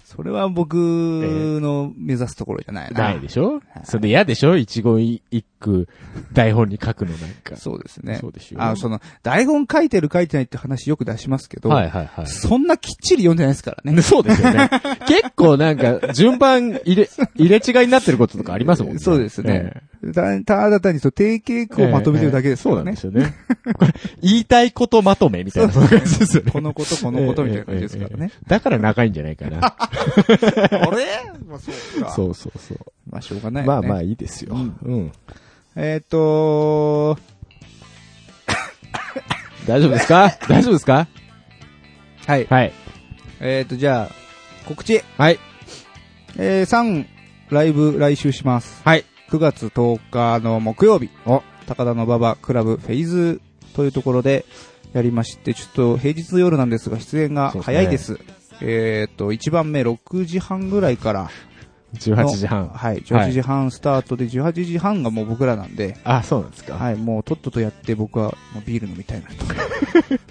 S1: それは僕の目指すところじゃないな。
S2: ないでしょそれ嫌でしょ一期一句、台本に書くのなんか。
S1: そうですね。
S2: そうでしょ
S1: あ、その、台本書いてる書いてないって話よく出しますけど、
S2: はいはいは
S1: そんなきっちり読んでないですから
S2: い。
S1: ね。
S2: そうですよね。結構なんか、順番入れ、入れ違いになってることとかありますもんね。
S1: そうですね。たただ単にそう定型
S2: ええ。
S1: 句をまとめてるだけです
S2: ええ
S1: か
S2: そうな
S1: ら
S2: ん
S1: ね。
S2: ですよね。 これ言いたいことまとめみたいな、そういう感じですよね。
S1: このこと、このことみたいな感じですから
S2: ええ
S1: ね
S2: え。え。だから長いんじゃないかな。
S1: あれまあそうか。
S2: そうそうそう。
S1: まあしょうがない
S2: ま
S1: よ
S2: あ
S1: ね。
S2: まあいいですよ。うん。
S1: えーっと、
S2: 大丈夫ですか大丈夫ですか
S1: はい。
S2: はい。
S1: えーっと、じゃあ、告知。
S2: はい。
S1: えー、3、ライブ来週します。
S2: はい。
S1: 9月10日の木曜日。
S2: お
S1: 高田の馬場クラブフェイズというところでやりまして、ちょっと平日の夜なんですが、出演が早いです。えーっと、1番目6時半ぐらいからの。
S2: 18時半。
S1: はい。18時半スタートで、18時半がもう僕らなんで、
S2: あ、そうなんですか。
S1: はい。もうとっととやって僕はもうビール飲みたいなと。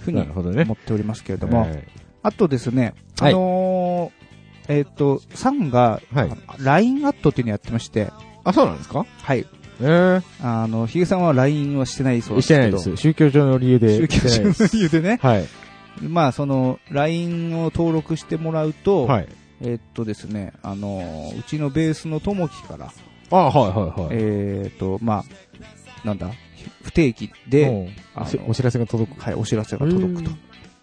S1: ふうに
S2: なるほどね
S1: 思っておりますけれども。
S2: はい
S1: あとですね、
S2: はい
S1: あのーえっ、と、サンが、あ
S2: はい
S1: の LINE アットっていうのやってまして、
S2: あ、そうなんですか
S1: はい。
S2: ええ
S1: あの、ヒゲさんは LINE はしてないそうです
S2: して
S1: けど。
S2: ないです。宗教上の理由で。
S1: 宗教
S2: してないで
S1: 中
S2: す
S1: の理由でね。
S2: はい。
S1: まあ、その、LINE を登録してもらうと、
S2: はい。
S1: えっとですね、あのーうちのベースのともきから、
S2: あ、はいはいはい。
S1: えっと、まあ、なんだ、不定期で、
S2: うん
S1: あの
S2: お知お知らせが届く。
S1: はい、お知らせが届くと
S2: へー。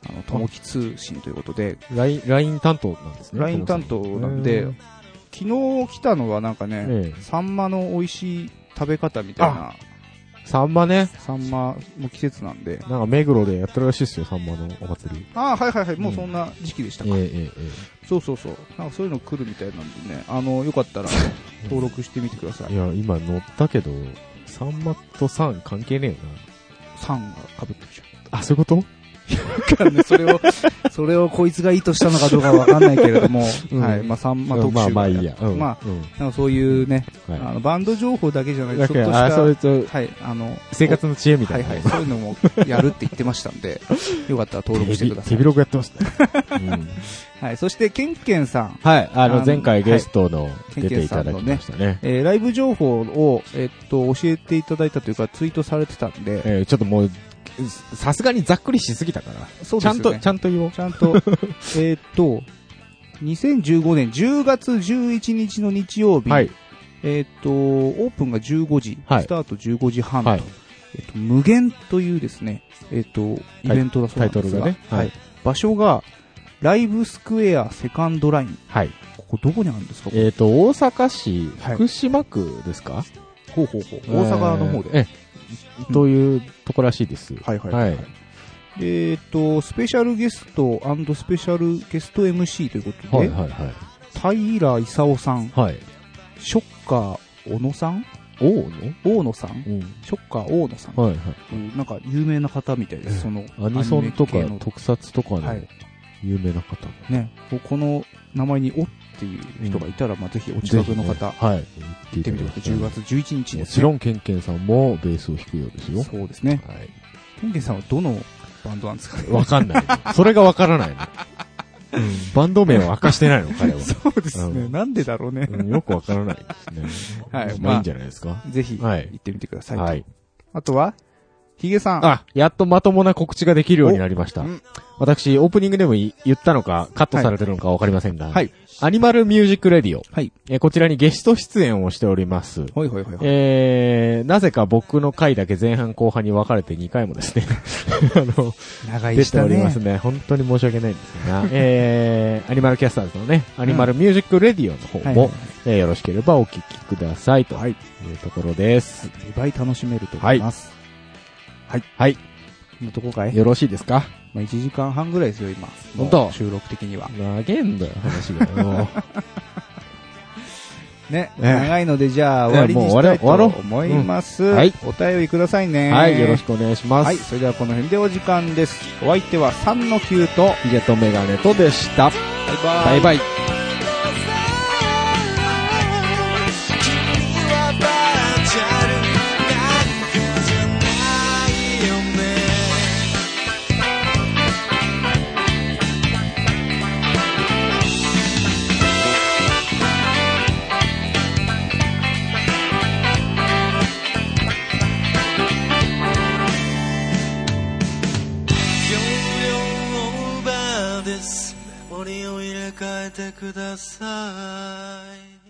S1: あの、ともき通信ということで、
S2: ライン、ライン担当なんですね。
S1: LINE 担当なんで、
S2: うん
S1: 昨日来たのはなんかね、
S2: ええ
S1: サンマの美味しい食べ方みたいな
S2: サンマね。
S1: サンマも季節なんで。
S2: なんか目黒でやってるらしいですよ、サンマのお祭り。
S1: ああ、はいはいはい、もうそんな時期でしたか。
S2: えええ
S1: そうそうそう。なんかそういうの来るみたいなんでね、あの、よかったら、登録してみてくださ
S2: え。
S1: い
S2: い。や、今乗ったけど、サンマとサン関係ねえよ
S1: サンが被ってるじ
S2: な。あ、そういうこと
S1: ゃん。だからね、それを、それをこいつが意図したのかどうかはわかんないけれども、
S2: うん
S1: はい。まあ、サンマ
S2: うん
S1: 特集
S2: まあまあいい
S1: や
S2: や
S1: っ。
S2: うん
S1: ま
S2: うん
S1: あ、なんかそういうね、
S2: はい
S1: あの、バンド情報だけじゃない、ちょ
S2: だ
S1: っと
S2: か
S1: し
S2: ら、あ、
S1: た、
S2: それと、
S1: はい、あの、
S2: 生活の知恵みた
S1: はい
S2: いな。
S1: はい、そういうのもやるって言ってましたんで、よかったら登録してくださ
S2: 手
S1: い。
S2: 広くやってますね。うん
S1: はい、そして、ケンケンさん、
S2: はい、あ
S1: あの
S2: の、前
S1: はい
S2: 回ゲストの
S1: ケン
S2: 出
S1: ケ
S2: て
S1: ン
S2: い
S1: さ
S2: た
S1: んの
S2: だ
S1: ね
S2: きましたね。
S1: えーライブ情報を、えっと、教えていただいたというか、ツイートされてたんで、
S2: えーちょっともう、さすがにざっくりしすぎたから。
S1: そう
S2: ち
S1: で
S2: ゃ
S1: す
S2: ん
S1: よ
S2: と、
S1: ね
S2: ち。ゃんと言おう。
S1: ちゃんと、 えっと、2015年10月11日の日曜日、
S2: はい。
S1: えっと、オープンが15時、
S2: はい
S1: スタート15時半と、
S2: はい
S1: えっと、無限というですね、えっと、イベントだそう
S2: タ
S1: な
S2: イ
S1: ん
S2: ト
S1: で
S2: ル
S1: す
S2: が
S1: が、
S2: ね。
S1: はい。場所が、ライブスクエアセカンドライン。
S2: はい。
S1: ここどこにあるんですか
S2: えっと、大阪市
S1: はい
S2: 福島区ですか
S1: ほうほうほう。大阪の方で。。
S2: えーえというとこらしいです。
S1: はいはい
S2: はい。
S1: えっと、スペシャルゲストスペシャルゲスト MC ということ
S2: はい
S1: で、
S2: はいはい。
S1: 平勲さん、
S2: はい。
S1: ショッカー小野さん
S2: おうの
S1: 大野さん
S2: うん。
S1: ショッカー大野さん
S2: はいはい。
S1: という、なんか有名な方みたいです、その。
S2: アニソンとか
S1: アニメ系
S2: 特撮とかの
S1: はい
S2: 有名な方。
S1: のね、ここの名前におっていう人がいたら、まあぜひお近
S2: ぜ
S1: く
S2: ひ
S1: の
S2: ね
S1: 方、
S2: はい。
S1: 行ってみてください。10月11日で
S2: も
S1: す
S2: ち
S1: ね。
S2: ろん、ケンケンさんもベースを弾くようですよ。
S1: そうですね。
S2: はい。
S1: ケンケンさんはどのバンドなんですかね
S2: わかんない。それがわからないの。うんバンド名を明かして ないの、彼は。
S1: そうですね。
S2: うん
S1: なんでだろうね。
S2: うんよくわからないですね。
S1: はい
S2: ま
S1: まあ
S2: あいいんじゃないですか。
S1: ぜひ、行
S2: はい
S1: ってみてください。
S2: はい。
S1: あとは、ヒゲさん。
S2: あ、やっとまともな告知ができるようになりました
S1: おうん。
S2: 私、オープニングでもい言ったのか、カットされてるのかわかりませんが、
S1: はい。
S2: アニマルミュージックレディオ、
S1: はい。
S2: えーこちらにゲスト出演をしております。
S1: ほいほいほいほい。
S2: えー、なぜか僕の回だけ前半後半に分かれて2回もですね、 あの、
S1: 長
S2: 出ておりますね。本当に申し訳ないんです が、えー、アニマルキャスターズのね、アニマルミュージックレディオの方も、
S1: はい
S2: えーよろしければお聞きくださいと
S1: はい
S2: いうところです。
S1: 2倍楽しめると思います。はい。
S2: はい。
S1: のとこかい
S2: よろしいですか
S1: まあ、1時間半ぐらいですよ、今。
S2: 本当
S1: もう収録的には。
S2: 投げんだよ、話が。もう
S1: ね。
S2: ええ
S1: 長いので、じゃあ、終わりにしたいと
S2: ええもう終わろう
S1: 思います。
S2: んはい
S1: お便りくださいね。
S2: はい、よろしくお願いします。
S1: はい。それでは、この辺でお時間です。お相手は3の9と、
S2: ヒゲとメガネとでした。
S1: バイバイ。
S2: バイバイ。
S5: 容量オーバーですメモリを入れ替えてください